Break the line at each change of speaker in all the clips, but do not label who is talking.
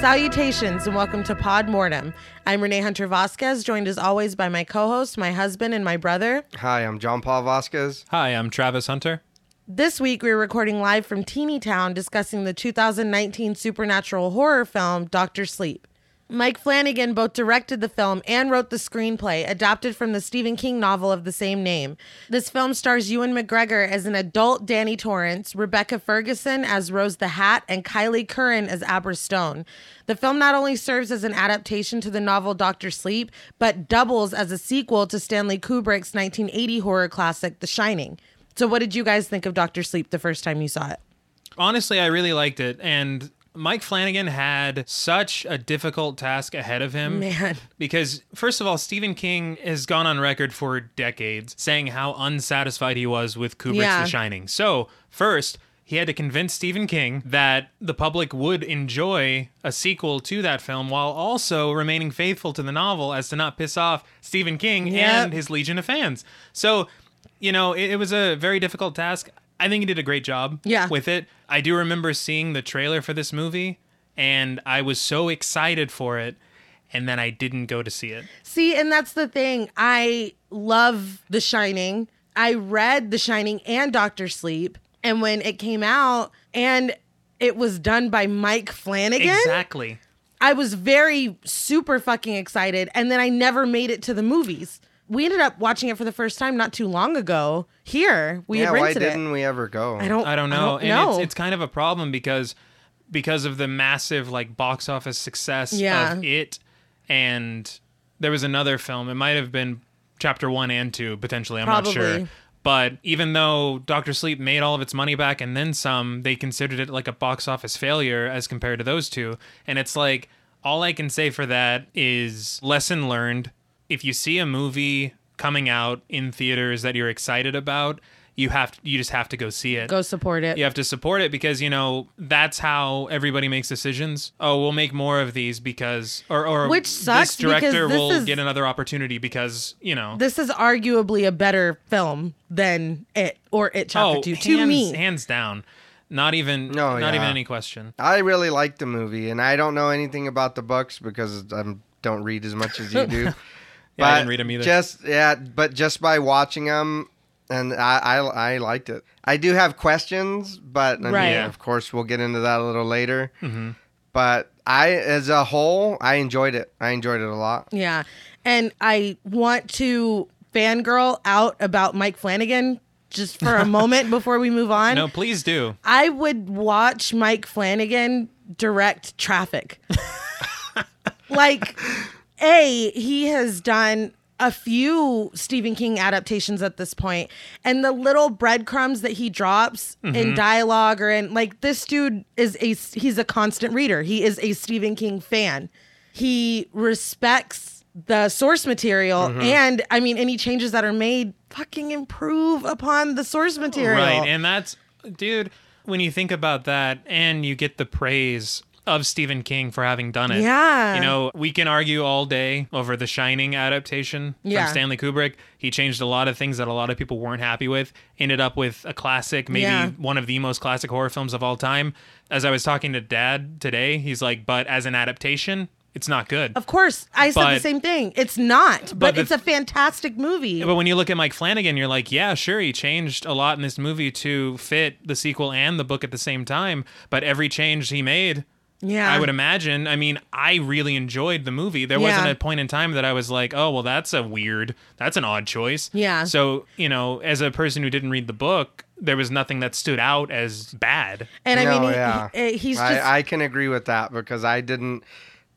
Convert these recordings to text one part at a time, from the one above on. Salutations and welcome to Pod Mortem. I'm Renee Hunter Vasquez, joined as always by my co host, my husband, and my brother.
Hi, I'm John Paul Vasquez.
Hi, I'm Travis Hunter.
This week, we're recording live from Teeny Town discussing the 2019 supernatural horror film Doctor Sleep. Mike Flanagan both directed the film and wrote the screenplay, adapted from the Stephen King novel of the same name. This film stars Ewan McGregor as an adult Danny Torrance, Rebecca Ferguson as Rose the Hat, and Kylie Curran as Abra Stone. The film not only serves as an adaptation to the novel Doctor Sleep, but doubles as a sequel to Stanley Kubrick's 1980 horror classic, The Shining. So, what did you guys think of Doctor Sleep the first time you saw it?
Honestly, I really liked it. And Mike Flanagan had such a difficult task ahead of him.
Man.
Because, first of all, Stephen King has gone on record for decades saying how unsatisfied he was with Kubrick's
Yeah.
The Shining. So, first, he had to convince Stephen King that the public would enjoy a sequel to that film while also remaining faithful to the novel as to not piss off Stephen King
Yep.
and his legion of fans. So, you know, it, it was a very difficult task. I think he did a great job
Yeah.
with it. I do remember seeing the trailer for this movie, and I was so excited for it, and then I didn't go to see it.
See, and that's the thing. I love The Shining. I read The Shining and Doctor Sleep, and when it came out and it was done by Mike Flanagan,
Exactly.
I was very super fucking excited. And then I never made it to the movies. We ended up watching it for the first time not too long ago here. We
yeah,
had
why
rented
didn't
it.
we ever go?
I don't.
I don't know. and
know.
It's, it's kind of a problem because because of the massive like box office success
Yeah.
of it, and there was another film. It might have been Chapter One and Two potentially. I'm not
Probably.
sure. But even though Doctor Sleep made all of its money back and then some, they considered it like a box office failure as compared to those two. And it's like all I can say for that is lesson learned. If you see a movie coming out in theaters that you're excited about, you have you just have to go see it
go support it.
you have to support it because you know that's how everybody makes decisions. Oh, we'll make more of these because, or or
Which sucks
this director
because this
will
is-
get another opportunity because you know.
This is arguably a better film than it or it chapter
oh,
two to
hands,
me.
hands down, not even
No,
not
yeah.
even any question.
I really liked the movie, and I don't know anything about the books because I don't read as much as you do. yeah,
Yeah, I didn't read 'em either.
Just yeah, but just by watching them, and I, I I liked it. I do have questions, but I
Right.
mean, of course, we'll get into that a little later.
Mm-hmm.
But I, as a whole, I enjoyed it. I enjoyed it a lot.
Yeah. And I want to fangirl out about Mike Flanagan just for a moment before we move on.
No, please do.
I would watch Mike Flanagan direct traffic. like, A, he has done a few Stephen King adaptations at this point, and the little breadcrumbs that he drops in dialogue or in like this dude is a he's a constant reader. He is a Stephen King fan. He respects the source material and I mean any changes that are made fucking improve upon the source material.
Right. And that's, dude, when you think about that and you get the praise of Stephen King for having done it.
Yeah.
You know, we can argue all day over the Shining adaptation
Yeah.
from Stanley Kubrick. He changed a lot of things that a lot of people weren't happy with, ended up with a classic, maybe
Yeah.
one of the most classic horror films of all time. As I was talking to dad today, he's like, but as an adaptation, it's not good.
Of course, I said the
But-
same thing. It's not, but,
the-
it's a fantastic movie.
But when you look at Mike Flanagan, you're like, yeah, sure, he changed a lot in this movie to fit the sequel and the book at the same time. But every change he made,
Yeah.
I would imagine. I mean, I really enjoyed the movie. There
Yeah.
wasn't a point in time that I was like, oh, well, that's a weird, that's an odd choice.
Yeah.
So, you know, as a person who didn't read the book, there was nothing that stood out as bad.
and I
No,
mean, he-
yeah.
he- eh, he's just
I, I can agree with that because I didn't,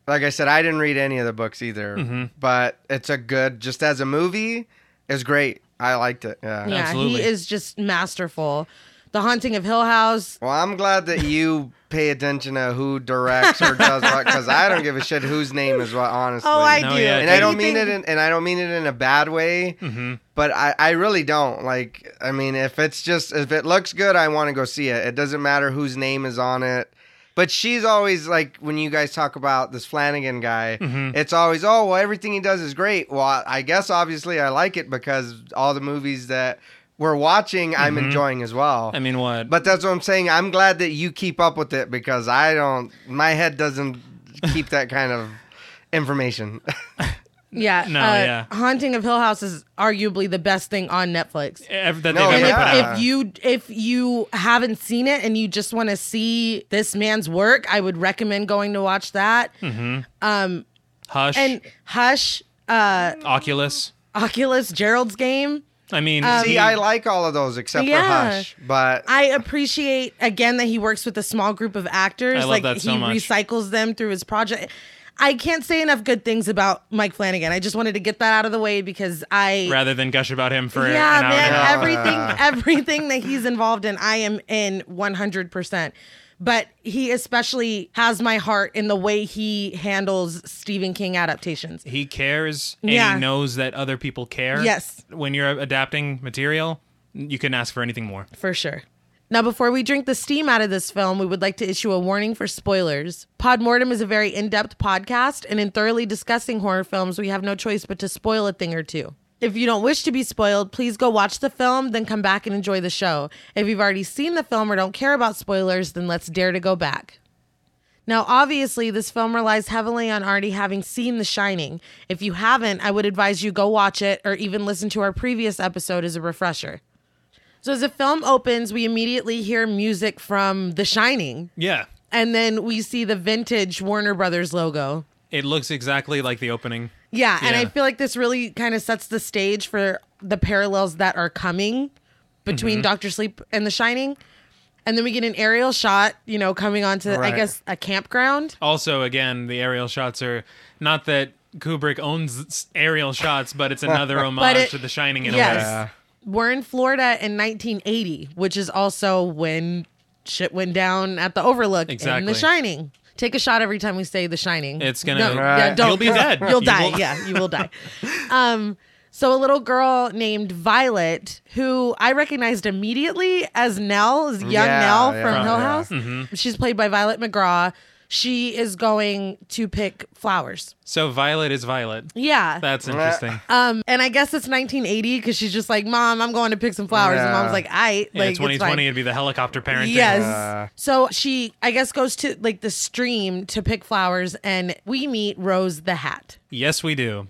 like I said, I didn't read any of the books either. But it's a good, just as a movie, it's great. I liked it. Yeah.
yeah,
Absolutely.
he is just masterful. The Haunting of Hill House.
Well, I'm glad that you pay attention to who directs or does what because I don't give a shit whose name is what. Honestly.
Oh, I
No,
do.
yeah,
and I don't mean
Anything-
it, in, and I don't mean it in a bad way,
Mm-hmm.
but I, I really don't like. I mean, if it's just if it looks good, I want to go see it. It doesn't matter whose name is on it. But she's always like when you guys talk about this Flanagan guy,
Mm-hmm.
it's always oh well everything he does is great. Well, I- I guess obviously I like it because all the movies that we're watching, I'm enjoying as well.
Mm-hmm. I mean, what?
But that's what I'm saying. I'm glad that you keep up with it because I don't. My head doesn't keep that kind of information.
Yeah.
No,
uh,
yeah.
Haunting of Hill House is arguably the best thing on Netflix.
Ev- that
No,
they've
And
ever
if,
yeah.
put out.
if you if you haven't seen it and you just want to see this man's work, I would recommend going to watch that.
Hmm. Hush,
And Hush, uh,
Oculus.
Oculus, Gerald's Game.
I mean,
Um,
See,
he-
I like all of those except
Yeah.
for Hush, but
I appreciate again that he works with a small group of actors.
I love
like
that so
he
much.
recycles them through his project. I can't say enough good things about Mike Flanagan. I just wanted to get that out of the way because I
rather than gush about him for
yeah,
an hour.
man.
and a half.
Everything, everything that he's involved in, I am in one hundred percent. But he especially has my heart in the way he handles Stephen King adaptations.
He cares and
Yeah.
he knows that other people care.
Yes.
When you're adapting material, you couldn't ask for anything more.
For sure. Now, before we drink the steam out of this film, we would like to issue a warning for spoilers. Podmortem is a very in depth podcast, and in thoroughly discussing horror films, we have no choice but to spoil a thing or two. If you don't wish to be spoiled, please go watch the film, then come back and enjoy the show. If you've already seen the film or don't care about spoilers, then let's dare to go back. Now, obviously, this film relies heavily on already having seen The Shining. If you haven't, I would advise you go watch it or even listen to our previous episode as a refresher. So, as the film opens, we immediately hear music from The Shining,
Yeah.
and then we see the vintage Warner Brothers logo.
It looks exactly like the opening.
Yeah, and I
Yeah.
feel like this really kind of sets the stage for the parallels that are coming between Doctor Sleep and The Shining. And then we get an aerial shot, you know, coming onto, I
Right.
guess, a campground.
Also, again, the aerial shots are not that Kubrick owns s- aerial shots, but it's another homage
it-
to The Shining in
yes.
a way.
We're in Florida in 1980, which is also when shit went down at the Overlook in
Exactly.
The Shining. Take a shot every time we say The Shining.
It's gonna-
No,
Right.
yeah, don't.
You'll be dead.
You'll
You
die.
will-
Yeah, you will die. Um, so a little girl named Violet, who I recognized immediately as Nell, as young
Yeah,
Nell
yeah,
from Hill
yeah.
House.
Mm-hmm.
She's played by Violet McGraw. She is going to pick flowers.
So Violet is Violet.
Yeah.
That's interesting.
Um, and I guess it's 1980 because she's just like, Mom, I'm going to pick some flowers. And
Yeah.
mom's like, I
yeah,
like it's fine."
2020 it'd be the helicopter parenting.
Yes.
Yeah.
So she, I guess, goes to like the stream to pick flowers, and we meet Rose the Hat.
Yes, we do.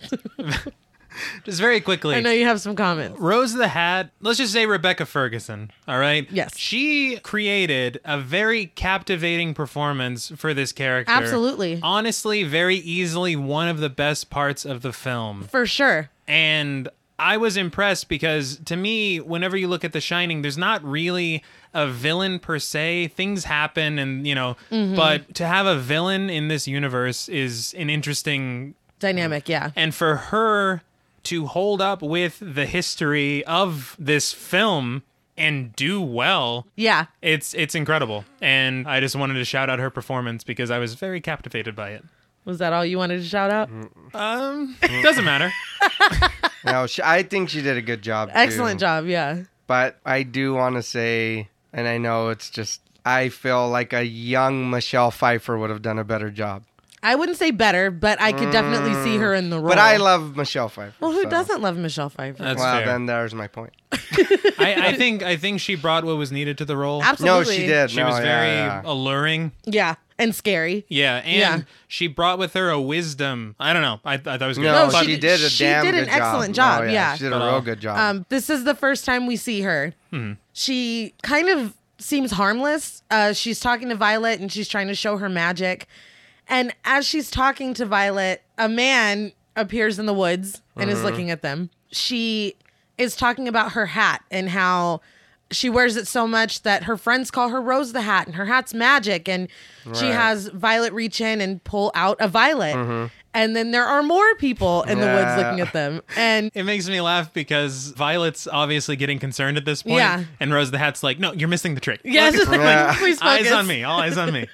Just very quickly.
I know you have some comments.
Rose the Hat, let's just say Rebecca Ferguson, all right?
Yes.
She created a very captivating performance for this character.
Absolutely.
Honestly, very easily one of the best parts of the film.
For sure.
And I was impressed because to me, whenever you look at The Shining, there's not really a villain per se. Things happen and, you know,
Mm-hmm.
but to have a villain in this universe is an interesting
Dynamic, yeah.
and for her to hold up with the history of this film and do well
Yeah.
it's it's incredible and i just wanted to shout out her performance because i was very captivated by it
Was that all you wanted to shout out?
Mm,
um doesn't matter
no, she, I think she did a good job. too.
Excellent job, yeah.
But I do want to say, and I know it's just, I feel like a young Michelle Pfeiffer would have done a better job.
I wouldn't say better, but I could definitely see her in the role.
Mm. But I love Michelle Pfeiffer.
Well, who
so-
doesn't love Michelle Pfeiffer?
That's
Well,
fair.
then there's my point.
I, I think i think she brought what was needed to the role
Absolutely.
No, she did.
she
No,
was
yeah,
very
yeah.
alluring
Yeah. And scary.
yeah
Yeah.
and she brought with her a wisdom i don't know i, I thought it was good
No,
No,
she,
she-
did a
she
damn
did an
good
excellent
job.
job,
No,
yeah.
She did a
But, uh,
real good job.
Um, this is the first time we see her.
Hmm.
She kind of seems harmless. Uh, she's talking to Violet and she's trying to show her magic. And as she's talking to Violet, a man appears in the woods and
Uh-huh.
is looking at them. She is talking about her hat and how she wears it so much that her friends call her Rose the Hat and her hat's magic. And she
Right. Uh-huh.
has Violet reach in and pull out a violet. And then there are more people in the woods
Yeah.
looking at them. And
It makes me laugh because Violet's obviously getting concerned at this point,
Yeah.
and Rose the Hat's like, "No, you're missing the trick.
Yes,
Look at-
like, please focus.
eyes on me. All eyes on me.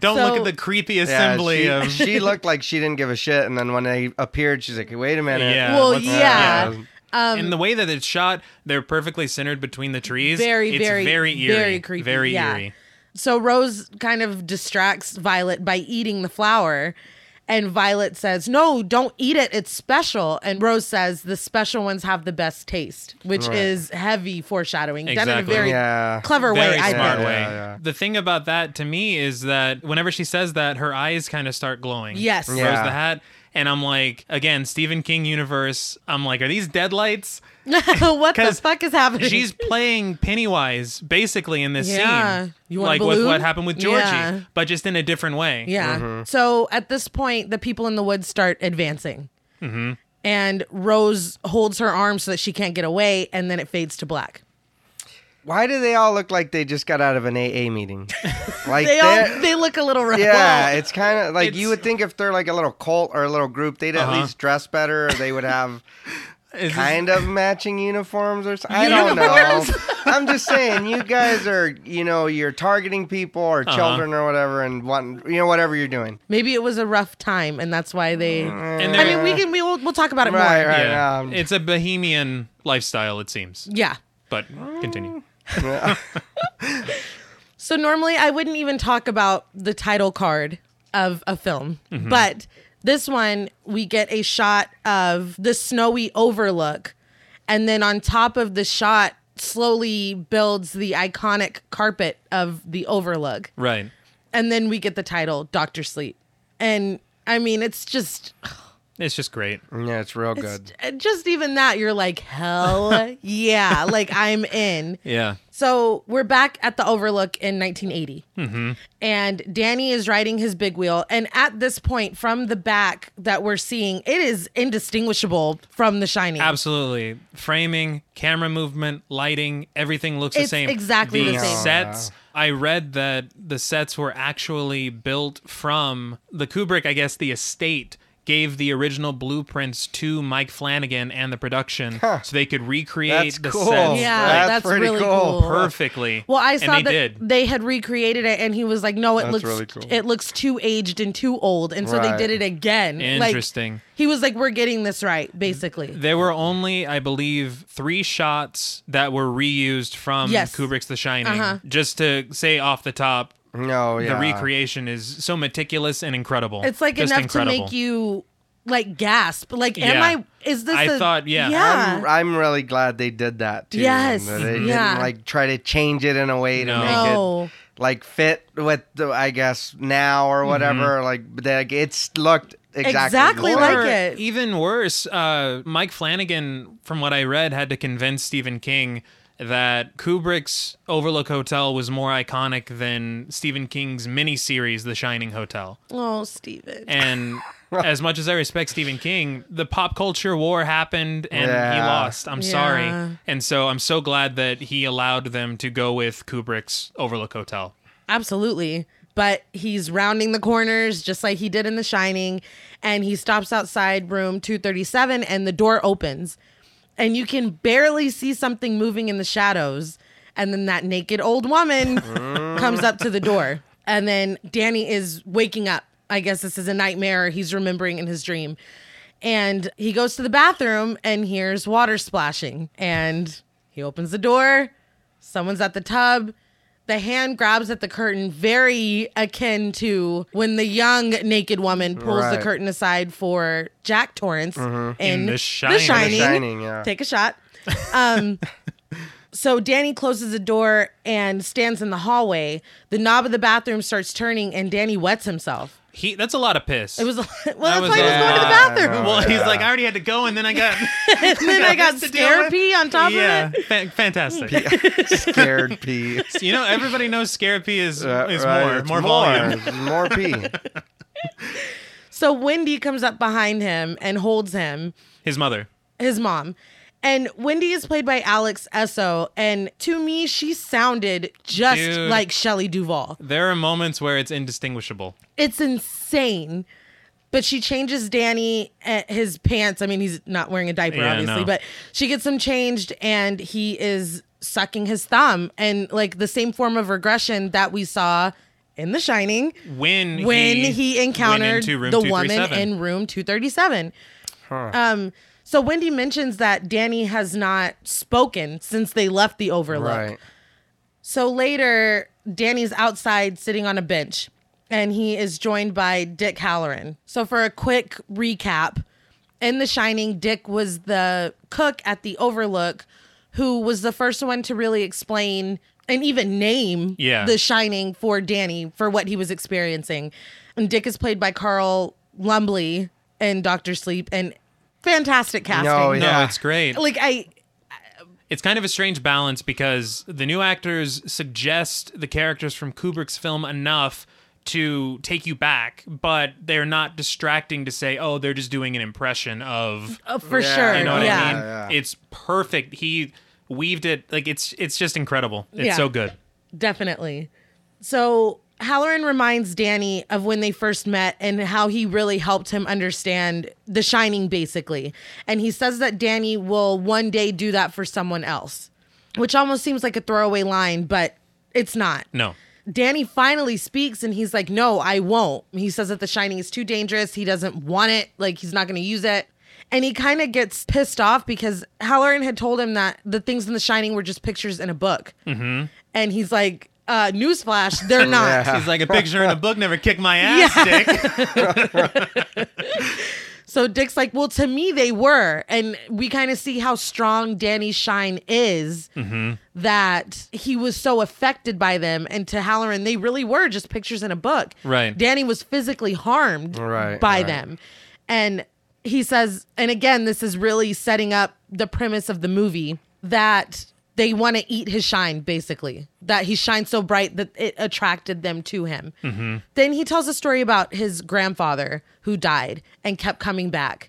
Don't
So-
look at the creepy
Yeah,
assembly
she,
of
she looked like she didn't give a shit, and then when they appeared, she's like, "Wait a minute."
Yeah.
Well,
what's-
yeah.
yeah.
Um,
and the way that it's shot, they're perfectly centered between the trees.
Very,
it's
very,
very eerie,
very creepy,
very
yeah.
eerie.
So Rose kind of distracts Violet by eating the flower. And Violet says, No, don't eat it. It's special. And Rose says, The special ones have the best taste, which is heavy foreshadowing. Done in a
Exactly.
very
Yeah.
clever way,
Very
I
smart
think.
way.
Yeah, yeah.
The thing about that to me is that whenever she says that, her eyes kind of start glowing.
Yes.
Rose
Yeah.
the Hat. And I'm like, again, Stephen King universe. I'm like, are these deadlights?
what the
'Cause
fuck is happening?
She's playing Pennywise basically in this
Yeah.
scene.
You want a
like with
balloon?
what happened with Georgie,
Yeah.
but just in a different way.
Yeah.
Mm-hmm.
So at this point, the people in the woods start advancing.
Mm-hmm.
And Rose holds her arm so that she can't get away, and then it fades to black.
Why do they all look like they just got out of an AA meeting? Like
They
they're-
all they look a little rough.
Yeah, it's kind of like you
It's-
would think if they're like a little cult or a little group, they'd at
Uh-huh.
least dress better or they would have
Is this-
kind of matching uniforms or something. I don't know. I'm just saying, you guys are, you know, you're targeting people or
Uh-huh.
children or whatever and wanting, you know, whatever you're doing.
Maybe it was a rough time, and that's why they.
and
I
they're-
mean, we can we will, we'll talk about it
Mm. Right,
more.
right.
yeah.
um,
it's a bohemian lifestyle, it seems.
Yeah.
But continue.
So normally I wouldn't even talk about the title card of a film, but this one we get a shot of the snowy overlook, and then on top of the shot slowly builds the iconic carpet of the overlook,
Right.
and then we get the title Doctor Sleep, and I mean it's just
It's just great.
Yeah, it's real good.
just even that you're like hell yeah like I'm in
Yeah.
So we're back at the Overlook in 1980.
Mm-hmm.
And Danny is riding his big wheel. And at this point, from the back that we're seeing, it is indistinguishable from The Shining.
Absolutely. Framing, camera movement, lighting, everything looks
It's
the same.
exactly the same.
Sets. I read that the sets were actually built from the Kubrick, I guess the estate gave the original blueprints to Mike Flanagan and the production so they could recreate
That's
the
cool.
sets
Yeah,
like,
that's
pretty
really
cool.
cool.
perfectly.
Well, I
and
saw
they
that
did.
they had recreated it, and he was like, "No, it looks
really cool.
it looks too aged and too old," and so
Right.
they did it again. Like,
Interesting.
he was like, "We're getting this right, basically."
There were only, I believe, three shots that were reused from
Yes.
Kubrick's The Shining.
Uh-huh.
Just to say off the top,
No, yeah.
the recreation is so meticulous and incredible.
It's like
Just
enough
incredible.
to make you like gasp. Like, am
Yeah.
I? Is this?
I
a-
thought, yeah.
yeah.
I'm, I'm really glad they did that too.
Yes,
that they
yeah.
didn't like try to change it in a way to
No.
No.
make it like fit with the I guess now or whatever.
Mm-hmm.
Like they, like, it's looked exactly,
Exactly
the
like
same.
Or
it.
Even worse, uh, Mike Flanagan, from what I read, had to convince Stephen King that Kubrick's Overlook Hotel was more iconic than Stephen King's miniseries, The Shining Hotel.
oh, Steven.
And as much as I respect Stephen King, the pop culture war happened and he
Yeah.
lost. I'm
Yeah.
sorry. And so I'm so glad that he allowed them to go with Kubrick's Overlook Hotel.
Absolutely. But he's rounding the corners just like he did in The Shining. And he stops outside room 237 and the door opens. And you can barely see something moving in the shadows. And then that naked old woman comes up to the door. And then Danny is waking up. I guess this is a nightmare he's remembering in his dream. And he goes to the bathroom and hears water splashing. And he opens the door. Someone's at the tub. The hand grabs at the curtain, very akin to when the young naked woman pulls the
Right.
curtain aside for Jack Torrance in,
In The
The Shining.
Shining.
Shining, yeah.
Take a shot. Um, so Danny closes the door and stands in the hallway. The knob of the bathroom starts turning, and Danny wets himself.
He that's a lot of piss.
It was well, that's
was
why he was
a
going to the
lot.
bathroom.
Well, he's
Oh, Yeah.
like, I already had to go, and then I got,
and then I got
to deal
scare
with-
pee on top
yeah,
of it.
fa- fantastic.
Scared pee.
You know, everybody knows scare pee is
Uh,
is
right,
more
it's
more volume.
It's more pee.
So Wendy comes up behind him and holds him.
His mother.
his mom. And Wendy is played by Alex Esso, and to me, she sounded just
Dude.
like Shelley Duvall.
There are moments where it's indistinguishable.
It's insane. But she changes Danny uh, his pants. I mean, he's not wearing a diaper,
Yeah,
obviously,
no.
but she gets him changed, and he is sucking his thumb, and like the same form of regression that we saw in The Shining
When
when
he,
he, encountered
went into room
the woman
237.
in room 237. Um, so Wendy mentions that Danny has not spoken since they left the overlook.
Right.
So later, Danny's outside sitting on a bench and he is joined by Dick Halloran. So, for a quick recap, in The Shining, Dick was the cook at the Overlook who was the first one to really explain and even name
Yeah.
The Shining for Danny for what he was experiencing. And Dick is played by Carl Lumbly in Doctor Sleep and fantastic casting.
No,
No,
Yeah.
it's great.
Like, I,
It's kind of a strange balance because the new actors suggest the characters from Kubrick's film enough to take you back, but they're not distracting to say, "Oh, they're just doing an impression of."
uh, for
Yeah,
sure.
You know what
yeah.
I mean? It's perfect. He weaved it like it's it's just incredible. It's
Yeah.
so good.
Definitely. So Halloran reminds Danny of when they first met and how he really helped him understand The Shining, basically. And he says that Danny will one day do that for someone else, which almost seems like a throwaway line, but it's not.
No.
Danny finally speaks and he's like, No, I won't. He says that The Shining is too dangerous. He doesn't want it. Like, he's not going to use it. And he kind of gets pissed off because Halloran had told him that the things in The Shining were just pictures in a book. Mm-hmm. And he's like, uh, Newsflash, they're not.
He's like a picture in a book never kicked my ass, Dick.
So Dick's like, Well, to me, they were. And we kind of see how strong Danny's shine is that he was so affected by them. And to Halloran, they really were just pictures in a book.
Right.
Danny was physically harmed
Right,
by
right.
them. And he says, and again, this is really setting up the premise of the movie that they want to eat his shine, basically, that he shines so bright that it attracted them to him.
Mm-hmm.
Then he tells a story about his grandfather who died and kept coming back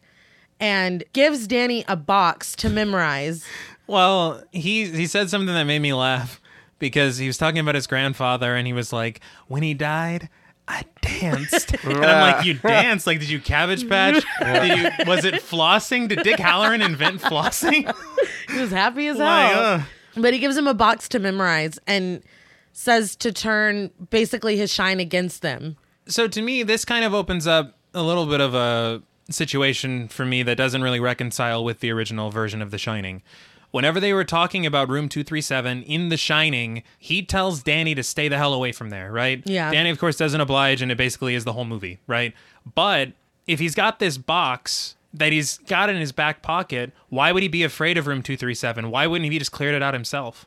and gives Danny a box to memorize.
Well, he he said something that made me laugh because he was talking about his grandfather and he was like, "When he died, I danced." and I'm like, "You danced? Like did you cabbage patch? Did you, was it flossing? Did Dick Halloran invent flossing?"
He was happy as hell.
Like, ugh.
But he gives him a box to memorize and says to turn basically his shine against them.
so to me, this kind of opens up a little bit of a situation for me that doesn't really reconcile with the original version of The Shining. Whenever they were talking about room 237 in The Shining, he tells Danny to stay the hell away from there, right?
Yeah.
Danny, of course, doesn't oblige, and it basically is the whole movie, right? But if he's got this box that he's got in his back pocket, why would he be afraid of room 237? Why wouldn't he just cleared it out himself?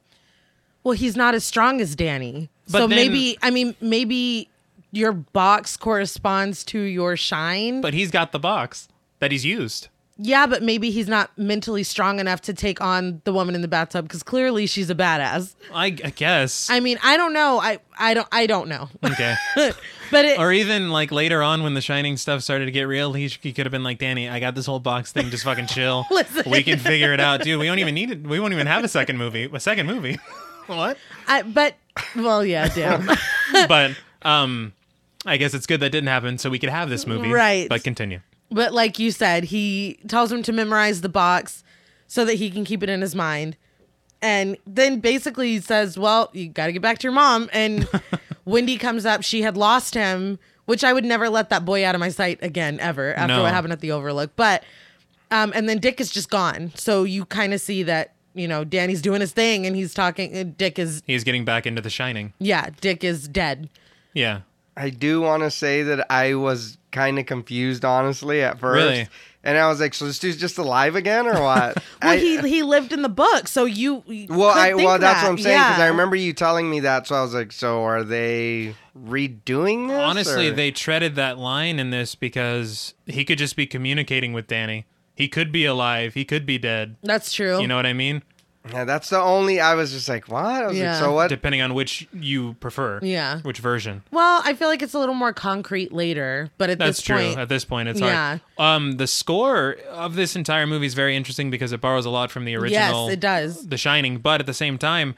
Well, he's not as strong as Danny. so
But then-
maybe, I mean, maybe your box corresponds to your shine.
But he's got the box that he's used.
yeah, but maybe he's not mentally strong enough to take on the woman in the bathtub because clearly she's a badass.
I, I guess.
I mean, I don't know. I, I don't, I don't know.
okay.
but it,
Or even like later on when the Shining stuff started to get real, he, sh- he could have been like, Danny, I got this whole box thing. Just fucking chill.
Listen.
We can figure it out, dude. We don't even need it. We won't even have a second movie. A second movie. what?
I, but well, yeah, damn.
But um, I guess it's good that didn't happen, so we could have this movie.
Right.
But continue.
But like you said, he tells him to memorize the box so that he can keep it in his mind. And then basically he says, Well, you got to get back to your mom. And Wendy comes up. She had lost him, which I would never let that boy out of my sight again, ever, after
No.
what happened at the Overlook. But, um, and then Dick is just gone. So you kind of see that, you know, Danny's doing his thing and he's talking. and Dick is,
He's getting back into The Shining.
yeah, Dick is dead.
Yeah.
I do want to say that I was kind of confused, honestly, at first.
Really?
And I was like, so this dude's just alive again or what?
Well,
I- uh,
he, he lived in the book. So you, you
well,
could
I,
think
well, that's
that.
what I'm saying because
Yeah.
I remember you telling me that. So I was like, so are they redoing this?
Honestly,
or-
they treaded that line in this because he could just be communicating with Danny. He could be alive. He could be dead.
That's true.
You know what I mean?
Yeah, that's the only. I was just like, what? I was
Yeah.
like, so what?
Depending on which you prefer.
Yeah.
Which version.
Well, I feel like it's a little more concrete later, but at
That's
this
true.
point,
At this point, it's
Yeah.
hard. Um, the score of this entire movie is very interesting because it borrows a lot from the original.
yes, it does.
The Shining, but at the same time,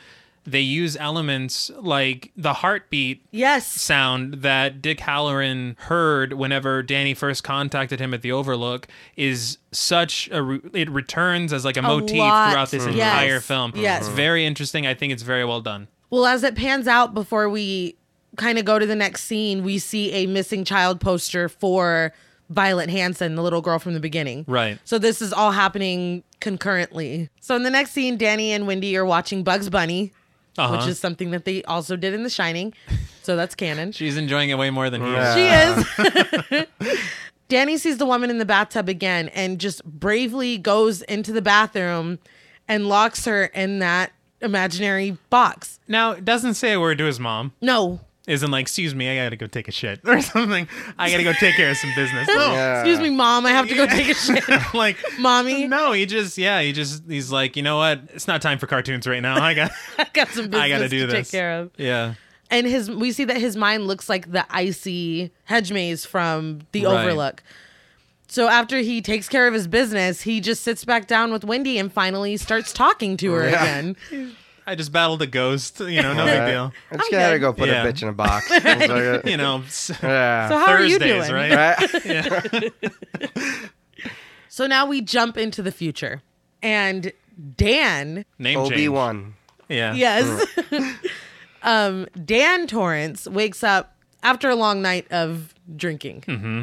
they use elements like the heartbeat
Yes,
sound that Dick Halloran heard whenever Danny first contacted him at the Overlook is such a re- it returns as like a, motif
lot.
throughout this
Mhm.
entire
Yes.
film.
Yes.
It's very interesting. I think it's very well done.
Well, as it pans out before we kind of go to the next scene, we see a missing child poster for Violet Hansen, the little girl from the beginning.
Right.
So this is all happening concurrently. So in the next scene, Danny and Wendy are watching Bugs Bunny.
Uh-huh.
which is something that they also did in The Shining. So that's canon.
She's enjoying it way more than he is.
She is. Danny sees the woman in the bathtub again and just bravely goes into the bathroom and locks her in that imaginary box.
Now, it doesn't say a word to his mom.
No.
Isn't like, excuse me, I gotta go take a shit or something. I gotta go take care of some business. No,
Yeah.
Excuse me, mom. I have to go take a shit.
like,
Mommy,
no, he just, yeah, he just, he's like, you know what? It's not time for cartoons right now. I got,
I got some business
I gotta do
to
this.
take care of.
yeah.
And his, we see that his mind looks like the icy hedge maze from the
Right.
Overlook. So after he takes care of his business, he just sits back down with Wendy and finally starts talking to her
Yeah.
again.
I just battled a ghost. You know, no big deal.
I just
I'm
gotta
good.
go put
Yeah.
a bitch in a box. It's like, uh,
You know, s-
yeah.
So how are you
Thursdays,
doing?
right?
Right?
So now we jump into the future. And Dan,
Name
Obi
change.
Wan.
Yeah.
yes, um, Dan Torrance wakes up after a long night of drinking.
Mm-hmm.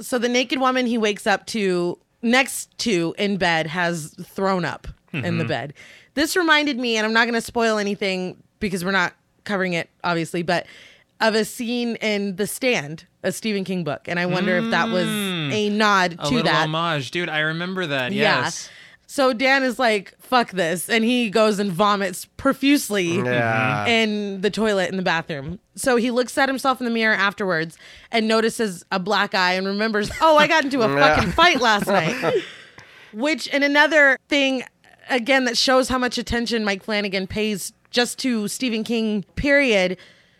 So the naked woman he wakes up to next to in bed has thrown up in the
Mm-hmm.
bed. This reminded me, and I'm not going to spoil anything because we're not covering it, obviously, but of a scene in The Stand, a Stephen King book. And I wonder if that was a nod
Mm.
to
A little
that.
homage, dude. I remember that.
Yeah.
Yes.
So Dan is like, fuck this. And he goes and vomits profusely
Yeah.
in the toilet in the bathroom. So he looks at himself in the mirror afterwards and notices a black eye and remembers, oh, I got into a
Yeah.
fucking fight last night. Which, and another thing, again, that shows how much attention Mike Flanagan pays just to Stephen King, period.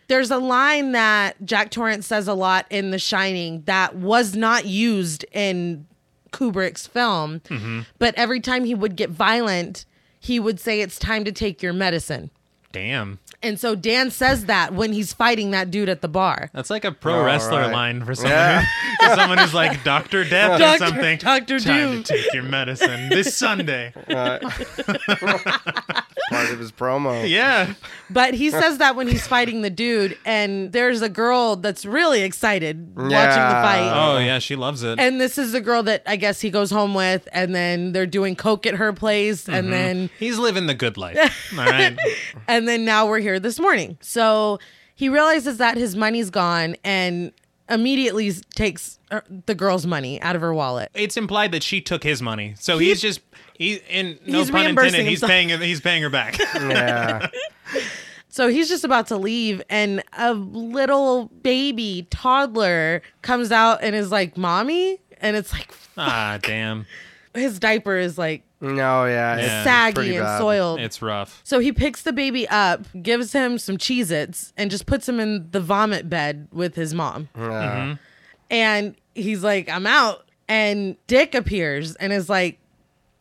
There's a line that Jack Torrance says a lot in The Shining that was not used in Kubrick's film,
Mm-hmm.
but every time he would get violent, he would say, It's time to take your medicine.
Damn.
And so Dan says that when he's fighting that dude at the bar.
That's like a pro
All
wrestler
right.
line for someone,
Yeah.
who, for someone who's like Doctor Death or
Dr.
something.
Dr.
Time
Doom.
to take your medicine this Sunday.
Part of his promo.
Mm-hmm. Yeah.
But he says that when he's fighting the dude, and there's a girl that's really excited watching the
Yeah.
fight.
Oh yeah, she loves it.
And this is the girl that I guess he goes home with, and then they're doing coke at her place,
Mm-hmm.
and then
He's living the good life. All right.
and then now we're here this morning. So he realizes that his money's gone, and immediately s- takes uh, the girl's money out of her wallet.
It's implied that she took his money, so he's just he and no
He's
pun
reimbursing
intended. He's
himself.
paying he's paying her back.
Yeah.
So he's just about to leave, and a little baby toddler comes out and is like, Mommy? And it's like,
ah damn,
his diaper is like
No, yeah. it's
Yeah.
saggy
pretty
and
bad.
soiled.
it's rough.
so he picks the baby up, gives him some Cheez Its, and just puts him in the vomit bed with his mom.
uh, Mm-hmm. Yeah.
Mm-hmm.
And he's like, I'm out. And Dick appears and is like,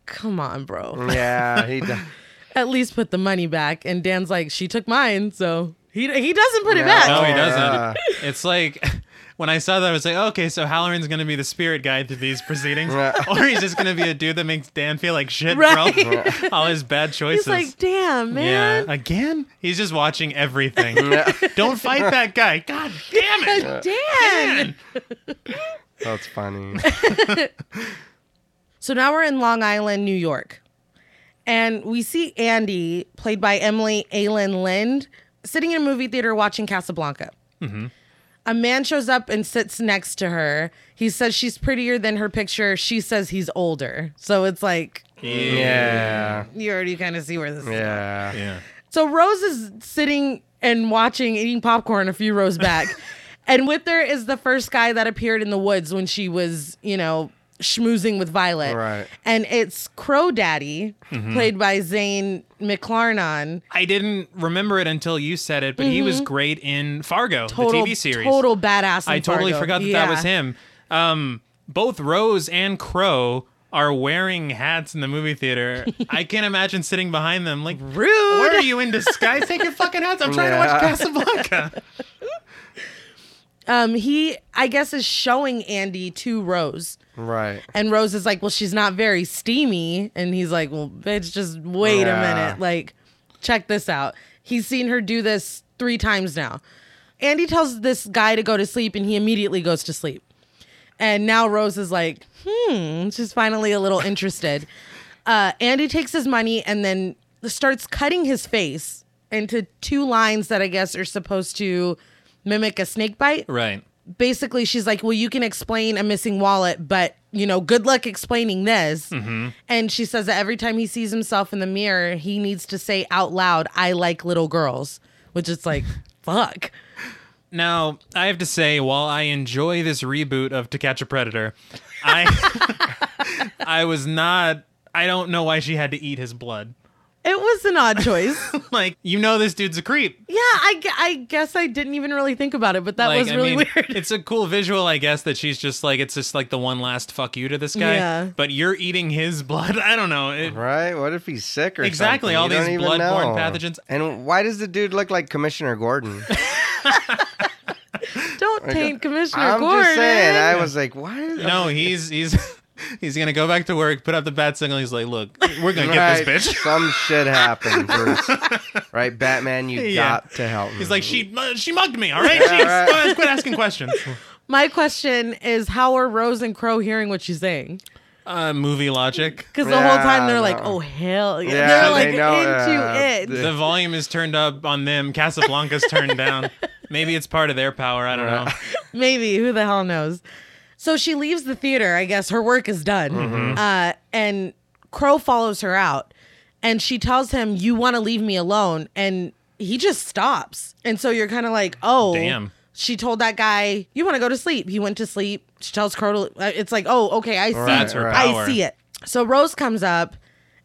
Come on,
Mm.
bro.
yeah, he does.
At least put the money back. And Dan's like, She took mine. So he, he doesn't put it
Yeah.
back.
No, he
Oh,
doesn't.
yeah.
It's like when I saw that, I was like, okay, so Halloran's gonna be the spirit guide through these proceedings,
Yeah.
or he's just gonna be a dude that makes Dan feel like shit,
Right.
bro. All his bad choices.
He's like, Damn, man.
Yeah, again? He's just watching everything. Don't fight that guy. God damn it.
Dan.
That's funny.
So now we're in Long Island, New York. And we see Andy, played by Emily Aylin Lind, sitting in a movie theater watching Casablanca. A man shows up and sits next to her. He says she's prettier than her picture. She says he's older. So it's like,
Yeah.
you already kind of see where this is.
Yeah.
Yeah.
So Rose is sitting and watching, eating popcorn a few rows back. and with her is the first guy that appeared in the woods when she was, you know, schmoozing with Violet.
Right.
And it's Crow Daddy,
Mm-hmm.
played by Zane McLarnon.
I didn't remember it until you said it, but he was great in Fargo,
Mm-hmm. Total,
the TV series.
Total badass. in
I totally
Fargo.
forgot that
Yeah.
that was him. Um, both Rose and Crow are wearing hats in the movie theater. I can't imagine sitting behind them like
Rude.
Why are you in disguise? Take your fucking hats. I'm trying to watch
Yeah.
Casablanca.
Um, he, I guess, is showing Andy to Rose.
Right.
And Rose is like, well, she's not very steamy. And he's like, well, bitch, just wait
Yeah.
a minute. Like, check this out. He's seen her do this three times now. Andy tells this guy to go to sleep, and he immediately goes to sleep. And now Rose is like, hmm, she's finally a little interested. Uh, Andy takes his money and then starts cutting his face into two lines that I guess are supposed to mimic a snake bite.
Right.
Basically, she's like, "Well, you can explain a missing wallet, but you know, good luck explaining this."
Mm-hmm.
And she says that every time he sees himself in the mirror, he needs to say out loud, "I like little girls," which is like, fuck.
Now, I have to say, while I enjoy this reboot of To Catch a Predator, I I was not. I don't know why she had to eat his blood.
It was an odd choice.
Like, you know, this dude's a creep.
yeah, I, gu- I guess I didn't even really think about it, but that
Like,
was really
I mean,
weird.
It's a cool visual, I guess, that she's just like, it's just like the one last fuck you to this guy.
Yeah.
But you're eating his blood. I don't know. It,
Right? What if he's sick or
Exactly,
something?
all
You don't
these
even
bloodborne
know.
pathogens.
And why does the dude look like Commissioner Gordon?
Don't taint Commissioner
I'm
Gordon.
just saying. I was like, why?
No, he's he's he's gonna go back to work, put up the bat signal. He's like, look, we're gonna
Right,
get this bitch.
Some shit happened, Bruce. right, Batman? You
Yeah.
got to help me.
He's like, she mu- she mugged me. All right,
Yeah,
Jeez,
right.
quit asking questions.
My question is how are Rose and Crow hearing what she's saying?
Uh, movie logic.
Because the whole
Yeah,
time they're like,
no.
oh, hell. Yeah,
Yeah,
they're like
they know,
into
uh,
it.
the-
The volume is turned up on them. Casablanca's turned down. Maybe it's part of their power. I don't know.
Maybe. Who the hell knows? So she leaves the theater. I guess her work is done.
Mm-hmm.
Uh, and Crow follows her out. And she tells him, You want to leave me alone. And he just stops. And so you're kind of like, Oh,
Damn.
She told that guy, You want to go to sleep. He went to sleep. She tells Crow, to, uh, It's like, Oh, okay. I see.
That's her power.
I see it. So Rose comes up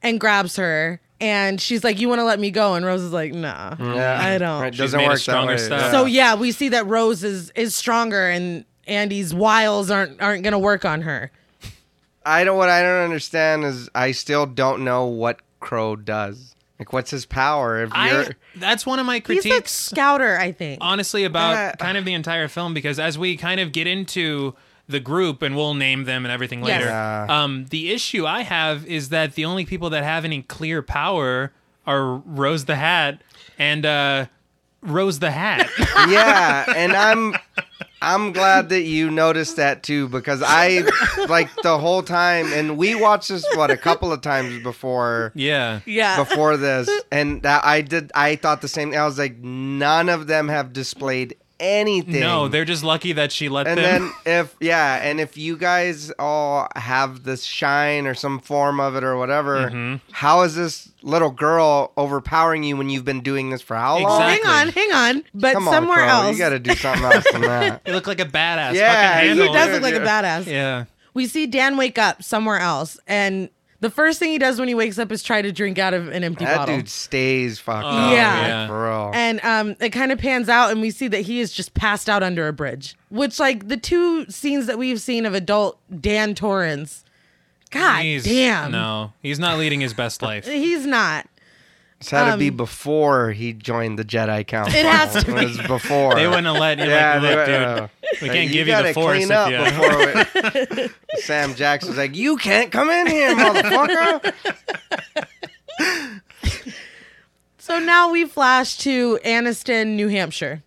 and grabs her. And she's like, You want to let me go? And Rose is like, Nah,
Mm.
I don't.
It doesn't
made a
work that
stronger
way.
stuff.
So yeah, we see that Rose is is stronger and Andy's wiles aren't aren't gonna work on her.
I don't. What I don't understand is I still don't know what Crow does. Like, what's his power? If you're
I, that's one of my
He's a
critiques.
scouter, I think.
honestly about
Uh,
kind of the entire film because as we kind of get into the group and we'll name them and everything
Yes.
later.
Yeah.
Um, the issue I have is that the only people that have any clear power are Rose the Hat and uh, Rose the Hat.
yeah, and I'm I'm glad that you noticed that too because I like the whole time, and we watched this what a couple of times before
yeah.
Yeah.
before this, and that I did I thought the same. I was like, none of them have displayed anything.
No, they're just lucky that she let
and
them.
then if yeah, and if you guys all have this shine or some form of it or whatever,
Mm-hmm.
how is this little girl overpowering you when you've been doing this for how long?
Exactly.
Oh, Hang on, hang on. But
Come
somewhere
on, Crow,
else
you got to do something else than that.
they look like a badass.
Yeah,
Fucking
he
he
handle
does
it.
look like a badass.
Yeah.
We see Dan wake up somewhere else and the first thing he does when he wakes up is try to drink out of an empty
That
bottle.
dude stays fucked
Oh,
up.
Yeah.
yeah.
For real.
and um, it kind of pans out, and we see that he is just passed out under a bridge. Which, like, the two scenes that we've seen of adult Dan Torrance, God
He's-
damn,
No, he's not leading his best life.
he's not.
It's had to be before he joined the Jedi Council.
um, It has to
It was before.
They wouldn't have let you.
Yeah,
like,
they
look, dude,
were-
we
Like,
can't give you
gotta
the force.
clean
if
up
you-
before we- Sam Jackson's like, you can't come in here, motherfucker.
So now we flash to Anniston, New Hampshire,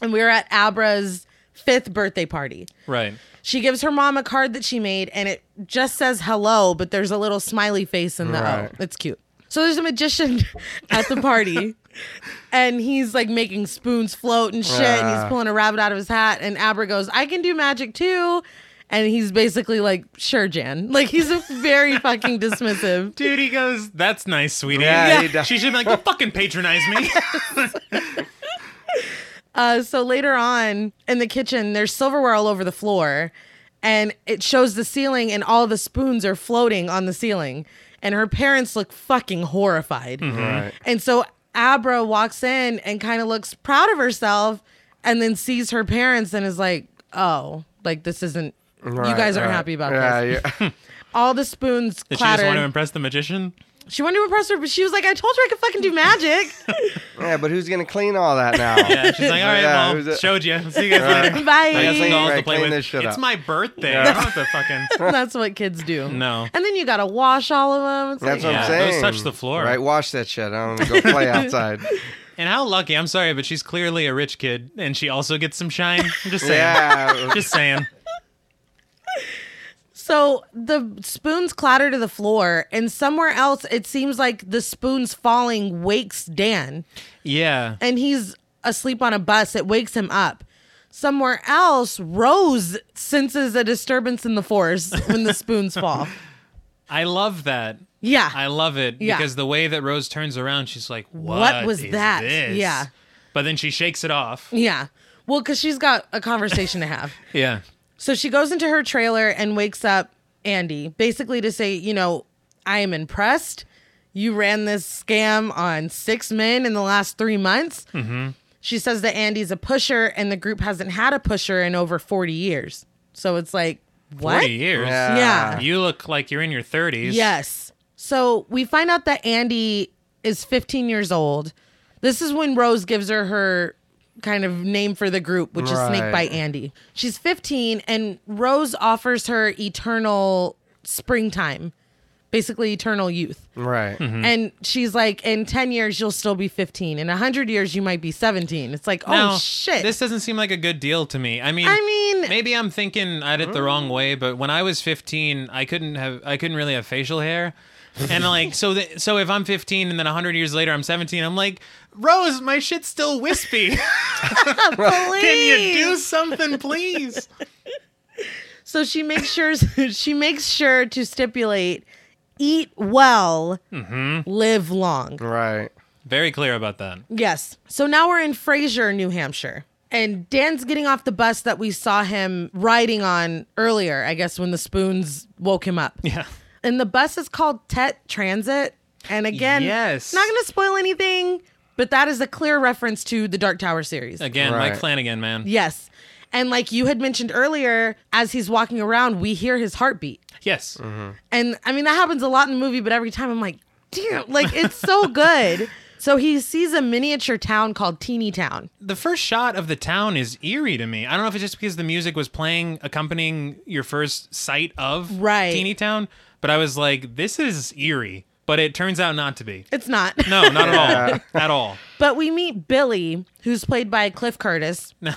and we're at Abra's fifth birthday party.
right.
She gives her mom a card that she made, and it just says hello, but there's a little smiley face in the
Right.
O. It's cute. So there's a magician at the party, and he's like making spoons float and shit, and he's
Yeah.
pulling a rabbit out of his hat. And Abra goes, "I can do magic too," and he's basically like, "Sure, Jan." Like he's a very fucking dismissive.
Dude, he goes, that's nice, sweetie.
Yeah, he Yeah. does.
She should be like, you fucking patronize me.
Uh, so later on in the kitchen, there's silverware all over the floor, and it shows the ceiling, and all the spoons are floating on the ceiling. And her parents look fucking horrified.
Mm-hmm.
Right.
And so Abra walks in and kind of looks proud of herself, and then sees her parents and is like, "Oh, like this isn't. you
Right,
guys aren't
right.
happy about
yeah,
this."
Yeah.
All the spoons
Did she just want to
clatter.
impress the magician?
She wanted to impress her, but she was like, "I told you I could fucking do magic."
yeah, but who's going to clean all that now?
Yeah, she's like, all right,
Oh, Yeah, it
well,
was a-
showed you. See you guys later.
Bye.
I got some
Clean-
dolls to
right,
play
clean
with.
this shit
it's
up.
my birthday. I don't have to fucking.
That's what kids do.
No.
And then you gotta wash all of them. It's
That's
like,
what
Yeah,
I'm
those
saying.
touch the floor.
Right, wash that shit. I don't go play outside.
And how lucky. I'm sorry, but she's clearly a rich kid, and she also gets some shine. I'm just saying.
yeah.
Just saying.
So the spoons clatter to the floor, and somewhere else, it seems like the spoons falling wakes Dan,
Yeah.
and he's asleep on a bus. It wakes him up. Somewhere else, Rose senses a disturbance in the force when the spoons fall.
I love that.
Yeah.
I love it
Yeah.
because the way that Rose turns around, she's like, "What,
was
is
that?"
this?
Yeah.
But then she shakes it off.
yeah. Well, because she's got a conversation to have.
Yeah.
So she goes into her trailer and wakes up Andy, basically to say, you know, I am impressed. You ran this scam on six men in the last three months. She says that Andy's a pusher and the group hasn't had a pusher in over 40 years. So it's like, what?
Forty years.
Yeah.
Yeah.
You look like you're in your thirties.
Yes. So we find out that Andy is 15 years old. This is when Rose gives her her kind of name for the group, which is Snake
Right.
Bite Andy. She's 15, and Rose offers her eternal springtime, basically eternal youth.
Right.
Mm-hmm.
And she's like, in 10 years, you'll still be 15. In 100 years, you might be 17. It's like, oh,
Now,
shit.
This doesn't seem like a good deal to me. I mean,
I mean-
maybe I'm thinking at it the wrong way, but when I was 15, I couldn't have, I couldn't really have facial hair, and like, so, th- so if I'm 15 and then 100 years later I'm 17, I'm like, Rose, my shit's still wispy. Can you
Please.
do something, please?
So she makes sure she makes sure to stipulate eat well, live long.
Right.
Very clear about that.
Yes. So now we're in Fraser, New Hampshire. And Dan's getting off the bus that we saw him riding on earlier, I guess when the spoons woke him up.
Yeah.
And the bus is called Tet Transit. And again,
Yes.
not going to spoil anything, but that is a clear reference to the Dark Tower series.
Again, Mike
Right.
Flanagan, man.
Yes. And like you had mentioned earlier, as he's walking around, we hear his heartbeat.
Yes.
And I mean, that happens a lot in the movie, but every time I'm like, damn, like it's so good. so he sees a miniature town called Teeny Town.
The first shot of the town is eerie to me. I don't know if it's just because the music was playing accompanying your first sight of
Right.
Teeny Town, but I was like, this is eerie. But it turns out not to be.
It's not.
No, not at all. At all.
But we meet Billy, who's played by Cliff Curtis.
No.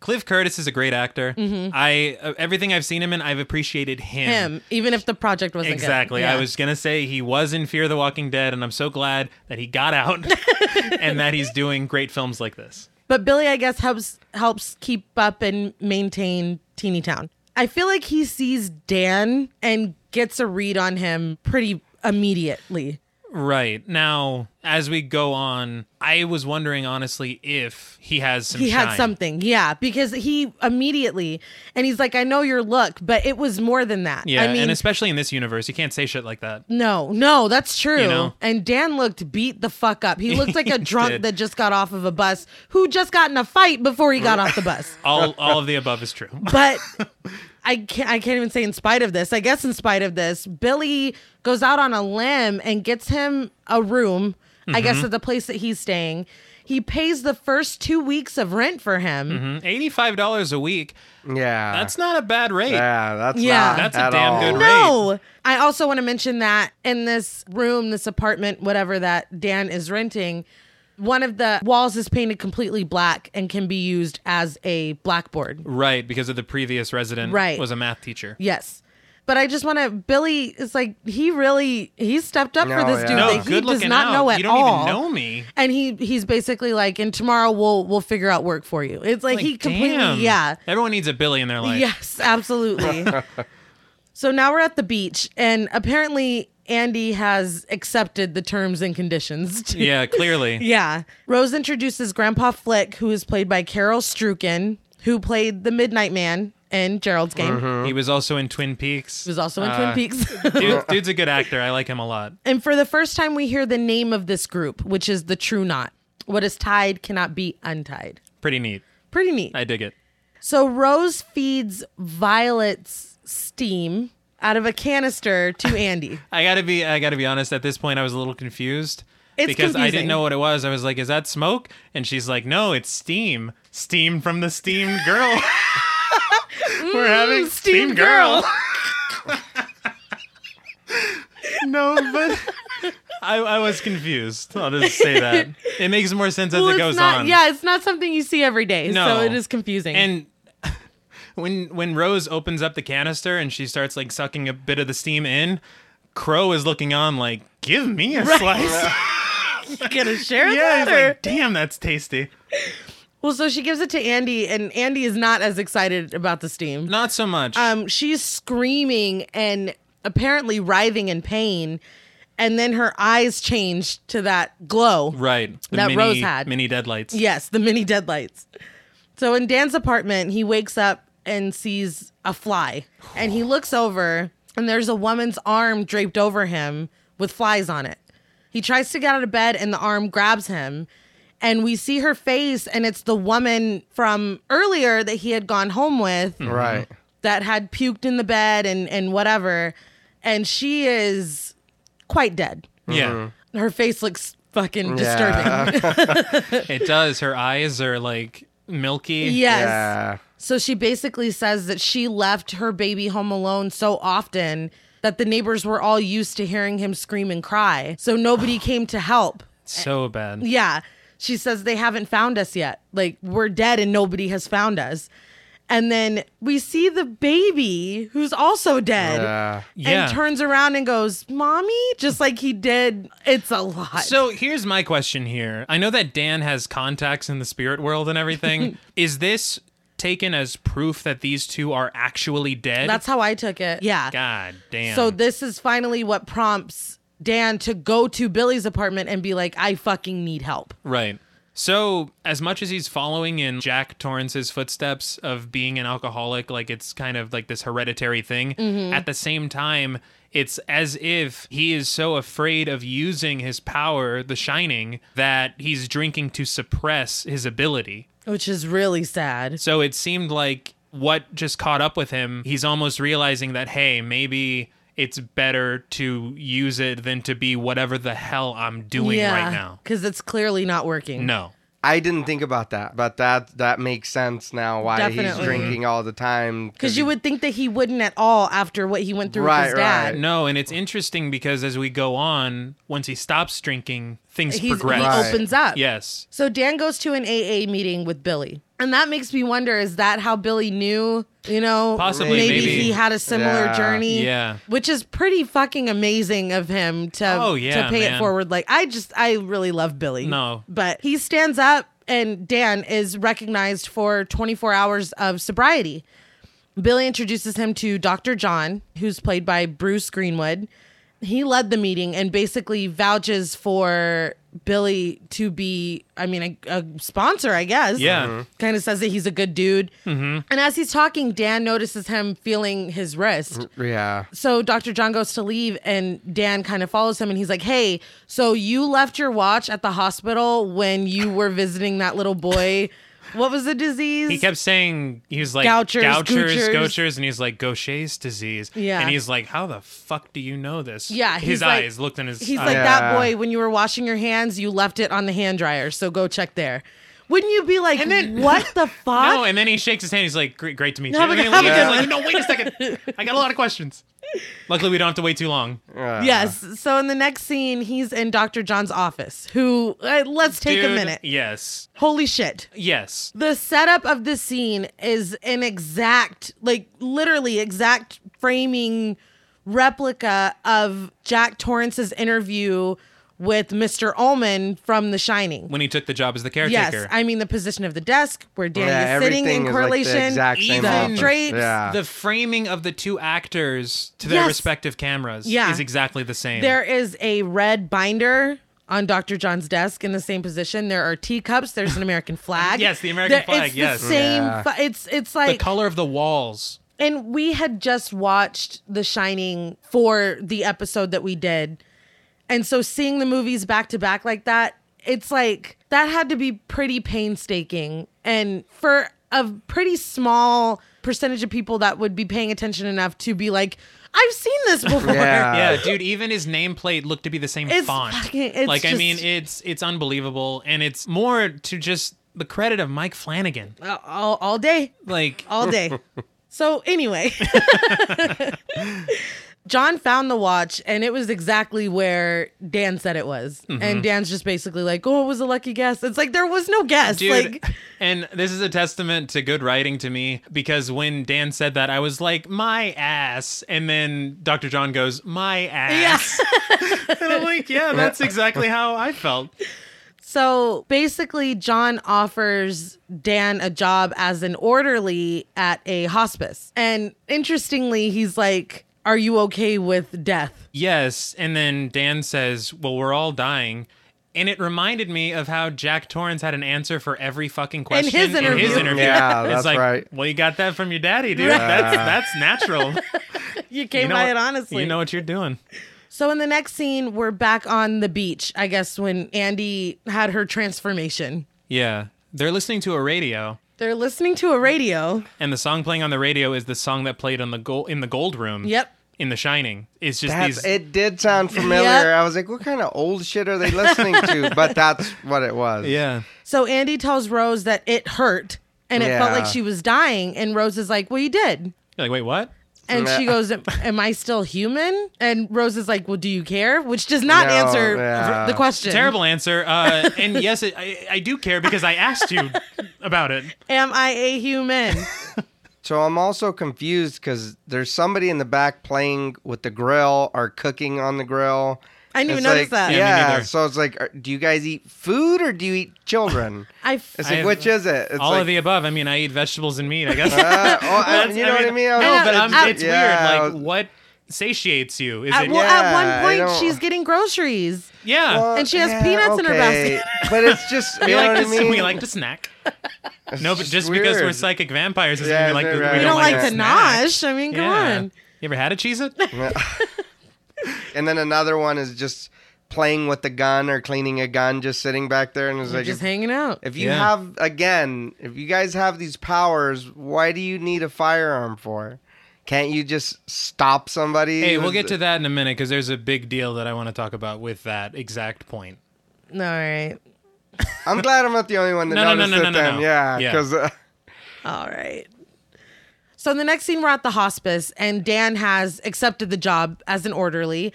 Cliff Curtis is a great actor. I uh, everything I've seen him in, I've appreciated him.
Mm-hmm. Him, even if the project wasn't good.
Exactly.
Yeah.
I was gonna say he was in Fear the Walking Dead, and I'm so glad that he got out and that he's doing great films like this.
But Billy, I guess, helps helps keep up and maintain Teeny Town. I feel like he sees Dan and gets a read on him pretty immediately.
Right. Now, as we go on, I was wondering honestly if he has some
He had
shine.
something, yeah, because he immediately and he's like, "I know your look, but it was more than that."
Yeah,
I mean,
and especially in this universe, you can't say shit like that.
No, no, that's true.
You know?
And Dan looked beat the fuck up. He looked like a drunk
did.
that just got off of a bus who just got in a fight before he got off the bus.
All all of the above is true.
But I can't, I can't even say in spite of this. I guess in spite of this, Billy goes out on a limb and gets him a room, I
Mm-hmm.
guess at the place that he's staying. He pays the first two weeks of rent for him.
Mm-hmm. Eighty-five dollars a week.
Yeah.
That's not a bad rate.
Yeah. That's
Yeah.
Not
That's a
at
damn
all.
good rate.
No. I also want to mention that in this room, this apartment, whatever that Dan is renting, one of the walls is painted completely black and can be used as a blackboard.
Right, because of the previous resident
Right.
was a math teacher.
Yes. But I just want to. Billy is like he really he stepped up for
No,
this
yeah.
dude
No,
that he
Oh, good
does
looking
not
out.
know at
you don't
all.
even know me.
And he he's basically like, and tomorrow we'll we'll figure out work for you. It's like,
Like,
he completely
damn.
yeah.
Everyone needs a Billy in their life.
Yes, absolutely. so now we're at the beach, and apparently Andy has accepted the terms and conditions. to-
Yeah, clearly.
yeah. Rose introduces Grandpa Flick, who is played by Carol Strukin, who played the Midnight Man in Gerald's Game.
He was also in Twin Peaks.
He was also in Twin Peaks.
Dude, dude's a good actor. I like him a lot.
and for the first time, we hear the name of this group, which is the True Knot. What is tied cannot be untied.
Pretty neat.
Pretty neat.
I dig it.
So Rose feeds Violet's steam out of a canister to Andy.
I gotta be I gotta be honest, at this point I was a little confused.
It's
because I
confusing.
didn't know what it was. I was like, is that smoke? And she's like, No, it's steam. Steam from the steam girl. We're having
steam
no, but I, I was confused. I'll just say that. It makes more sense as
Well,
it
it's
goes
not,
on.
Yeah, it's not something you see every day,
No.
so it is confusing.
And when when Rose opens up the canister and she starts like sucking a bit of the steam in, Crow is looking on like, "Give me a slice."
You gonna share
yeah,
that?
he's
or-
like, "Damn, that's tasty."
well, so she gives it to Andy, and Andy is not as excited about the steam.
Not so much.
um, she's screaming and apparently writhing in pain, and then her eyes change to that glow.
right. The
that
mini,
Rose had.
mini deadlights.
Yes, the mini deadlights. So in Dan's apartment, he wakes up and sees a fly, and he looks over, and there's a woman's arm draped over him with flies on it. He tries to get out of bed, and the arm grabs him. And we see her face, and it's the woman from earlier that he had gone home with
Right.
that had puked in the bed and and whatever and she is quite dead
Yeah.
her face looks fucking disturbing
Yeah.
It does. Her eyes are like milky.
yes
Yeah.
so she basically says that she left her baby home alone so often that the neighbors were all used to hearing him scream and cry so nobody came to help
So bad.
yeah she says they haven't found us yet like we're dead and nobody has found us and then we see the baby who's also dead
Yeah.
Yeah.
and turns around and goes, "Mommy," just like he did. It's a lot.
So here's my question here. I know that Dan has contacts in the spirit world and everything. Is this taken as proof that these two are actually dead?
that's how I took it. Yeah.
God damn.
So this is finally what prompts Dan to go to Billy's apartment and be like, "I fucking need help."
Right. So, as much as he's following in Jack Torrance's footsteps of being an alcoholic, like it's kind of like this hereditary thing,
Mm-hmm.
at the same time, it's as if he is so afraid of using his power, the shining, that he's drinking to suppress his ability.
Which is really sad.
So it seemed like what just caught up with him, he's almost realizing that, hey, maybe it's better to use it than to be whatever the hell I'm doing right now.
because it's clearly not working.
No.
I didn't think about that, but that that makes sense now why
Definitely.
he's drinking all the time.
Because you would think that he wouldn't at all after what he went through
Right,
with his dad.
right.
No, and it's interesting because as we go on, once he stops drinking, things
He's, he
progress.
Right.
opens up.
Yes.
So Dan goes to an AA meeting with Billy. And that makes me wonder is that how Billy knew, you know,
Possibly, maybe.
he had a similar
Yeah.
journey?
Yeah.
Which is pretty fucking amazing of him to,
Oh, yeah,
to pay it
man.
forward. Like, I just, I really love Billy.
No.
But he stands up, and Dan is recognized for 24 hours of sobriety. Billy introduces him to Dr. John, who's played by Bruce Greenwood. He led the meeting and basically vouches for Billy to be, I mean, a, a sponsor, I guess.
Yeah. Mm-hmm. Mhm.
Kind of says that he's a good dude. And as he's talking, Dan notices him feeling his
Mm.
wrist.
yeah.
So Dr. John goes to leave, and Dan kind of follows him and he's like, Hey, so you left your watch at the hospital when you were visiting that little boy. What was the disease?
He kept saying he was like
Gouchers,
Gouchers,
Goochers.
Gochers, and he's like Gaucher's disease.
Yeah.
And he's like, How the fuck do you know this?
Yeah,
His
he's like-
eyes looked in his
He's
eyes.
like that
Yeah.
boy when you were washing your hands, you left it on the hand dryer, so go check there. Wouldn't you be like, what the fuck?
No, and then he shakes his hand. He's like, "Great, great to meet you."
Have a
And
good-
he
have a
leaves.
good
He's
one.
like, no, wait a second. I got a lot of questions. Luckily, we don't have to wait too long.
yes. So in the next scene, he's in Dr. John's office. Who? Uh, let's take a
Dude,
minute.
Yes,
Holy shit.
yes.
The setup of this scene is an exact, like literally exact framing replica of Jack Torrance's interview with Mr. Ullman from The Shining.
When he took the job as the
Yes,
caretaker,
I mean the position of the desk where Danny
Yeah,
is sitting in
everything is like the
correlation,
exact
same
the
office.
drapes.
Yeah.
the framing of the two actors to their
Yes.
respective cameras
Yeah.
is exactly the same.
There is a red binder on Dr. John's desk in the same position. There are teacups. There's an American flag.
Yes, the American flag,
It's
yes.
the same.
Yeah.
fu- it's it's
the
like,
color of the walls.
and we had just watched The Shining for the episode that we did, and so seeing the movies back to back like that, it's like that had to be pretty painstaking, and for a pretty small percentage of people that would be paying attention enough to be like, I've seen this before.
Yeah.
yeah, dude. Even his nameplate looked to be the same
It's
font.
fucking- it's
like, I
just-
mean, it's it's unbelievable, and it's more to just the credit of Mike Flanagan.
Uh, all, all day.
Like,
all day. so anyway, John found the watch and it was exactly where Dan said it was.
Mm-hmm.
And Dan's just basically like, oh, it was a lucky guess. It's like there was no guess.
Dude,
Like,
and this is a testament to good writing to me because when Dan said that, I was like, my ass. And then Dr. John goes, my ass. and I'm like, yeah, that's exactly how I felt.
so basically, John offers Dan a job as an orderly at a hospice. And interestingly, he's like, are you okay with death?
Yes. And then Dan says, well, we're all dying. And it reminded me of how Jack Torrance had an answer for every fucking question
his interview.
Yeah,
it's
that's
like,
right.
well, you got that from your daddy, dude. That's that's natural.
You came
You know
by
what-
it honestly.
You know what you're doing.
So in the next scene, we're back on the beach, I guess, when Andy had her transformation.
Yeah. They're listening to a radio.
They're listening to a radio.
and the song playing on the radio is the song that played on the gold in the gold room.
Yep.
In The Shining, it's just
That's,
these.
it did sound familiar.
Yep.
I was like, what kind of old shit are they listening to? But that's what it was.
Yeah.
So Andy tells Rose that it hurt and it felt
Yeah.
like she was dying. And Rose is like, Well, you did.
You're like, wait, what?
And she
Nah.
goes, "Am- Am I still human? And Rose is like, Well, do you care? Which does not
No,
answer
yeah.
the question.
Terrible answer. Uh, and yes, it, I, I do care because I asked you about it.
Am I a human?
So I'm also confused because there's somebody in the back playing with the grill or cooking on the grill.
I didn't even
It's
notice
like-
that.
me
Yeah.
neither.
so it's like, are, do you guys eat food or do you eat children?
I f-
It's
I
like,
have-
which is it? It's
All
like,
of the above. I mean, I eat vegetables and meat. I guess.
Uh, well, I-
That's-
you know what I mean? I
No,
was-
but um,
I-
it's
yeah, I
weird.
was-
Like, what satiates you? Is
at,
it?
well,
Yeah,
at
I
one point,
don't-
she's getting groceries.
yeah.
Well,
And she has peanuts in her
okay. But it's just, you
we,
know
like
what
to,
I mean?
we like to snack. no, but
just
just because we're
weird.
psychic vampires doesn't
Yeah,
mean we like
right,
to,
right.
we
We
I
don't like to
snack.
nosh. I mean, come
Yeah.
on.
You ever had a Cheez It?
and then another one is just playing with the gun or cleaning a gun, just sitting back there and is like,
Just hanging out.
if you
Yeah.
have again, if you guys have these powers, why do you need a firearm for? Can't you just stop somebody?
Hey, we'll
with-
get to that in a minute because there's a big deal that I want to talk about with that exact point.
All right.
I'm glad I'm not the only one that
No, no, no,
noticed
no,
it.
no, no,
then,
no.
yeah,
Yeah.
because uh,
All right. So in the next scene, we're at the hospice, and Dan has accepted the job as an orderly,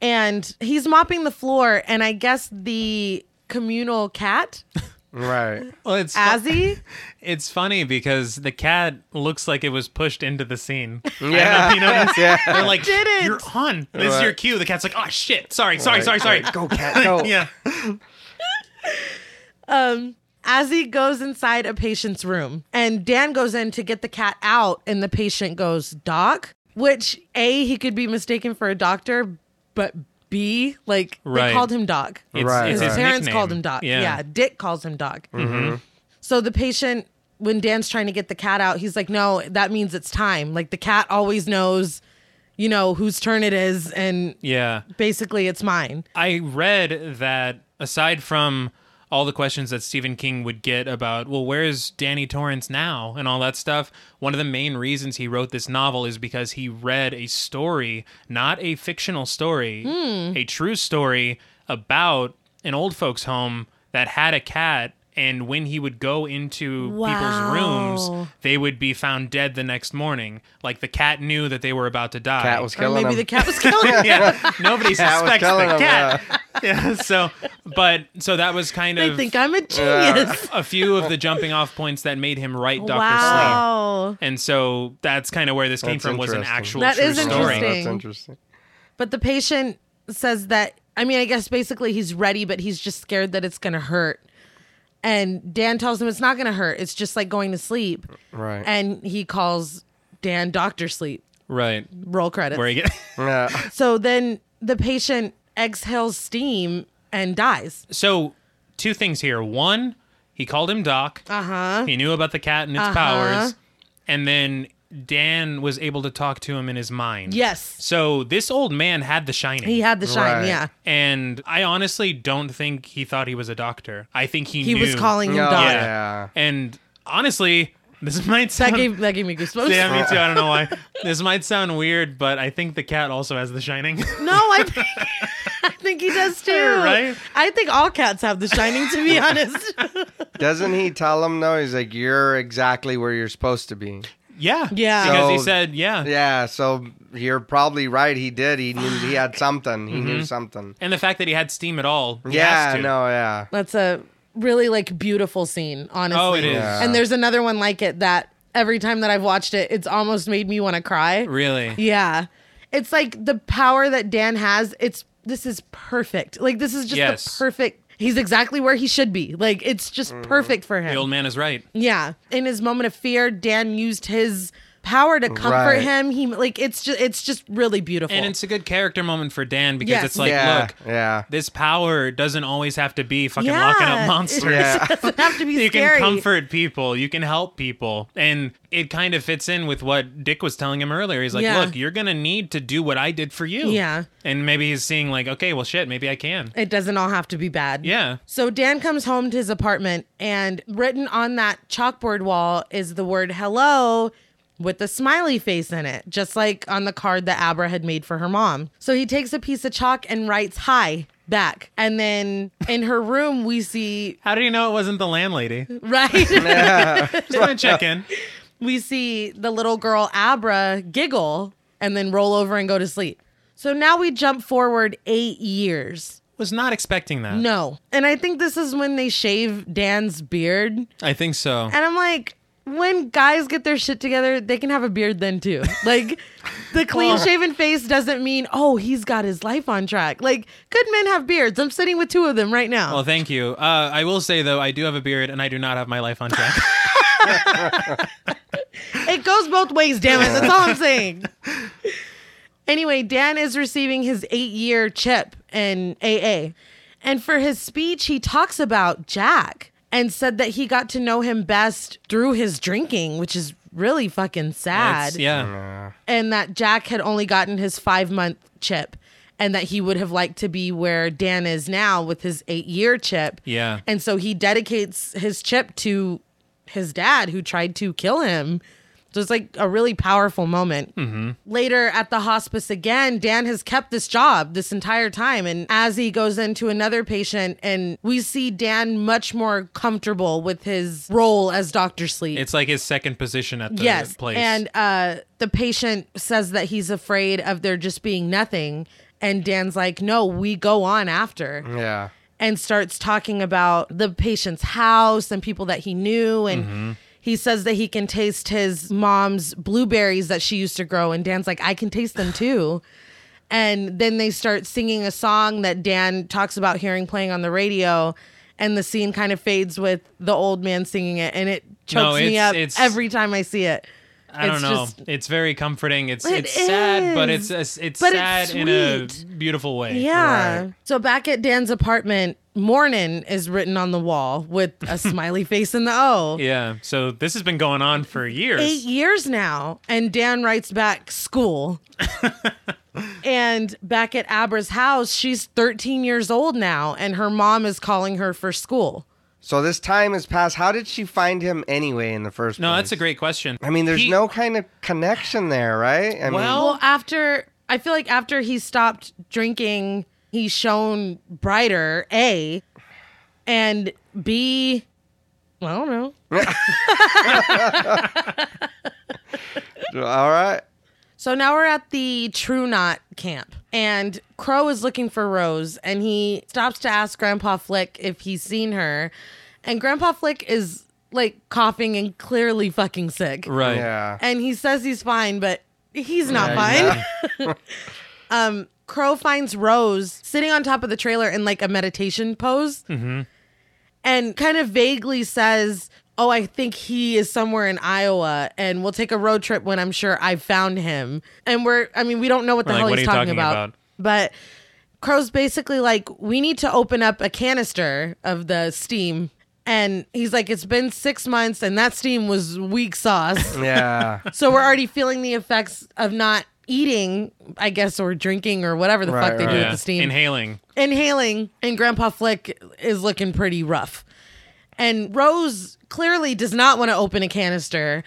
and he's mopping the floor, and I guess the communal cat
right,
Well, it's
Azzy.
it's funny because the cat looks like it was pushed into the scene.
yeah,
You know,
yeah.
they're like,
didn't.
you're on. This is
Right.
your cue. The cat's like, oh shit, sorry, sorry, sorry, sorry.
Go cat, go.
Yeah,
Azzy goes inside a patient's room, and Dan goes in to get the cat out, and the patient goes, "Doc," which a he could be mistaken for a doctor, but b like
Right.
they called him Doc.
it's,
Right,
it's
His
right.
his
parents
nickname. Mm-hmm.
called him Doc. Yeah. Dick calls him Doc.
Mm-hmm.
So the patient, when Dan's trying to get the cat out, he's like, no, that means it's time. Like the cat always knows, you know, whose turn it is. And
yeah.
basically, it's mine.
I read that aside from all the questions that Stephen King would get about, well, where's Danny Torrance now and all that stuff, one of the main reasons he wrote this novel is because he read a story, not a fictional story, a true story about an old folks' home that had a cat. And when he would go into people's
Wow.
rooms, they would be found dead the next morning. Like the cat knew that they were about to die
Cat was
Or
killing
maybe
him.
the cat was killing him.
yeah, nobody
Cat was
suspects
killing
the
him, uh,
cat. yeah, so, but so that was kind
They
of
think I'm a genius.
a few of the jumping off points that made him write Doctor Sleep.
wow.
And so that's kind of where this came
That's
from was an
interesting.
actual
That
true
is
story.
interesting.
That's interesting.
But the patient says that, I mean, I guess basically he's ready, but he's just scared that it's going to hurt. And Dan tells him it's not going to hurt. It's just like going to sleep.
Right.
And he calls Dan Doctor Sleep.
Right.
Roll credits.
Where you get
Yeah.
So then the patient exhales steam and dies.
So two things here. One, he called him Doc. Uh-huh. He knew about the cat and its powers. And then Dan was able to talk to him in his mind.
Yes.
So this old man had the shining.
He had the shine,
Right.
yeah.
And I honestly don't think he thought he was a doctor. I think he
He
knew.
was calling him
No,
Doc.
Yeah.
Yeah.
And honestly, this might sound.
That gave that gave me goosebumps.
yeah, me too. I don't know why. This might sound weird, but I think the cat also has The Shining.
No, I think, I think he does too.
Right?
I think all cats have the shining to be honest.
Doesn't he tell him though? He's like, "You're exactly where you're supposed to be."
Yeah.
Yeah.
Because he
So-
said, yeah.
Yeah, so you're probably right. He did. He knew he had something. He knew something.
And the fact that he had steam at all. Mm-hmm. he has
Yeah,
to.
no, yeah.
That's a really like beautiful scene, honestly.
Oh, it is.
Yeah.
And there's another one like it that every time that I've watched it, it's almost made me want to cry.
Really.
Yeah. It's like the power that Dan has. It's this is perfect. Like this is just
Yes. Mm-hmm.
the perfect. He's exactly where he should be. Like it's just perfect for
The
him.
old man is right.
Yeah. In his moment of fear, Dan used his power to comfort
Right.
him. He like it's just it's just really beautiful.
And it's a good character moment for Dan because
Yes.
it's like,
yeah,
look,
yeah.
this power doesn't always have to be fucking locking up monsters.
Yeah.
It doesn't have to be
You
scary.
can comfort people, you can help people. And it kind of fits in with what Dick was telling him earlier. He's like,
Yeah.
look, you're going to need to do what I did for you.
Yeah.
And maybe he's seeing, like, okay, well, shit, maybe I can.
It doesn't all have to be bad.
Yeah.
So Dan comes home to his apartment, and written on that chalkboard wall is the word hello with a smiley face in it, just like on the card that Abra had made for her mom. So he takes a piece of chalk and writes hi back. And then in her room, we see,
How do you know it wasn't the landlady?
right?
Just want to check in.
we see the little girl Abra giggle and then roll over and go to sleep. So now we jump forward eight years.
Was not expecting that.
No. And I think this is when they shave Dan's beard.
I think so.
And I'm like, when guys get their shit together, they can have a beard then too. Like, the clean shaven face doesn't mean, oh, he's got his life on track. Like, good men have beards. I'm sitting with two of them right now.
Well, thank you. Uh, I will say though, I do have a beard, and I do not have my life on track.
it goes both ways, damn it. That's all I'm saying. anyway, Dan is receiving his eight year chip in AA. And for his speech, he talks about Jack and said that he got to know him best through his drinking, which is really fucking sad.
It's- yeah,
and that Jack had only gotten his five month chip and that he would have liked to be where Dan is now with his eight year chip.
Yeah.
And so he dedicates his chip to his dad who tried to kill him. So it's like a really powerful moment. Mm-hmm. Later at the hospice again, Dan has kept this job this entire time. And as he goes into another patient, and we see Dan much more comfortable with his role as Dr. Sleep
it's like his second position at the
yes
place.
and uh, the patient says that he's afraid of there just being nothing and dan's like no we go on after
Yeah.
and starts talking about the patient's house and people that he knew and he says that he can taste his mom's blueberries that she used to grow and dan's like i can taste them too and then they start singing a song that dan talks about hearing playing on the radio and the scene kind of fades with the old man singing it and it
No,
chokes me
it's-
up
it's-
every time i see it
I don't
it's
know.
just-
it's very comforting. It's
It
it's sad, but it's
is.
it's, it's
But
sad
it's
in a
sweet.
beautiful way.
Yeah.
Right.
So back at Dan's apartment, morning is written on the wall with a smiley face and the O.
Yeah. So this has been going on for years.
Eight years now. And Dan writes back school. and back at Abra's house, she's 13 years old now, and her mom is calling her for school.
So this time has passed. How did she find him anyway in the first place?
No, that's a great question.
I mean, there's
He-
no kind of connection there, right? I
Well-
Well, after I feel like after he stopped drinking, he's shown brighter, A, and B, well, I don't know.
mean, all right.
So now we're at the True Knot camp, and Crow is looking for Rose, and he stops to ask Grandpa Flick if he's seen her, and Grandpa Flick is like coughing and clearly fucking sick,
Right.
Yeah.
and he says he's fine, but he's not
Yeah,
fine. Um,
yeah.
Crow finds Rose sitting on top of the trailer in like a meditation pose
Mm-hmm.
and kind of vaguely says, Oh, I think he is somewhere in Iowa and we'll take a road trip when I'm sure I've found him. And we're, I mean, we don't know what the
Like,
hell
what
he's
are you
talking,
talking
about,
about?
But Crow's basically like, We need to open up a canister of the steam. And he's like, It's been six months and that steam was weak sauce.
Yeah.
So we're already feeling the effects of not eating, I guess, or drinking or whatever the
Right,
fuck they
right.
do
Yeah.
with the steam.
Inhaling.
Inhaling, and Grandpa Flick is looking pretty rough. And Rose clearly does not want to open a canister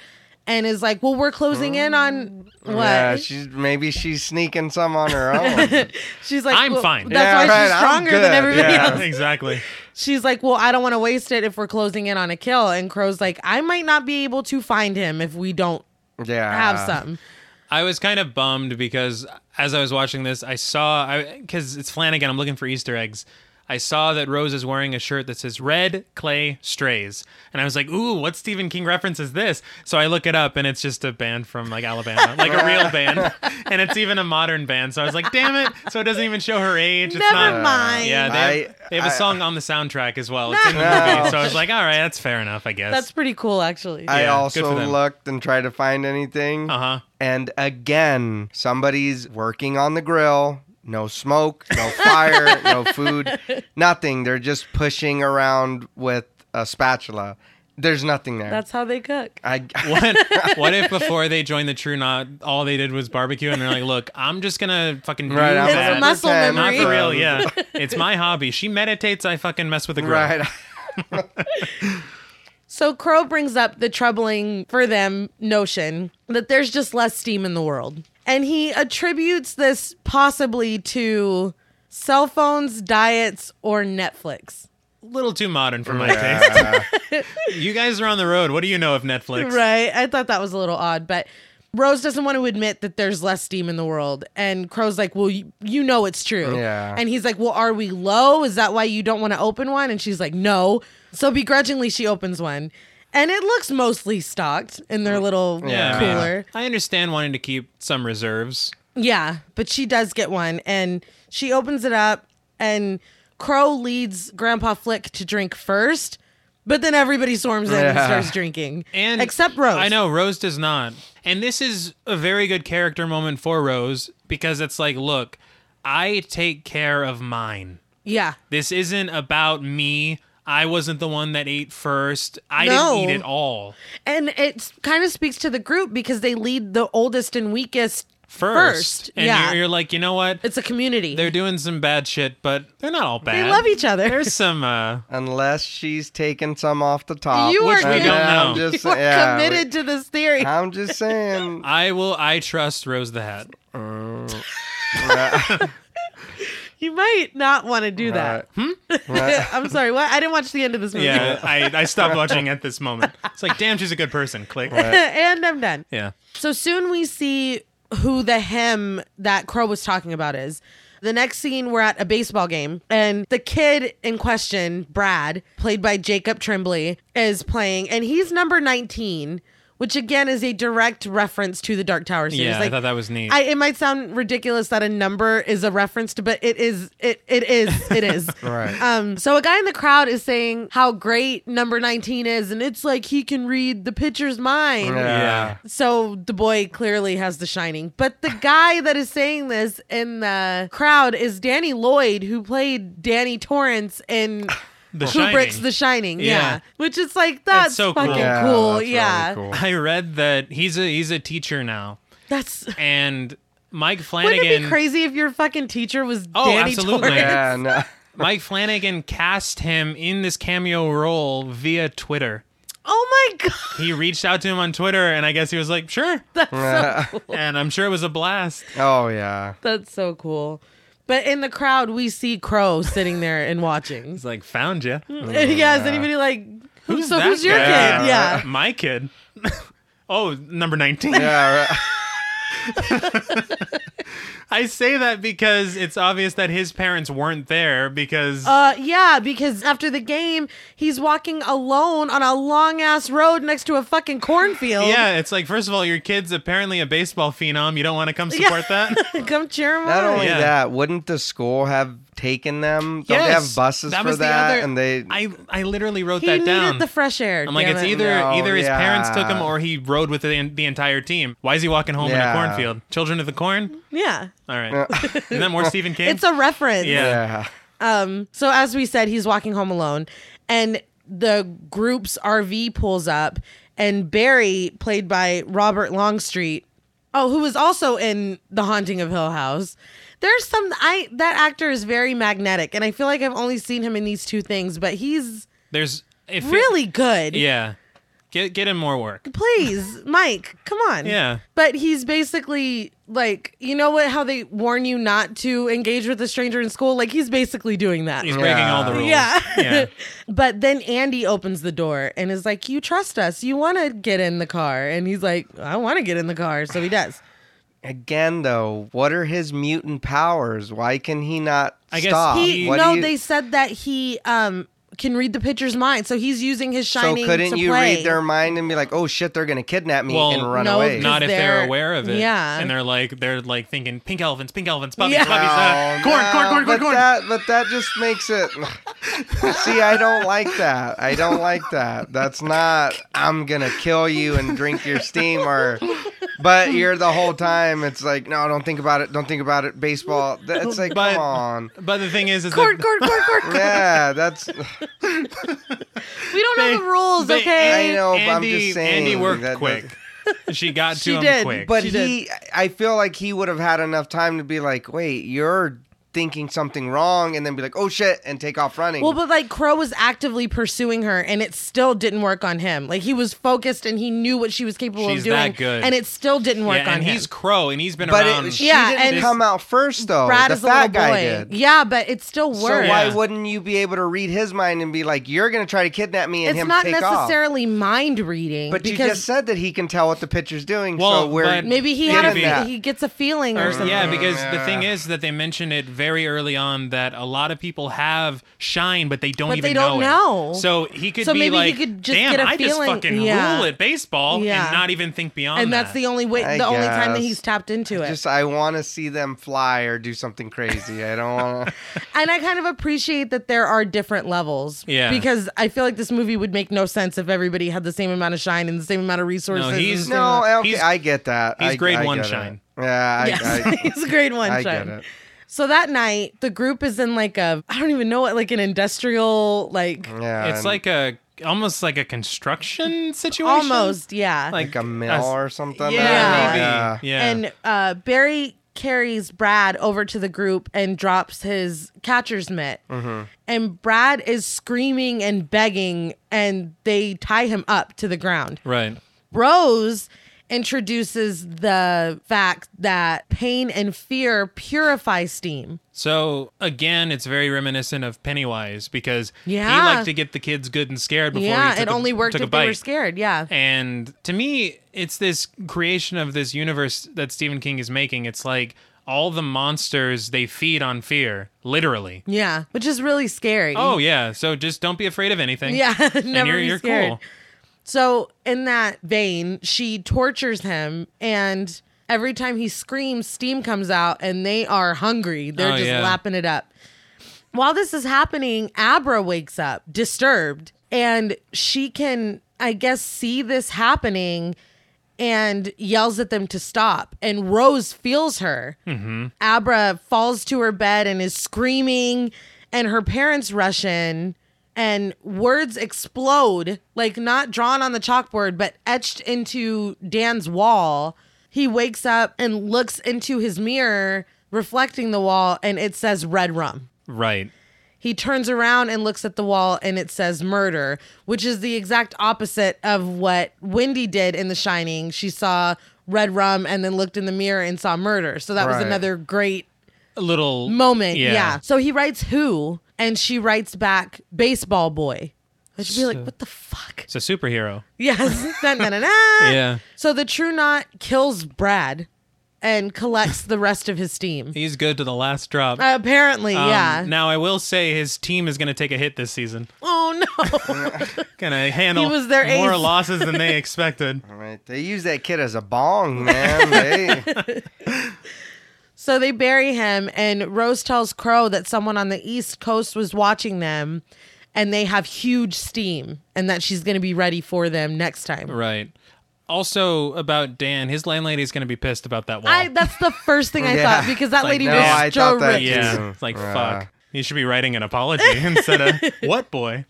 and is like, Well, we're closing in on what?
Mm. Yeah, she's maybe she's sneaking some on her own.
she's like,
I'm
"Well,
fine."
That's
Yeah,
why
right,
she's
I'm
stronger
good,
than everybody
yeah.
else.
exactly.
She's like, Well, I don't want to waste it if we're closing in on a kill. And Crow's like, I might not be able to find him if we don't
Yeah.
have some.
I was kind of bummed because as I was watching this, I saw I because it's Flanagan. I'm looking for Easter eggs. I saw that Rose is wearing a shirt that says "Red Clay Strays," and I was like, "Ooh, what Stephen King reference is this?" So I look it up, and it's just a band from like Alabama, like a real band, and it's even a modern band. So I was like, "Damn it!" So it doesn't even show her age. It's
Never
not,
mind.
Yeah, they have,
I-
they have a
I-
song on the soundtrack as well. It's in the
No.
movie, so I was like, "All right, that's fair enough, I guess."
That's pretty cool, actually.
I
Yeah, good for
also
them.
looked and tried to find anything.
uh huh.
And again, somebody's working on the grill. No smoke, no fire, no food, nothing. They're just pushing around with a spatula. There's nothing there.
That's how they cook.
I,
What, what if before they joined the True Knot, all they did was barbecue and they're like, look, I'm just going to fucking do
right, I'm
It's
gonna
a
that.
muscle
pretend.
Not
memory.
for real, yeah. It's my hobby. She meditates, I fucking mess with the girl.
Right.
So Crow brings up the troubling for them notion that there's just less steam in the world. And he attributes this possibly to cell phones, diets, or Netflix.
A little too modern for my taste.
Yeah.
You guys are on the road. What do you know of Netflix?
Right. I thought that was a little odd, but Rose doesn't want to admit that there's less steam in the world. And Crow's like, Well, you, you know it's true.
Yeah.
And he's like, Well, are we low? Is that why you don't want to open one? And she's like, No. So begrudgingly, she opens one. And it looks mostly stocked in their little
Yeah, I mean,
cooler.
I understand wanting to keep some reserves.
Yeah, but she does get one and she opens it up and Crow leads Grandpa Flick to drink first, but then everybody swarms in and
Yeah.
starts drinking.
And
except Rose.
I know Rose does not. And this is a very good character moment for Rose because it's like, look, I take care of mine.
Yeah.
This isn't about me. I wasn't the one that ate first. I
No.
didn't eat it all
And it kind of speaks to the group because they lead the oldest and weakest
first.
First,
And
yeah.
you're, you're like, you know what?
It's a community.
They're doing some bad shit, but they're not all bad.
they love each other.
There's some. Uh,
Unless she's taking some off the top.
You
Which
are,
we
good.
don't know.
I'm just,
You are
yeah, we-
committed to this theory.
I'm just saying.
I will. I trust Rose the Hat.
You might not want to do that. Hmm, I'm sorry. What? I didn't watch the end of this movie.
Yeah, I, I stopped watching at this moment. It's like, damn, she's a good person. Click.
and I'm done.
Yeah.
So soon we see who the him that Crow was talking about is. The next scene, we're at a baseball game, and the kid in question, Brad, played by Jacob Tremblay, is playing, and he's number 19, which again is a direct reference to the Dark Tower series.
Yeah, I thought that was neat.
I, it might sound ridiculous that a number is a reference to, but it is, it, it is, it is.
Right.
Um, so a guy in the crowd is saying how great number 19 is, and it's like he can read the pitcher's mind.
Yeah.
So the boy clearly has the shining. But the guy that is saying this in the crowd is Danny Lloyd, who played Danny Torrance in
The
Kubrick's
Shining.
The Shining. Yeah.
Yeah.
Which is like, that's
so cool.
fucking cool.
Yeah,
Yeah.
that's really cool.
I read that he's a he's a teacher now,
That's.
and Mike
Wouldn't it be
Flanagan.
crazy if your fucking teacher was
Oh,
Danny
absolutely.
Torrance?
Yeah, no.
Mike Flanagan cast him in this cameo role via Twitter.
Oh my God.
He reached out to him on Twitter, and I guess he was like, "Sure,"
That's so
and I'm sure it was a blast.
Oh, yeah.
That's so cool. But in the crowd, we see Crow sitting there and watching.
He's like, "Found you."
yeah, is anybody like, who, Hmm. so who's your
guy?
kid? Yeah.
my kid. oh, number nineteen.
Yeah, right.
I say that because it's obvious that his parents weren't there because
Uh, yeah, because after the game, he's walking alone on a long ass road next to a fucking cornfield.
yeah, it's like first of all, your kid's apparently a baseball phenom. You don't want to come support that.
Come cheer him
Not
on.
only
Yeah.
that, wouldn't the school have taken them? Don't they
Yes.
have buses
That
for
was the
that?
other-
and they
I I literally wrote
He
that
needed
down.
the fresh air.
I'm like,
damn
it's
it.
either
No,
either his parents took him
yeah.
or he rode with the, the entire team. Why is he walking home
Yeah.
in a cornfield? Children of the corn.
Yeah.
All right, isn't that more Stephen King?
It's a reference.
Yeah.
yeah.
Um, so as we said, he's walking home alone, and the group's RV pulls up, and Barry, played by Robert Longstreet, oh, who was also in The Haunting of Hill House. There's some I that actor is very magnetic, and I feel like I've only seen him in these two things, but he's
There's if it-
really good.
yeah. Get get him more work.
Please, Mike, come on.
Yeah.
But he's basically like you know what how they warn you not to engage with a stranger in school like he's basically doing that
He's breaking all the rules.
yeah.
Yeah.
but then Andy opens the door and is like, You trust us. You want to get in the car. And he's like, I want to get in the car. So he does.
Again, though, what are his mutant powers? Why can he not
I guess
stop?
He,
Um, What do
no,
you-
they said that he um, can read the pitcher's mind. So he's using his
So
shining.
couldn't
to
you
play.
read their mind and be like, "Oh shit, they're gonna kidnap me
Well,
and run
no,
away"?
because
Not if they're,
they're-
aware of it.
yeah.
And they're like they're like thinking pink elephants, pink elephants, puppies,
Yeah.
puppies,
Oh,
uh,
No,
corn,
no,
corn, corn, corn,
but
corn.
That, but that just makes it. See, I don't like that. I don't like that. That's not. I'm gonna kill you and drink your steam, or. But you're the whole time. It's like, no, don't think about it. Don't think about it. Baseball. Th- It's like,
But-
come on.
But the thing is, is
Court,
that
court, court, court. court.
Yeah, that's.
We don't know
They-
the rules,
they-
okay?
I know. but
Andy,
I'm just saying
Andy worked
that-
quick. she got to
She
him
did,
quick.
But
She did.
he, I feel like he would have had enough time to be like, wait, you're thinking something wrong, and then be like, oh shit, and take off running.
Well, but like Crow was actively pursuing her, and it still didn't work on him. Like he was focused, and he knew what she was capable
She's
of doing,
that good.
and it still didn't work
yeah,
on
and
him.
he's Crow, and he's been
But
around.
it, she
Yeah,
didn't
and-
come out first though.
Brad
the
is a
fat
little
guy
boy.
did.
Yeah, but it still worked.
So why
Yeah.
wouldn't you be able to read his mind and be like, "You're going to try to kidnap me and
it's
him
not
take off"?
necessarily mind reading
But you
because
just said that he can tell what the pitcher's doing.
Well,
so we're
but-
maybe he
given
had
Maybe.
a,
that.
he gets a feeling or something.
Yeah, because the
Yeah.
thing is that they mention it very early on that a lot of people have shine, but they don't
But
even
they don't know.
know. It. So he could
So
be
maybe he
like,
could just
"Damn,
get a
I just
feeling."
fucking
Yeah.
rule at baseball
Yeah.
and not even think beyond."
and that's
that.
the only way,
I
the only time that
guess.
he's tapped into it.
just I want to see them fly or do something crazy. I don't want to.
and I kind of appreciate that there are different levels.
Yeah.
Because I feel like this movie would make no sense if everybody had the same amount of shine and the same amount of resources. and
he's-
the same
no,
amount-
okay,
He's-
I get that.
he's
I,
grade
I
one
get it.
shine.
Yeah, I,
Yes,
I,
he's a grade one
I
shine.
get it.
So that night, the group is in like a I don't even know what like an industrial like
Yeah,
It's
and
like a almost like a construction situation.
almost yeah.
like
like,
a mill
s-
or something.
Yeah,
Yeah.
maybe.
Yeah.
Yeah.
And uh, Barry carries Brad over to the group and drops his catcher's mitt.
Mm-hmm.
And Brad is screaming and begging, and they tie him up to the ground.
right.
Rose introduces the fact that pain and fear purify steam.
So again, it's very reminiscent of Pennywise because he
Yeah.
liked to get the kids good and scared before he
yeah,
took
it
a-
only worked
took a
if they were
bite.
scared. Yeah.
And to me, it's this creation of this universe that Stephen King is making. It's like all the monsters they feed on fear, literally.
Yeah. Which is really scary.
Oh yeah, so just don't be afraid of anything.
Yeah, never
and you're,
be
you're
scared.
cool.
So, in that vein, she tortures him, and every time he screams, steam comes out, and they are hungry. They're
Oh,
just
yeah.
lapping it up. While this is happening, Abra wakes up, disturbed, and she can, I guess, see this happening and yells at them to stop. And Rose feels her.
Hmm.
Abra falls to her bed and is screaming, and her parents rush in, and words explode like not drawn on the chalkboard, but etched into Dan's wall. He wakes up and looks into his mirror, reflecting the wall, and it says red rum.
Right.
He turns around and looks at the wall, and it says murder, which is the exact opposite of what Wendy did in The Shining. She saw red rum and then looked in the mirror and saw murder. So that was
Right.
another great
A little
moment. Yeah.
yeah.
So he writes who, and she writes back baseball boy. I should be like, what the fuck?
It's a superhero.
Yes. Na, na, na, na.
Yeah.
So the True Knot kills Brad and collects the rest of his steam.
He's good to the last drop.
Apparently,
Um,
Uh, yeah.
Now I will say his team is going to take a hit this season.
oh no.
Going to handle
He was their
more
ace.
losses than they expected.
Right. They use that kid as a bong, man. They,
so they bury him, and Rose tells Crow that someone on the East Coast was watching them. And they have huge steam, and that she's going to be ready for them next time.
Right. Also about Dan, his landlady is going to be pissed about that wall.
I that's the first thing I
Yeah.
thought because that
Like,
lady
no,
was
I
so
thought that
rich.
yeah,
Yeah.
it's like
Yeah.
fuck. You should be writing an apology instead of what boy.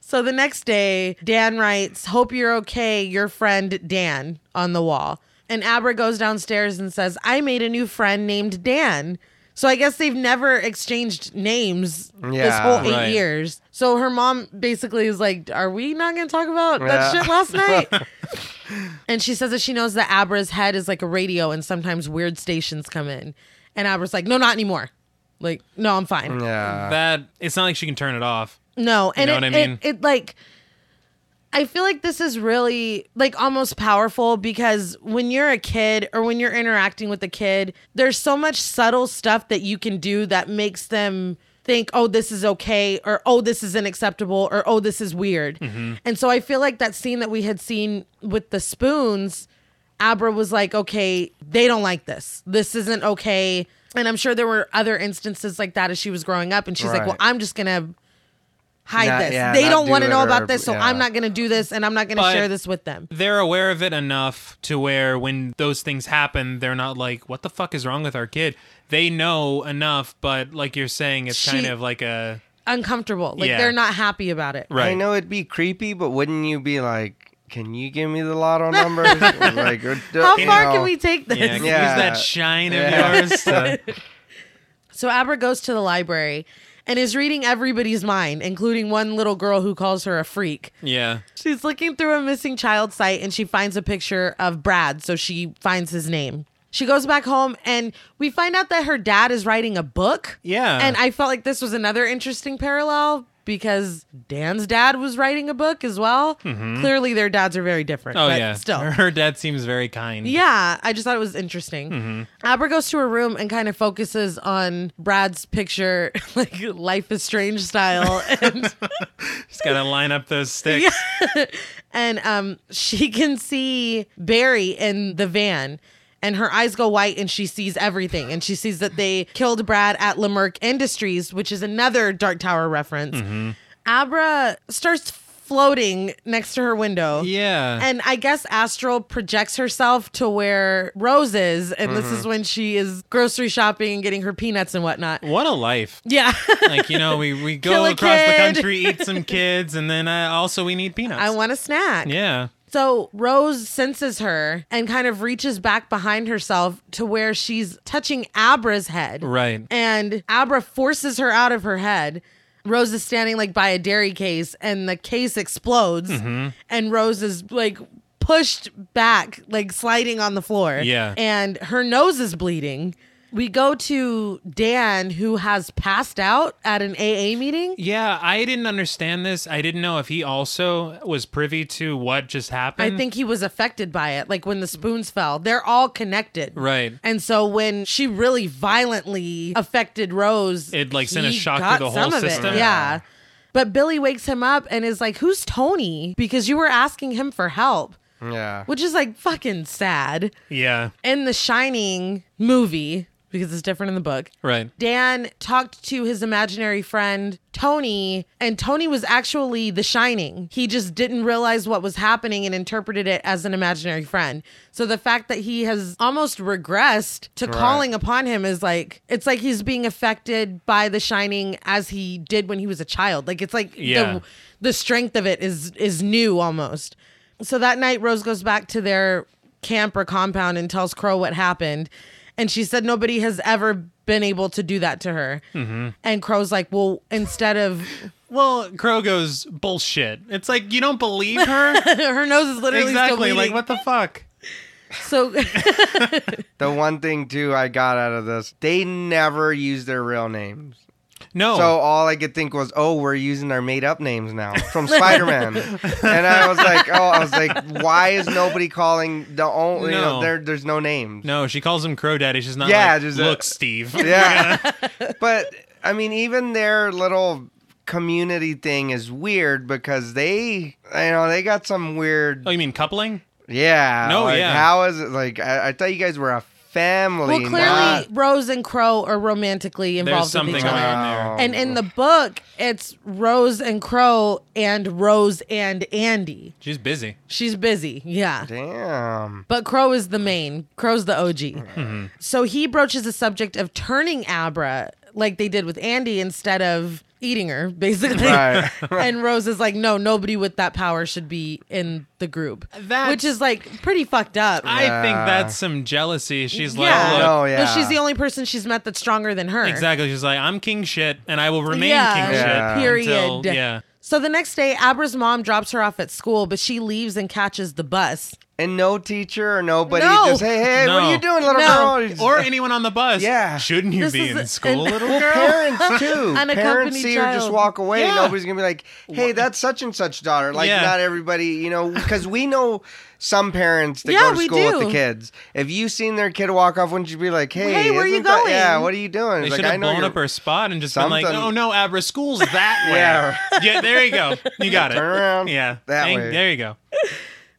So the next day, Dan writes, Hope you're okay, your friend Dan on the wall. And Abra goes downstairs and says, I made a new friend named Dan. So I guess they've never exchanged names this
Yeah.
whole eight
Right.
years. So her mom basically is like, Are we not going to talk about that
Yeah.
shit last night? And she says that she knows that Abra's head is like a radio and sometimes weird stations come in. And Abra's like, no, not anymore. Like, no, I'm fine.
Yeah.
That it's not like she can turn it off.
No, and
know
it,
what I mean?
it, it like I feel like this is really like almost powerful because when you're a kid or when you're interacting with a kid, there's so much subtle stuff that you can do that makes them think, "Oh, this is okay," or "Oh, this is unacceptable," or "Oh, this is weird."
Mm-hmm.
And so I feel like that scene that we had seen with the spoons, Abra was like, okay, they don't like this. This isn't okay. And I'm sure there were other instances like that as she was growing up. And she's like,
Right.
well, I'm just going to hide
Not-
this.
yeah,
they
not
don't
do
want to
it
know about
or-
this. So
yeah.
I'm not going to do this. And I'm not going to
But-
share this with them.
They're aware of it enough to where when those things happen, they're not like, "What the fuck is wrong with our kid?" They know enough, but like you're saying, it's kind
She-
of like a
Uncomfortable. Like
Yeah.
they're not happy about it.
right.
I know it'd be creepy, but wouldn't you be like, can you give me the lotto number? like, or,
How
you
far
know.
can we take this?
Yeah,
Yeah.
use that shine of
Yeah.
yours. to-
So Abra goes to the library and is reading everybody's mind, including one little girl who calls her a freak.
yeah,
She's looking through a missing child site and she finds a picture of Brad, so she finds his name. She goes back home and we find out that her dad is writing a book.
Yeah.
And I felt like this was another interesting parallel because Dan's dad was writing a book as well. Clearly their dads are very different.
Mm-hmm. oh
but
yeah.
Still.
her dad seems very kind.
Yeah, I just thought it was interesting.
Mm-hmm.
Abra goes to her room and kind of focuses on Brad's picture, like Life is Strange style, and
just gotta line up those sticks.
and um, she can see Barry in the van. And her eyes go white and she sees everything. And she sees that they killed Brad at Lemerck Industries, which is another Dark Tower reference.
Mm-hmm.
Abra starts floating next to her window.
Yeah.
And I guess Astral projects herself to where Rose is. And this
Mm-hmm.
is when she is grocery shopping and getting her peanuts and whatnot.
what a life.
Yeah.
Like, you know, we, we
Kill
go
a
across
kid.
the country, eat some kids, and then uh, also we need peanuts.
I want a snack.
yeah.
So Rose senses her and kind of reaches back behind herself to where she's touching Abra's head.
Right.
And Abra forces her out of her head. Rose is standing like by a dairy case and the case explodes
Mm-hmm.
and Rose is like pushed back, like sliding on the floor.
Yeah.
And her nose is bleeding. We go to Dan who has passed out at an AA meeting.
Yeah, I didn't understand this. I didn't know if he also was privy to what just happened.
I think he was affected by it. Like when the spoons fell, they're all connected.
Right.
And so when she really violently affected Rose,
It, like, sent a
he
shock through
got
the whole
some of it.
system.
Yeah. But Billy wakes him up and is like, Who's Tony? Because you were asking him for help,
Yeah.
which is like fucking sad.
Yeah.
In the Shining movie, because it's different in the book,
Right.
Dan talked to his imaginary friend Tony, and Tony was actually the shining. He just didn't realize what was happening and interpreted it as an imaginary friend. So the fact that he has almost regressed to calling upon him is like it's like he's being affected by the shining as he did when he was a child. Like it's like
Yeah.
the the strength of it is is new almost. So that night Rose goes back to their camp or compound and tells Crow what happened. And she said nobody has ever been able to do that to her.
Mm-hmm.
And Crow's like, well, instead of
Well, Crow goes, bullshit. It's like, you don't believe her?
her nose is literally still
exactly.
bleeding.
Like, what the fuck?
So
The one thing too I got out of this, they never use their real names.
Oh.
No.
So all I could think was, oh, we're using our made up names now from Spider Man, and I was like, oh, I was like, why is nobody calling the only? You know,
No.
there, there's no names.
no, she calls him Crow Daddy. She's not
Yeah,
like,
just uh, a-
look, Steve.
Yeah, but I mean, even their little community thing is weird because they, you know, they got some weird.
oh, you mean coupling?
Yeah.
No,
like,
yeah.
How is it? Like, I, I thought you guys were a family.
well clearly
not-
Rose and Crow are romantically
There's
involved with
something
each
going
other.
on
Wow.
there.
And in the book, it's Rose and Crow and Rose and Andy.
She's busy.
She's busy. Yeah.
Damn.
But Crow is the main. Crow's the OG.
Mm-hmm.
So he broaches the subject of turning Abra like they did with Andy instead of eating her, basically.
Right.
and Rose is like, no, nobody with that power should be in the group.
That's-
Which is like pretty fucked up.
I think
Yeah.
that's some jealousy. She's
yeah.
like, look,
No,
No,
Oh, yeah.
she's the only person she's met that's stronger than her.
Exactly. She's like, I'm king shit, and I will remain king shit.
Yeah.
Period.
until- yeah.
So the next day, Abra's mom drops her off at school, but she leaves and catches the bus.
and no teacher or nobody.
No.
Just hey, hey, what
No.
are you doing, little
No.
girl?
or anyone on the bus.
Yeah.
Shouldn't you
This
be
is
in
an-
school, little
Well,
girl?
parents too. parents
Unaccompanied
see her just
child.
walk away.
Yeah.
Nobody's gonna be like, "Hey, that's such and such daughter." Like,
Yeah.
not everybody, you know, because we know some parents that
Yeah,
go to
we
school with
do.
the kids. If you seen their kid walk off, wouldn't you be like, "Hey,
Hey, where you
isn't that- yeah,
going?"
what are you doing?
They
It's
should
like, I
have
know
blown
you're-
up her spot and just been
Something-
like, "Oh no, Abra, school's that way."
Yeah.
yeah, there you go. You got it.
Turn around.
Yeah,
That
Thank-
way.
There you go.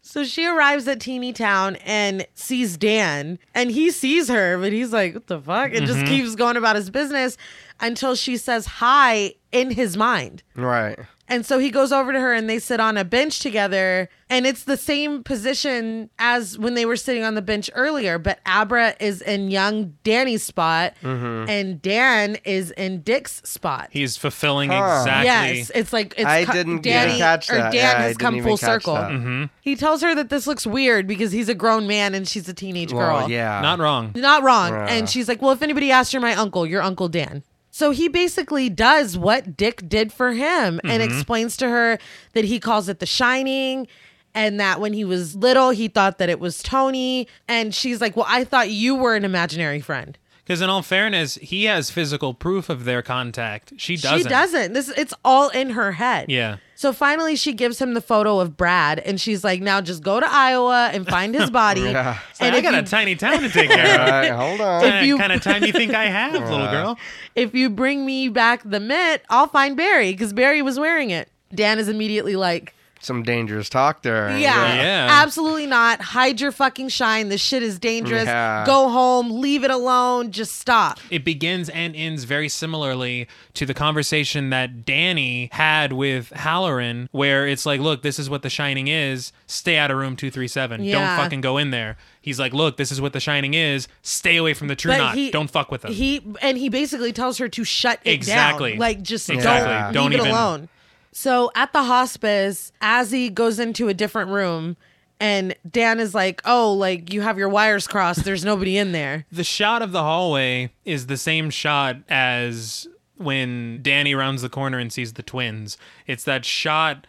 So she arrives at Teeny Town and sees Dan, and he sees her, but he's like, "What the fuck?" and just keeps going about his business until she says hi in his mind.
Right.
And so he goes over to her and they sit on a bench together. And it's the same position as when they were sitting on the bench earlier, but Abra is in young Danny's spot and Dan is in Dick's spot.
He's fulfilling
Huh.
exactly.
Yes, it's like it's
I
co-
didn't
Danny
even catch
or
that.
Dan
Yeah, I
has
didn't
come
even
full
catch
circle.
that.
Mm-hmm.
He tells her that this looks weird because he's a grown man and she's a teenage girl.
Well, yeah.
Not wrong.
Not wrong.
Yeah.
And she's like, Well, if anybody asks, you're my uncle, your Uncle Dan. So he basically does what Dick did for him and explains to her that he calls it the shining and that when he was little, he thought that it was Tony. And she's like, Well, I thought you were an imaginary friend.
Because in all fairness, he has physical proof of their contact. She doesn't.
She doesn't. This it's all in her head.
Yeah.
So finally she gives him the photo of Brad and she's like, Now just go to Iowa and find his body.
Yeah.
And
I
if
got
you-
a tiny town to take care
All
of.
right. Hold on.
If you-
kind of time you think I have, little girl?
if you bring me back the mitt, I'll find Barry because Barry was wearing it. Dan is immediately like,
Some dangerous talk there.
yeah,
Yeah.
absolutely not. Hide your fucking shine. This shit is dangerous.
Yeah.
Go home. Leave it alone. Just stop.
It begins and ends very similarly to the conversation that Danny had with Halloran, where it's like, look, this is what The Shining is. Stay out of room 237.
Yeah.
Don't fucking go in there. He's like, look, this is what The Shining is. Stay away from the true knot. Don't fuck with them.
He and he basically tells her to shut it
Exactly.
down. Like just
Exactly.
don't,
Don't
leave it
even-
alone. So at the hospice, Azzy goes into a different room and Dan is like, "Oh, like you have your wires crossed. There's nobody in there."
the shot of the hallway is the same shot as when Danny rounds the corner and sees the twins. It's that shot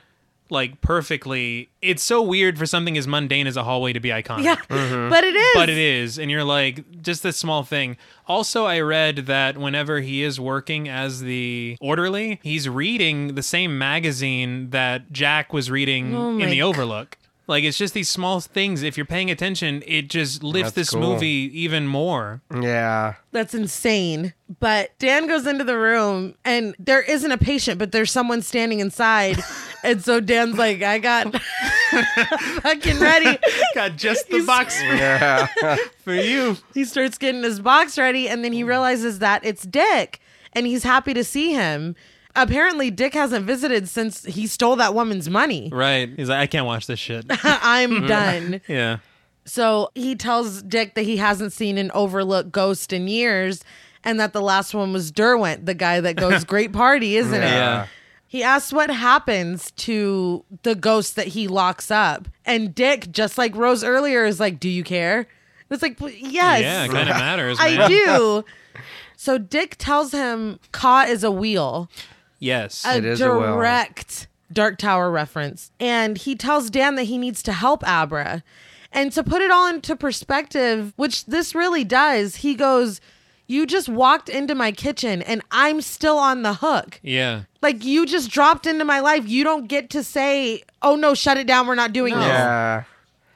like perfectly. It's so weird for something as mundane as a hallway to be iconic.
Yeah. But it is.
But it is. And you're like, just this small thing. Also, I read that whenever he is working as the orderly, he's reading the same magazine that Jack was reading
Oh my
in The
g-
Overlook. Like, it's just these small things. If you're paying attention, it just lifts
That's
this
cool.
movie even more.
Yeah.
That's insane. But Dan goes into the room and there isn't a patient, but there's someone standing inside. and so Dan's like, I got fucking ready.
Got just the box for,
Yeah.
for you.
He starts getting his box ready and then he realizes that it's Dick and he's happy to see him. Apparently, Dick hasn't visited since he stole that woman's money.
Right. He's like, I can't watch this shit.
I'm done.
Yeah.
So he tells Dick that he hasn't seen an overlooked ghost in years and that the last one was Derwent, the guy that goes great party, isn't it?
Uh,
Yeah.
He asks what happens to the ghost that he locks up. And Dick, just like Rose earlier, is like, Do you care? And it's like, "Well, Yes.
Yeah, it kind of matters, man.
I do. So Dick tells him Ka is a wheel,
Yes.
a
It is a wheel.
direct Dark Tower reference. And he tells Dan that he needs to help Abra. And to put it all into perspective, which this really does, he goes, You just walked into my kitchen and I'm still on the hook.
yeah.
Like you just dropped into my life. You don't get to say, "Oh no, shut it down. We're not doing this."
Yeah.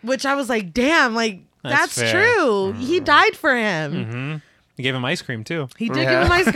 Which I was like, "Damn, like that's,
That's fair. Mm-hmm.
true. He died for him.
You gave him ice cream, too.
He did
Yeah.
give him ice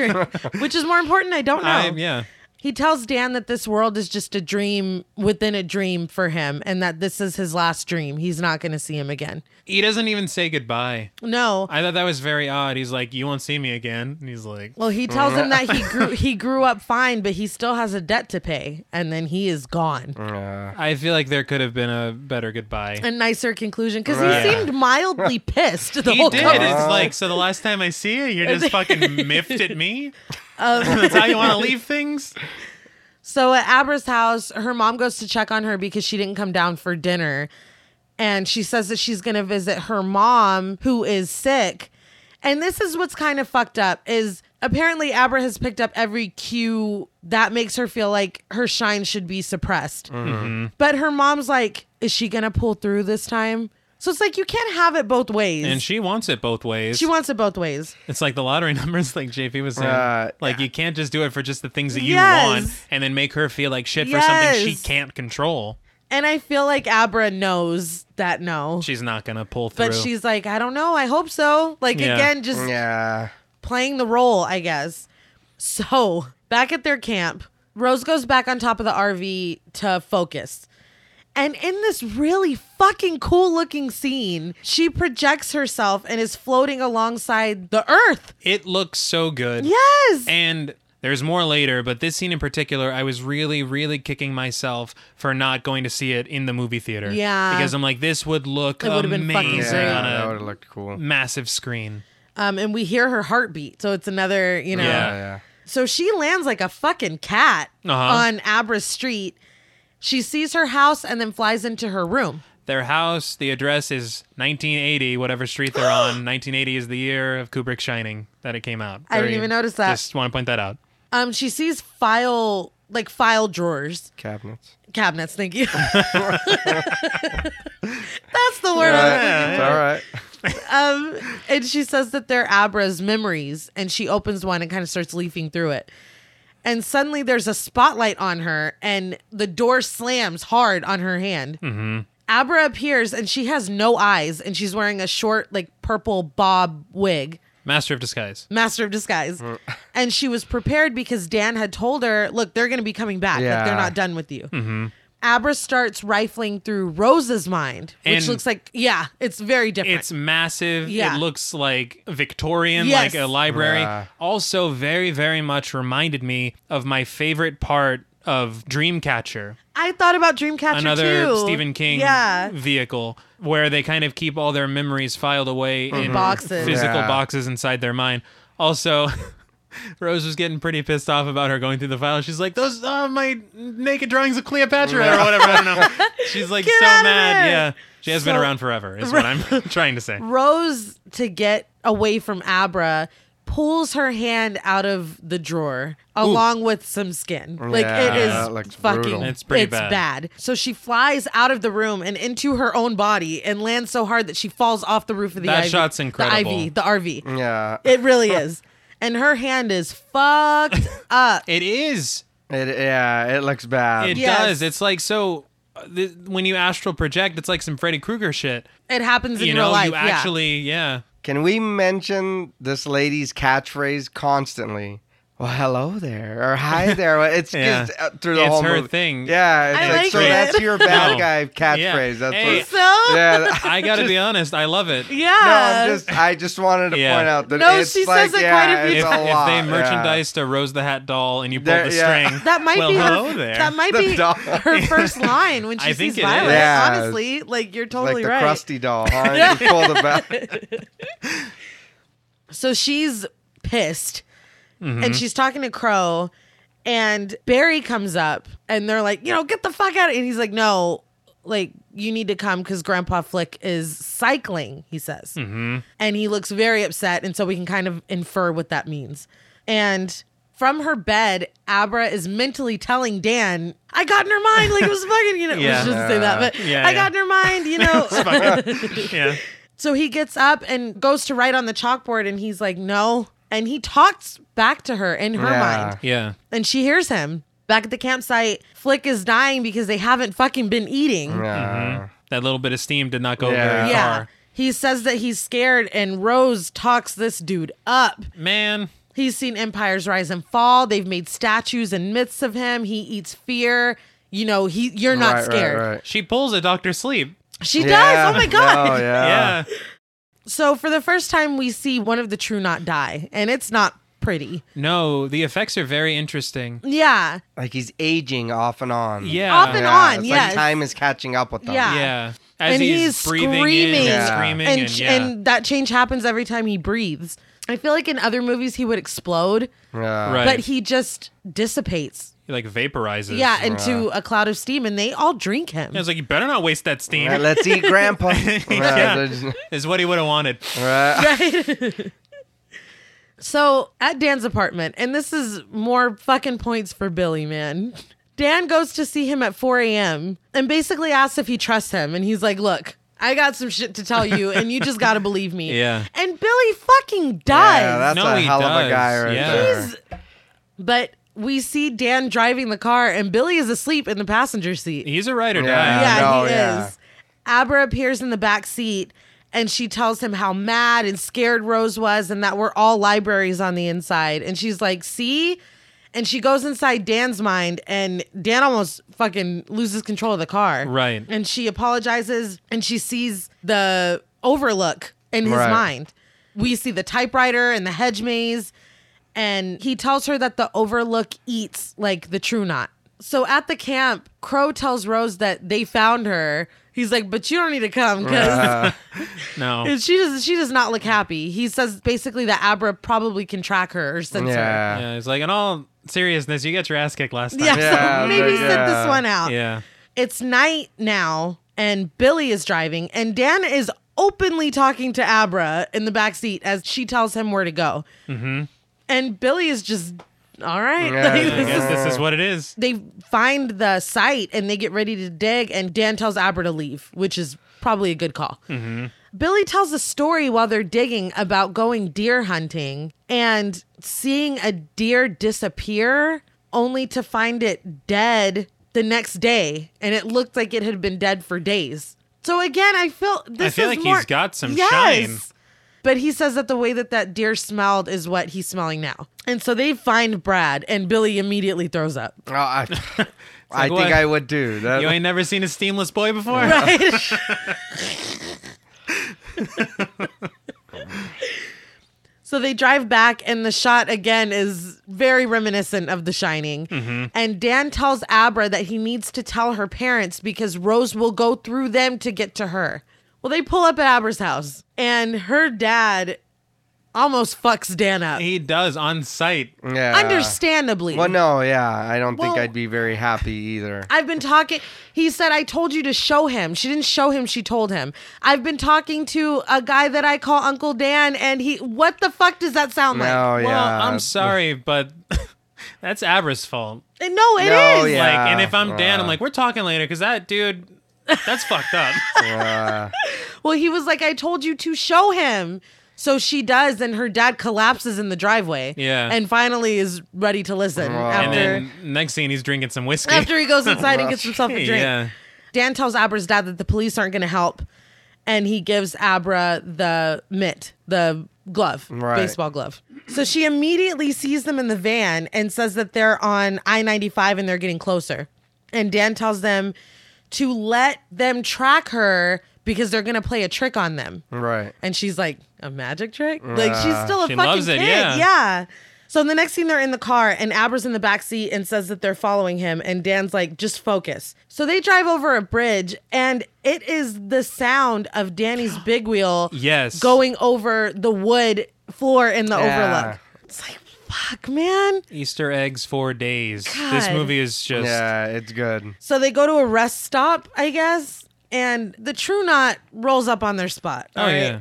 cream, which is more important. I don't know.
I- yeah.
He tells Dan that this world is just a dream within a dream for him, and that this is his last dream. He's not going to see him again.
He doesn't even say goodbye.
No.
I thought that was very odd. He's like, "You won't see me again." And he's like,
well, he tells him that he grew he grew up fine, but he still has a debt to pay, and then he is gone.
Yeah.
"I feel like there could have been a better goodbye."
A nicer conclusion because
Right.
he seemed mildly pissed the
he
whole
did.
conversation.
It's like, so the last time I see you, you're just fucking miffed at me. That's how you want to leave things.
So at Abra's house, her mom goes to check on her because she didn't come down for dinner. And she says that she's going to visit her mom who is sick. And this is what's kind of fucked up is apparently Abra has picked up every cue that makes her feel like her
Mm-hmm.
shine should be suppressed. But her mom's like, is she going to pull through this time? So it's like you can't have it both ways.
And she wants it both ways.
she wants it both ways.
It's like the lottery numbers, like JP was saying.
Uh,
like you can't just do it for just the things that you
Yes.
want, and then make her feel like shit for something she
Yes.
can't control.
And I feel like Abra knows that no.
She's not gonna pull through.
but she's like, I don't know. I hope so. Like,
Yeah.
again, just
Yeah.
playing the role, I guess. So, back at their camp, Rose goes back on top of the RV to focus. And in this really fucking cool looking scene, she projects herself and is floating alongside the earth.
it looks so good.
Yes.
And there's more later, but this scene in particular, I was really, really kicking myself for not going to see it in the movie theater.
Yeah.
Because I'm like, this would look
It would've been
amazing
fucking
Yeah.
great.
That
on
would
a
have looked cool.
massive screen.
um, and we hear her heartbeat. So it's another, you know.
Yeah.
Yeah. yeah.
So she lands like a fucking cat
Uh-huh.
on Abra's street. She sees her house and then flies into her room.
Their house, the address is 1980, whatever street they're on. 1980 is the year of Kubrick Shining that it came out.
I didn't
Very-
even notice that.
Just want to point that out.
Um, she sees file like file drawers,
Cabinets.
cabinets. Thank you. That's the word.
All
I
right.
was
It's all right.
um, and she says that they're Abra's memories, and she opens one and kind of starts leafing through it. And suddenly there's a spotlight on her, and the door slams hard on her hand. Mm-hmm. Abra appears, and she has no eyes, and she's wearing a short, like purple bob wig.
Master of Disguise.
Master of Disguise.
Mm.
and she was prepared because Dan had told her, look, they're going to be coming back. Like, they're
Yeah.
not done with you.
Mm-hmm.
Abra starts rifling through Rose's mind, which
And-
looks like, yeah, it's very different.
It's massive.
Yeah.
It looks like Victorian,
Yes.
like a library.
Yeah.
Also, very, very much reminded me of my favorite part of Dreamcatcher,
I thought about Dreamcatcher
another
too.
Stephen King
Yeah.
vehicle, where they kind of keep all their memories filed away in
Boxes.
physical
Yeah.
boxes inside their mind. Also, Rose was getting pretty pissed off about her going through the file. She's like, "Those are my naked drawings of Cleopatra or whatever." I don't know. She's like so
out of
mad.
there.
Yeah, she has been
So-
around forever. Is what I'm trying to say.
Rose to get away from Abra pulls her hand out of the drawer along with some skin. Like
Yeah,
it
that
is
looks
fucking
brutal.
It's pretty bad.
So she flies out of the room and into her own body and lands so hard that she falls off the roof of the
That
IV,
shot's incredible.
The IV, the RV.
Yeah.
It really is. And her hand is fucked up.
It is.
It, yeah. It looks bad.
It
Um, Yes.
does. It's like so. uh, Th- when you astral project, it's like some Freddy Krueger shit.
It happens in
you
real
know,
life.
you
yeah.
actually, yeah.
Can we mention this lady's catchphrase constantly? Well, hello there, or hi there. It's
Yeah.
just uh, through the
It's
whole
her
movie.
thing.
Yeah, it's
I
like,
like
so
it.
that's your bad
No.
guy catchphrase.
Yeah.
That's
Hey.
what,
so
yeah.
I gotta be honest, I love it.
yeah.
No, I'm just. I just wanted to
Yeah.
point out that
No,
it's
she
like,
says it
yeah,
quite a few
it's
If, if
a lot.
they
yeah.
merchandised a Rose the Hat doll and you pulled
There-
the
yeah.
string,
That might
well,
be
hello
her,
there.
that might
The
be
doll.
her first line when she
I think
sees
it is.
Violet.
Yeah.
Honestly, like you're
like
totally
the
right. Mm-hmm.
crusty doll, huh? You pull the back.
So she's pissed, and she's talking to Crow, and Barry comes up, and they're like, you know, get the fuck out, and he's like, no. Like you need to come because Grandpa Flick is cycling, he says,
Mm-hmm.
and he looks very upset, and so we can kind of infer what that means. And from her bed, Abra is mentally telling Dan, "I got in her mind, like it was fucking, you know, we
Yeah.
shouldn't say that, but
Yeah,
I
yeah.
got in her mind, you know."
yeah.
So he gets up and goes to write on the chalkboard and he's like, no. And he talks back to her in her
Yeah.
mind
Yeah.
and she hears him. Back at the campsite, Flick is dying because they haven't fucking been eating. Yeah.
Yeah.
That little bit of steam did not go
Yeah.
very far.
He says that he's scared and Rose talks this dude up.
Man.
He's seen empires rise and fall. They've made statues and myths of him. He eats fear. You know, he you're not
Right,
scared.
Right, right.
She pulls a Dr. Sleep.
She
Yeah.
does. Oh my god.
No, yeah.
Yeah.
So for the first time we see one of the true not die and it's not pretty.
No, the effects are very interesting.
Yeah.
Like he's aging off and on.
Yeah.
Off and on,
It's
yes.
like time is catching up with them.
Yeah.
Yeah. As
And
he's,
he's
breathing in
screaming.
and
Yeah.
screaming
and
and,
ch-
yeah.
and that change happens every time he breathes. I feel like in other movies he would explode,
Yeah.
right.
but he just dissipates.
he like vaporizes.
Yeah, into a cloud of steam, and they all drink him.
I was like, you better not waste that steam.
Right, let's eat grandpa. Right,
Yeah.
there's-
is what he would have wanted.
right.
So at Dan's apartment, and this is more fucking points for Billy, man. Dan goes to see him at 4 a.m. and basically asks if he trusts him, and he's like, "Look." I got some shit to tell you, and you just got to believe me.
Yeah.
And Billy fucking does.
Yeah, that's
No,
a
he
hell of a
does.
guy right
Yeah.
there.
He's- but we see Dan driving the car, and Billy is asleep in the passenger seat.
He's a ride or die.
Yeah.
yeah,
no,
he
yeah.
is. Abra appears in the back seat, and she tells him how mad and scared Rose was, and that we're all libraries on the inside. And she's like, "See." And she goes inside Dan's mind, and Dan almost fucking loses control of the car.
Right.
And she apologizes, and she sees the overlook in his
Right.
mind. We see the typewriter and the hedge maze, and he tells her that the overlook eats like the true knot. So at the camp, Crow tells Rose that they found her. He's like, "But you don't need to come because
Uh,
No.
she does. She does not look happy." He says basically that Abra probably can track her or censor. her.
yeah.
Yeah, he's like, in all seriousness, you got your ass kicked last time.
Yeah,
Yeah,
so maybe
but
sit
yeah.
this one out.
Yeah.
It's night now, and Billy is driving, and Dan is openly talking to Abra in the back seat as she tells him where to go. Mm-hmm. And Billy is just all right.
Yeah,
Like,
I
this is-
guess this is what it is.
they find the site and they get ready to dig, and Dan tells Abra to leave, which is probably a good call.
Mm-hmm.
Billy tells a story while they're digging about going deer hunting and seeing a deer disappear only to find it dead the next day. And it looked like it had been dead for days. So again, I feel this
I feel
is
like
more-
he's got some
Yes.
shine.
But he says that the way that that deer smelled is what he's smelling now. And so they find Brad, and Billy immediately throws up.
Oh, I, I think
what?
I would too. That,
You ain't never seen a steamless boy before?
Right. so they drive back, and the shot again is very reminiscent of The Shining. And Dan tells Abra that he needs to tell her parents because Rose will go through them to get to her. Well, they pull up at Abra's house, and her dad almost fucks Dan up.
He does on site.
yeah.
Understandably.
Well, no, yeah. I don't think
Well-
I'd be very happy either.
I've been talking. He said, I told you to show him. She didn't show him. She told him. I've been talking to a guy that I call Uncle Dan, and he. What the fuck does that sound
No,
like?
yeah.
Well, I'm sorry, but that's Abra's fault.
And No, it is.
No, yeah.
Like, and if I'm Dan,
uh.
I'm like, we're talking later because that dude, that's fucked up.
Uh,
Well, he was like, I told you to show him. So she does, and her dad collapses in the driveway.
Yeah.
And finally is ready to listen
Wow.
after,
And then next scene, he's drinking some whiskey.
after he goes inside and gets himself a drink.
Yeah.
Dan tells Abra's dad that the police aren't going to help, and he gives Abra the mitt, the glove,
Right.
baseball glove. So she immediately sees them in the van and says that they're on I 95 and they're getting closer. And Dan tells them to let them track her because they're going to play a trick on them.
right.
And she's like, a magic trick? Like she's still a
She
fucking
loves it,
kid.
yeah.
So the next scene they're in the car and Abra's in the back seat and says that they're following him and Dan's like, just focus. So they drive over a bridge and it is the sound of Danny's big wheel
Yes.
going over the wood floor in the
Yeah.
overlook. It's like, fuck, man.
Easter eggs for days. This
God.
movie is just.
Yeah, it's good.
So they go to a rest stop, I guess, and the True Knot rolls up on their spot.
Oh,
all right?
yeah.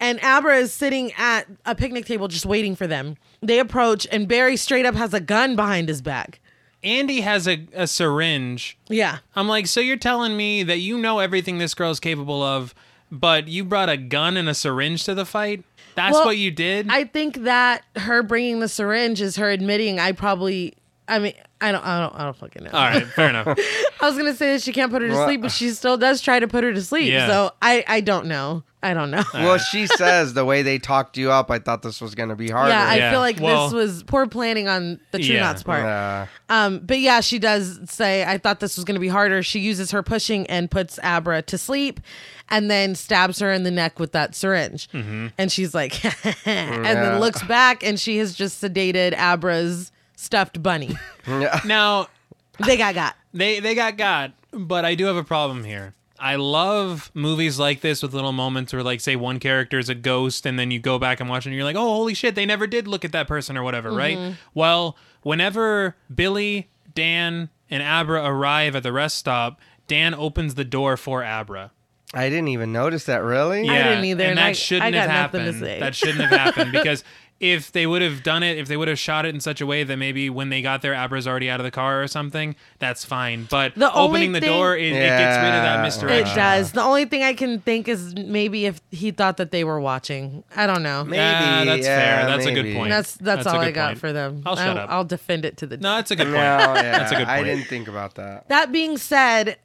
And Abra is sitting at a picnic table just waiting for them. They approach, and Barry straight up has a gun behind his back.
Andy has a, a syringe.
Yeah.
I'm like, so you're telling me that you know everything this girl's capable of, but you brought a gun and a syringe to the fight? That's
Well,
what you did?
I think that her bringing the syringe is her admitting I probably. I mean, I don't, I don't, I don't fucking know.
All right, fair enough.
I was gonna say that she can't put her to
Well-
sleep, but she still does try to put her to sleep.
Yeah.
So I, I don't know. I don't know.
Well, she says the way they talked you up, I thought this was going to be harder.
yeah, I
Yeah.
feel like
Well-
this was poor planning on the True
Yeah.
Knots part.
Yeah.
Um, but yeah, she does say, I thought this was going to be harder. She uses her pushing and puts Abra to sleep and then stabs her in the neck with that syringe.
Mm-hmm.
And she's like, and
Yeah.
then looks back and she has just sedated Abra's stuffed bunny.
Yeah.
Now,
they got got.
They they got got, but I do have a problem here. I love movies like this with little moments where, like, say one character is a ghost, and then you go back and watch, it and you're like, "Oh, holy shit! They never did look at that person or whatever."
Mm-hmm.
Right? Well, whenever Billy, Dan, and Abra arrive at the rest stop, Dan opens the door for Abra.
I didn't even notice that, really?
didn't either,
and
and
that
I-
shouldn't
I
have
got nothing to
happened.
say.
That shouldn't have happened because if they would have done it, if they would have shot it in such a way that maybe when they got there, Abra's already out of the car or something, that's fine. But
The only
opening the
thing-
door, it, it gets rid of
Yeah.
that
It
misdirection.
does. The only thing I can think is maybe if he thought that they were watching. I don't know.
Maybe,
Yeah, that's fair.
yeah,
That's a good
maybe.
point.
That's that's,
That's a
all I
good
got
point.
for them.
I'll shut
I-
up.
I'll defend it to the.
No, that's a good point.
No, yeah,
That's a good point.
I didn't think about that.
That being said,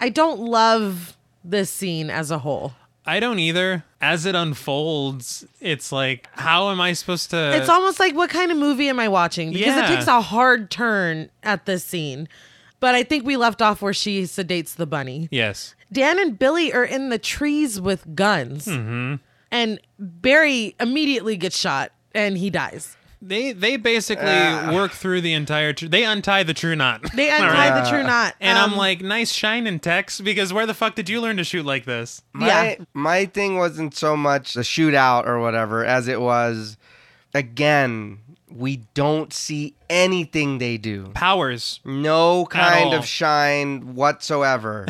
I don't love this scene as a whole.
I don't either. As it unfolds, it's like, how am I supposed to?
it's almost like what kind of movie am I watching? Because
Yeah.
it takes a hard turn at this scene. But I think we left off where she sedates the bunny.
yes.
Dan and Billy are in the trees with guns.
Mm-hmm.
And Barry immediately gets shot and he dies.
They they basically work through the entire. Tr- they untie the true knot.
They
All
untie
right?
the true knot.
And
Um,
I'm like, nice shining Tex, because where the fuck did you learn to shoot like this?
My,
Yeah.
my thing wasn't so much a shootout or whatever as it was, again, we don't see anything they do.
Powers.
No kind
all.
of shine whatsoever.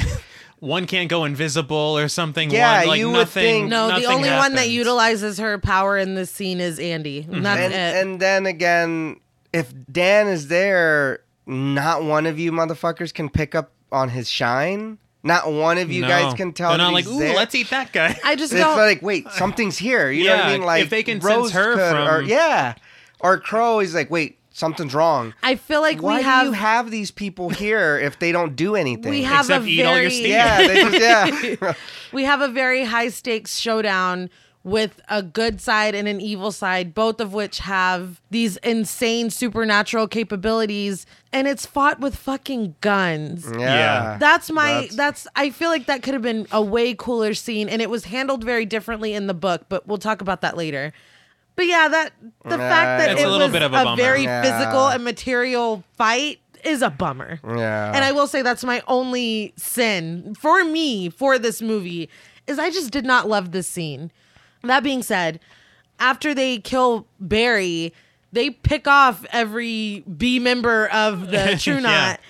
One can't go invisible or something.
Yeah,
One, like,
you would
nothing,
think-
Um, no, the
nothing
only one that
happens.
utilizes her power in this scene is Andy. And That's
Mm-hmm. and,
it.
and then again, if Dan is there, not one of you motherfuckers can pick up on his shine. Not one of you
No.
guys can tell.
They're
that
not like,
he's
ooh,
there."
let's eat that guy.
I just
It's
don't.
like, wait, something's here. You know what
Yeah,
I mean? Like,
if they can sense
Rose
her
could-
from-
or, yeah, or Crow is like, wait, something's wrong.
I feel like
Why
we
do you
have
have these people here if they don't do anything?
we have
Except
a
eat all your
very
steak.
yeah, they just, yeah.
we have a very high stakes showdown with a good side and an evil side, both of which have these insane supernatural capabilities, and it's fought with fucking guns.
yeah,
Yeah.
That's my that's,
That's-
I feel like that could have been a way cooler scene and it was handled very differently in the book, but we'll talk about that later. But yeah, that the fact that
That's
it
a
little
was
bit of a bummer.
very
Yeah.
physical and material fight is a bummer.
Yeah.
And I will say that's my only sin for me for this movie is I just did not love this scene. That being said, after they kill Barry, they pick off every B member of the True
Yeah.
Knot.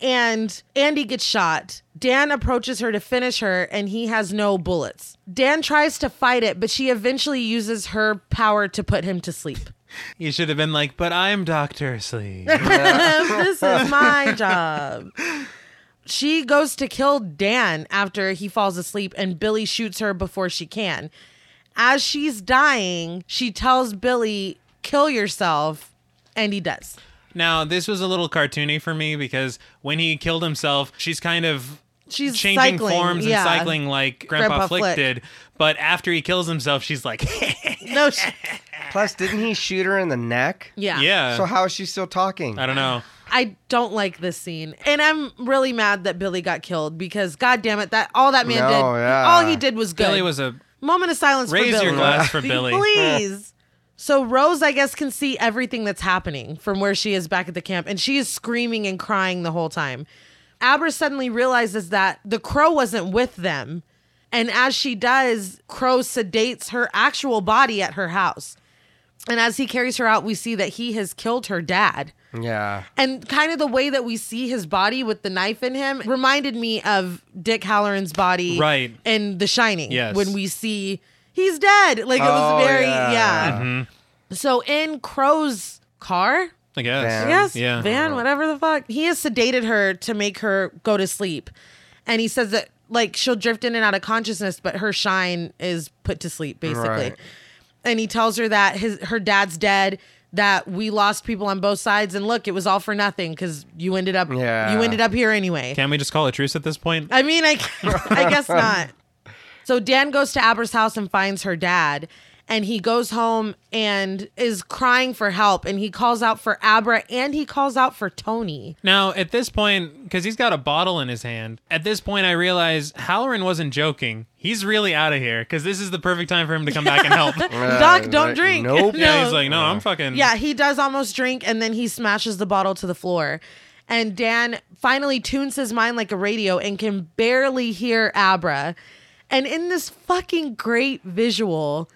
And Andy gets shot. Dan approaches her to finish her, and he has no bullets. Dan tries to fight it, but she eventually uses her power to put him to sleep.
You should have been like, but I'm Doctor Sleep.
this is my job. She goes to kill Dan after he falls asleep, and Billy shoots her before she can. As she's dying, she tells Billy, kill yourself, and he does.
Now, this was a little cartoony for me because when he killed himself, she's kind of
She's
changing
cycling,
forms
yeah.
and cycling like Grandpa,
Grandpa
Flick,
Flick.
did. But after he kills himself, she's like,
No, she,
Plus, didn't he shoot her in the neck?
yeah.
yeah.
So how is she still talking?
I don't know.
I don't like this scene, and I'm really mad that Billy got killed because, god damn it, that all that man
No,
did,
yeah.
all he did was good.
Billy was a
Moment of silence for
Raise
Billy.
your glass for Billy.
Please. So Rose, I guess, can see everything that's happening from where she is back at the camp, and she is screaming and crying the whole time. Abra suddenly realizes that the crow wasn't with them. And as she does, Crow sedates her actual body at her house. And as he carries her out, we see that he has killed her dad
Yeah.
and kind of the way that we see his body with the knife in him reminded me of Dick Halloran's body,
Right.
In The Shining,
Yes.
when we see he's dead, like it
Oh,
was very yeah.
yeah.
So in Crow's car,
I guess.
Van.
yes,
Yeah.
van, whatever the fuck, he has sedated her to make her go to sleep, and he says that like she'll drift in and out of consciousness, but her shine is put to sleep basically
Right.
and he tells her that his her dad's dead that we lost people on both sides and look it was all for nothing because you ended up
Yeah.
you ended up here anyway
Can we just call a truce at this point?
i mean I, I guess not so dan goes to abra's house and finds her dad and he goes home and is crying for help and he calls out for abra and he calls out for tony
Now, at this point, because he's got a bottle in his hand, at this point I realize Halloran wasn't joking. He's really out of here because this is the perfect time for him to come back and help.
doc
Uh,
don't
like,
drink
Nope.
Yeah, he's like, no, I'm fucking.
Yeah, he does almost drink and then he smashes the bottle to the floor. And Dan finally tunes his mind like a radio and can barely hear Abra. And in this fucking great visual,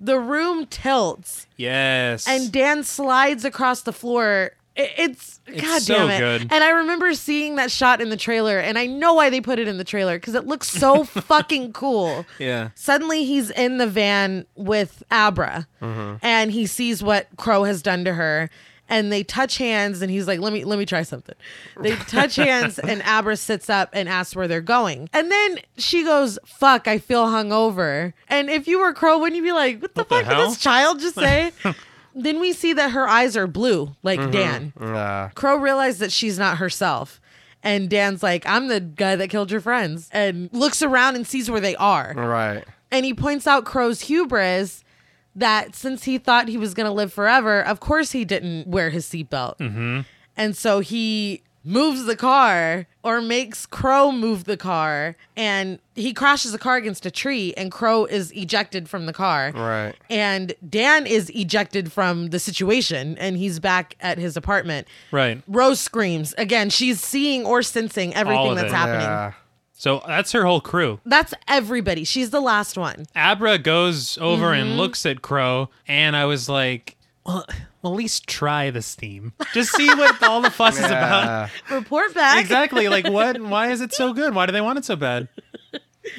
the room tilts
Yes.
and Dan slides across the floor It- It's, god
so
damn it.
good.
And I remember seeing that shot in the trailer, and I know why they put it in the trailer because it looks so fucking cool.
Yeah.
Suddenly he's in the van with Abra,
Mm-hmm.
and he sees what Crow has done to her, and they touch hands, and he's like, "Let me, let me try something." They touch hands, and Abra sits up and asks where they're going, and then she goes, "Fuck, I feel hungover." And if you were Crow, wouldn't you be like, "What the
the
fuck did
hell?"
this child just say?" then we see that her eyes are blue, like Dan.
Uh,
Crow realized that she's not herself. And Dan's like, I'm the guy that killed your friends, and looks around and sees where they are.
right.
And he points out Crow's hubris that since he thought he was going to live forever, of course he didn't wear his seatbelt. And so he moves the car or makes Crow move the car, and he crashes the car against a tree, and Crow is ejected from the car.
Right.
And Dan is ejected from the situation, and he's back at his apartment.
Right.
Rose screams. Again, she's seeing or sensing
All
everything
of
that's
it.
happening.
Yeah.
So that's her whole crew.
That's everybody. She's the last one.
Abra goes over and looks at Crow, and I was like, well, well, at least try this theme. Just see what all the fuss is about.
Uh,
Report back.
Exactly. Like, what? Why is it so good? Why do they want it so bad?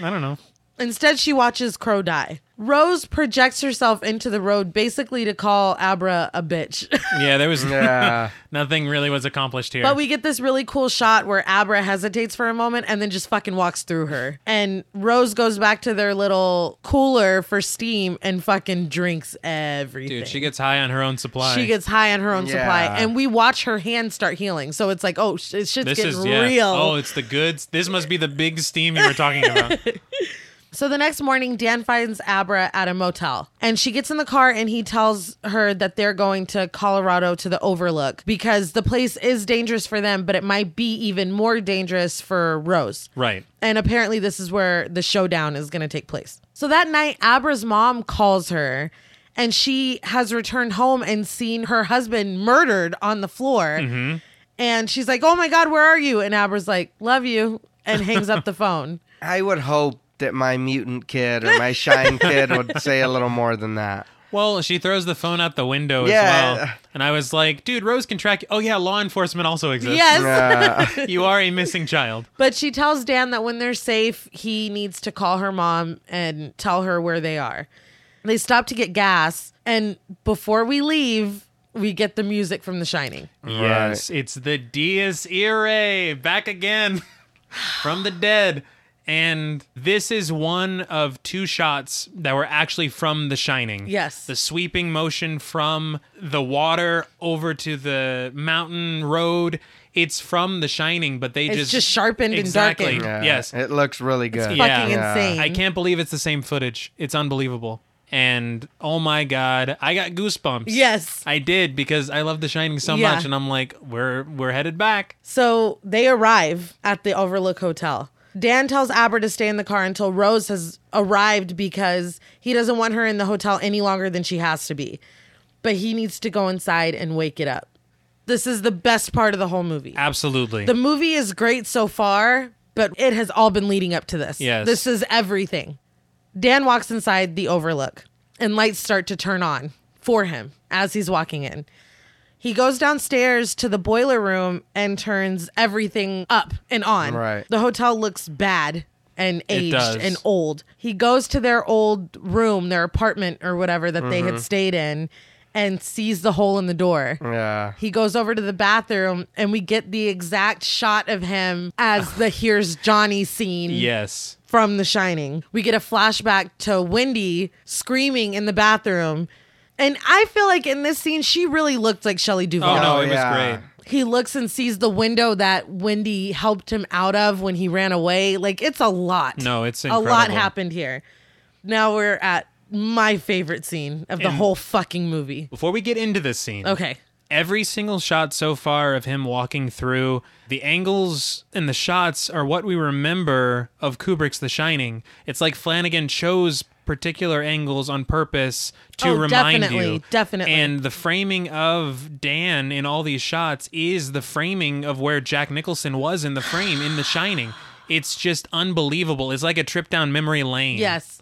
I don't know.
Instead, she watches Crow die. Rose projects herself into the road basically to call Abra a bitch.
Yeah, there was
yeah.
nothing really was accomplished here.
but we get this really cool shot where Abra hesitates for a moment and then just fucking walks through her. And Rose goes back to their little cooler for steam and fucking drinks everything.
Dude, she gets high on her own supply.
She gets high on her own
Yeah.
supply, and we watch her hands start healing. So it's like, oh, sh- shit's
this
getting
is yeah.
real.
Oh, it's the goods. This must be the big steam you were talking about.
so the next morning, Dan finds Abra at a motel, and she gets in the car, and he tells her that they're going to Colorado to the Overlook because the place is dangerous for them, but it might be even more dangerous for Rose.
right.
And apparently, this is where the showdown is going to take place. So that night, Abra's mom calls her and she has returned home and seen her husband murdered on the floor. And she's like, Oh my God, where are you? And Abra's like, Love you. And hangs up the phone.
I would hope that my mutant kid or my shine kid would say a little more than that.
Well, she throws the phone out the window
Yeah.
as well. And I was like, dude, Rose can track you. Oh, yeah, law enforcement also exists.
Yes.
Uh,
You are a missing child.
But she tells Dan that when they're safe, he needs to call her mom and tell her where they are. They stop to get gas. And before we leave, we get the music from The Shining.
Yes, it's the Dies Irae back again from the dead. And this is one of two shots that were actually from The Shining.
Yes.
The sweeping motion from the water over to the mountain road. It's from The Shining, but they
It's
just.
just sharpened and
exactly.
darkened.
yeah.
Yes.
It looks really good.
yeah.
Fucking
Yeah.
insane.
I can't believe it's the same footage. It's unbelievable. And oh my god, I got goosebumps.
Yes.
I did because I love The Shining so
Yeah.
much, and I'm like, we're we're headed back.
So they arrive at the Overlook Hotel. Dan tells Abra to stay in the car until Rose has arrived because he doesn't want her in the hotel any longer than she has to be. But he needs to go inside and wake it up. This is the best part of the whole movie.
Absolutely.
The movie is great so far, but it has all been leading up to this.
Yes.
This is everything. Dan walks inside the overlook and lights start to turn on for him as he's walking in. He goes downstairs to the boiler room and turns everything up and on.
Right.
The hotel looks bad and aged
does.
and old. He goes to their old room, their apartment or whatever that they had stayed in, and sees the hole in the door.
Yeah.
He goes over to the bathroom and we get the exact shot of him as the Here's Johnny scene
yes.
from The Shining. We get a flashback to Wendy screaming in the bathroom. And I feel like in this scene, she really looked like Shelley
Oh
Duvall.
no,
Oh,
it
yeah.
was great.
He looks and sees the window that Wendy helped him out of when he ran away. Like, it's a lot.
No, it's
A lot
incredible.
happened here. Now we're at my favorite scene of the
And-
whole fucking movie.
Before we get into this scene,
Okay.
every single shot so far of him walking through the angles and the shots are what we remember of Kubrick's The Shining. It's like Flanagan chose particular angles on purpose to
Oh,
remind
definitely,
you.
definitely.
And the framing of Dan in all these shots is the framing of where Jack Nicholson was in the frame in The Shining. It's just unbelievable. It's like a trip down memory lane.
Yes.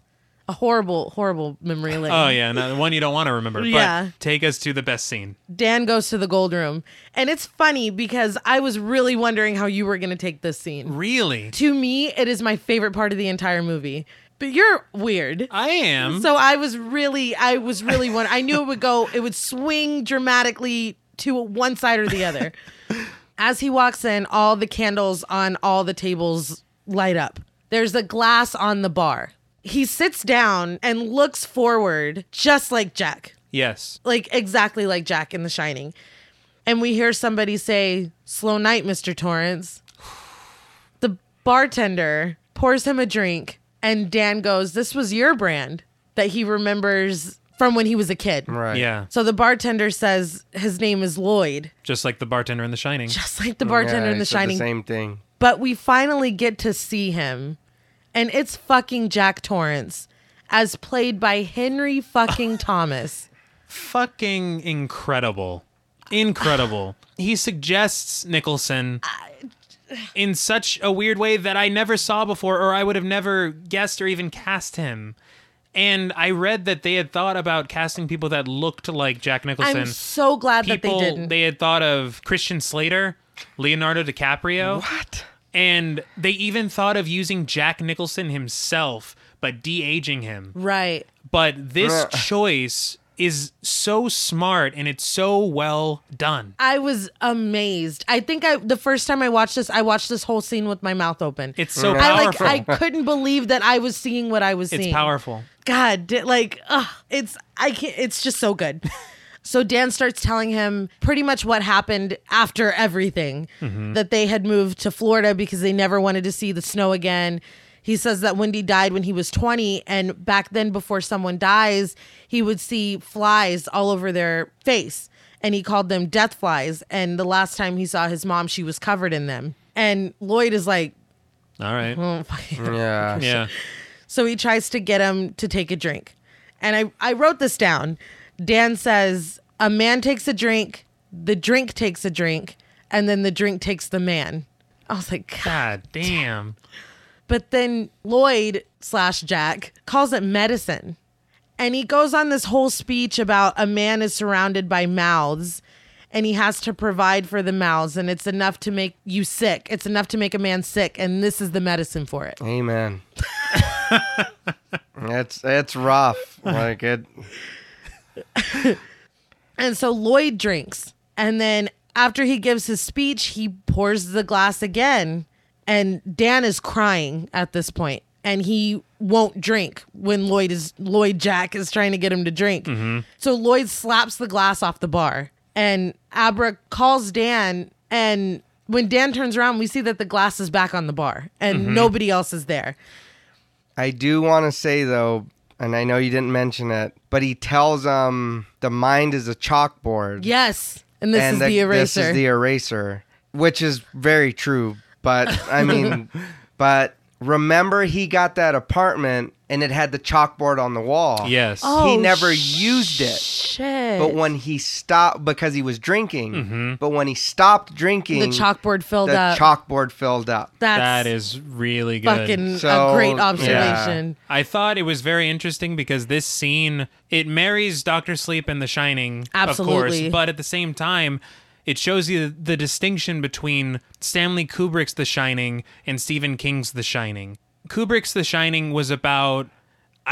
a horrible, horrible memory lane.
Oh yeah, no, one you don't want to remember.
Yeah.
But take us to the best scene.
Dan goes to the gold room. And it's funny because I was really wondering how you were going to take this scene.
Really?
To me, it is my favorite part of the entire movie. But you're weird.
I am.
So I was really, I was really one. I knew it would go, it would swing dramatically to one side or the other. As he walks in, all the candles on all the tables light up. There's a glass on the bar. He sits down and looks forward, just like Jack,
yes.
like exactly like Jack in The Shining. And we hear somebody say, Slow night, Mr. Torrance. The bartender pours him a drink, and Dan goes, This was your brand that he remembers from when he was a kid.
Right.
Yeah.
So the bartender says his name is Lloyd,
Just like the bartender in The Shining.
just like the bartender
Yeah,
in
he
The
said
Shining.
same thing.
but we finally get to see him, and it's fucking Jack Torrance, as played by Henry fucking Thomas.
Fucking incredible. Incredible. he suggests Nicholson in such a weird way that I never saw before, or I would have never guessed or even cast him. And I read that they had thought about casting people that looked like Jack Nicholson.
I'm so glad
people
that they didn't.
had thought of Christian Slater, Leonardo DiCaprio. What? And they even thought of using Jack Nicholson himself, but de aging him.
right.
But this
Bruh.
choice is so smart and it's so well done.
I was amazed. I think I the first time I watched this, I watched this whole scene with my mouth open.
It's so
I like
powerful.
I couldn't believe that I was seeing what I was
it's
seeing.
powerful.
God, di- like, ugh, it's I can't. It's just so good. so Dan starts telling him pretty much what happened after everything that they had moved to Florida because they never wanted to see the snow again. He says that Wendy died when he was 20, and back then, before someone dies, he would see flies all over their face, and he called them death flies. And the last time he saw his mom, she was covered in them. And Lloyd is like,
All right.
"Oh, fucking
Yeah.
Yeah.
so he tries to get him to take a drink. And I, I wrote this down. Dan says, A man takes a drink, the drink takes a drink, and then the drink takes the man. I was like, God.
God damn.
But then Lloyd slash Jack calls it medicine. And he goes on this whole speech about a man is surrounded by mouths and he has to provide for the mouths and it's enough to make you sick. It's enough to make a man sick and this is the medicine for it.
Amen. it's it's rough. Like it.
And so Lloyd drinks. And then after he gives his speech, he pours the glass again. And Dan is crying at this point, And he won't drink when Lloyd is Lloyd Jack is trying to get him to drink.
Mm-hmm.
So Lloyd slaps the glass off the bar. And Abra calls Dan and when Dan turns around, we see that the glass is back on the bar and
Mm-hmm.
nobody else is there.
I do want to say though, and I know you didn't mention it, but he tells um the mind is a chalkboard.
Yes. And this
and
is the
This
eraser.
is the eraser, which is very true. But I mean, but remember, he got that apartment and it had the chalkboard on the wall.
Yes.
Oh,
he never used it.
shit.
But when he stopped, because he was drinking,
Mm-hmm.
but when he stopped drinking,
the chalkboard filled
the
up.
chalkboard filled up.
That's
That is really good.
fucking
So,
a great
yeah.
observation.
I thought it was very interesting because this scene it marries Doctor Sleep and The Shining, of
Absolutely.
course, but at the same time, it shows you the distinction between Stanley Kubrick's The Shining and Stephen King's The Shining. Kubrick's The Shining was about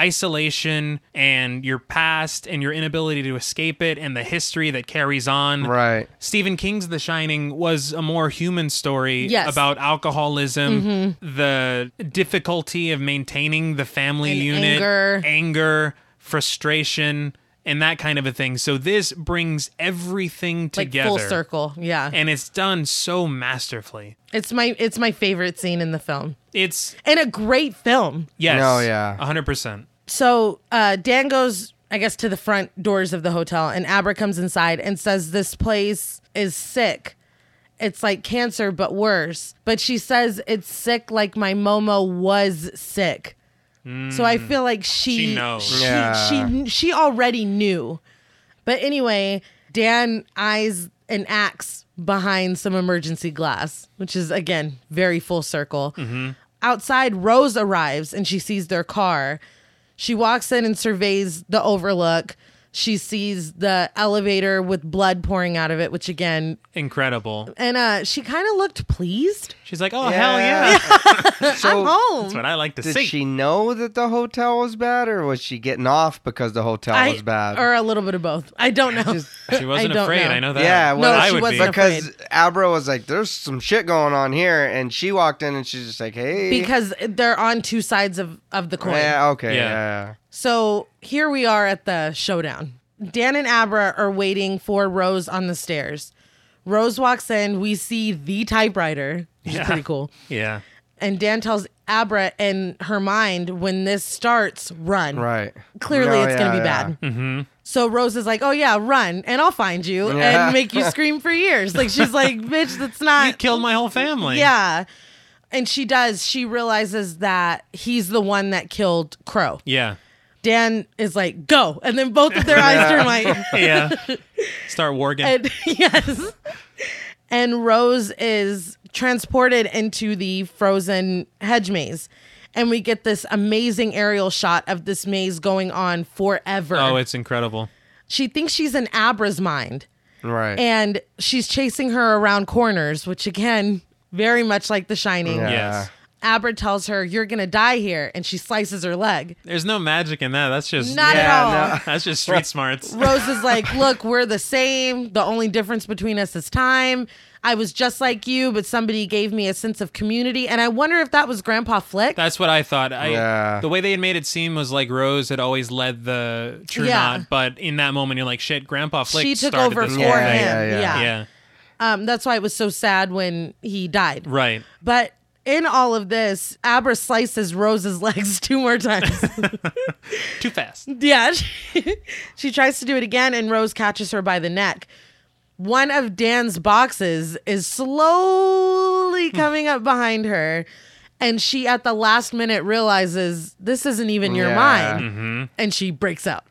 isolation and your past and your inability to escape it and the history that carries on.
Right.
Stephen King's The Shining was a more human story
Yes. Mm-hmm.
about alcoholism, the difficulty of maintaining the family
And
unit,
anger.
anger, frustration, and that kind of a thing. So this brings everything
Like
together.
full circle. Yeah.
And it's done so masterfully.
it's my it's my favorite scene in the film.
It's
And a great film.
yes.
No, Oh, yeah.
100%.
So uh Dan goes, I guess, to the front doors of the hotel and Abra comes inside and says this place is sick. It's like cancer, but worse. But she says it's sick like my Momo was sick. So I feel like she
Mm. She knows.
She,
Yeah.
she she already knew. But anyway, Dan eyes an axe behind some emergency glass, which is again
Mm-hmm.
very full circle. Outside, Rose arrives and she sees their car. She walks in and surveys the overlook. She sees the elevator with blood pouring out of it, which again,
Incredible.
and uh, she kind of looked pleased.
She's like, oh hell yeah,
so
I'm home.
Oh, that's what I like to
Did
see.
she know that the hotel was bad, or was she getting off because the hotel
I-
was bad?
Or a little bit of both. I don't know.
Just-
She wasn't
don't
afraid.
know.
I know that.
yeah, well,
No,
I
she
would
wasn't
be.
because Abra was like, "There's some shit going on here," and she walked in and she's just like, "Hey,
because they're on two sides of, of the coin.
yeah, okay,
Yeah.
yeah."
So here we are at the showdown. Dan and Abra are waiting for Rose on the stairs. Rose walks in. We see the typewriter, which is pretty cool.
yeah,
And Dan tells Abra in her mind, when this starts, run.
right.
Clearly,
No,
it's going to
yeah,
be
yeah.
bad.
Mm-hmm.
So Rose is like, oh, yeah, run, and I'll find you
Yeah.
and make you scream for years. Like, she's like, bitch, that's not.
you killed my whole family.
Yeah. And she does. She realizes that he's the one that killed Crow.
yeah,
Dan is like, go. And then both of their eyes turn white.
yeah. Start warging.
And yes. And Rose is transported into the frozen hedge maze. And we get this amazing aerial shot of this maze going on forever.
oh, it's incredible.
she thinks she's in Abra's mind.
Right.
And she's chasing her around corners, which again, very much like The Shining.
Yeah.
Yes.
Abra tells her, You're gonna die here, and she slices her leg.
There's no magic in that. That's just
Not
Yeah,
at all.
that's just street smarts.
Rose is like, Look, we're the same. The only difference between us is time. I was just like you, but somebody gave me a sense of community. And I wonder if that was Grandpa Flick.
That's what I thought. I
Yeah.
the way they had made it seem was like Rose had always led the true
Yeah.
knot, but in that moment you're like, shit, Grandpa Flick
she took
started
over
this
for
whole
him.
thing.
Yeah,
Yeah.
yeah,
yeah,
Um, that's why it was so sad when he died.
right.
But in all of this, Abra slices Rose's legs two more times.
Too fast.
Yeah. She, she tries to do it again, and Rose catches her by the neck. One of Dan's boxes is slowly coming up behind her. And she, at the last minute, realizes this isn't even your
Yeah.
mind. And she breaks out.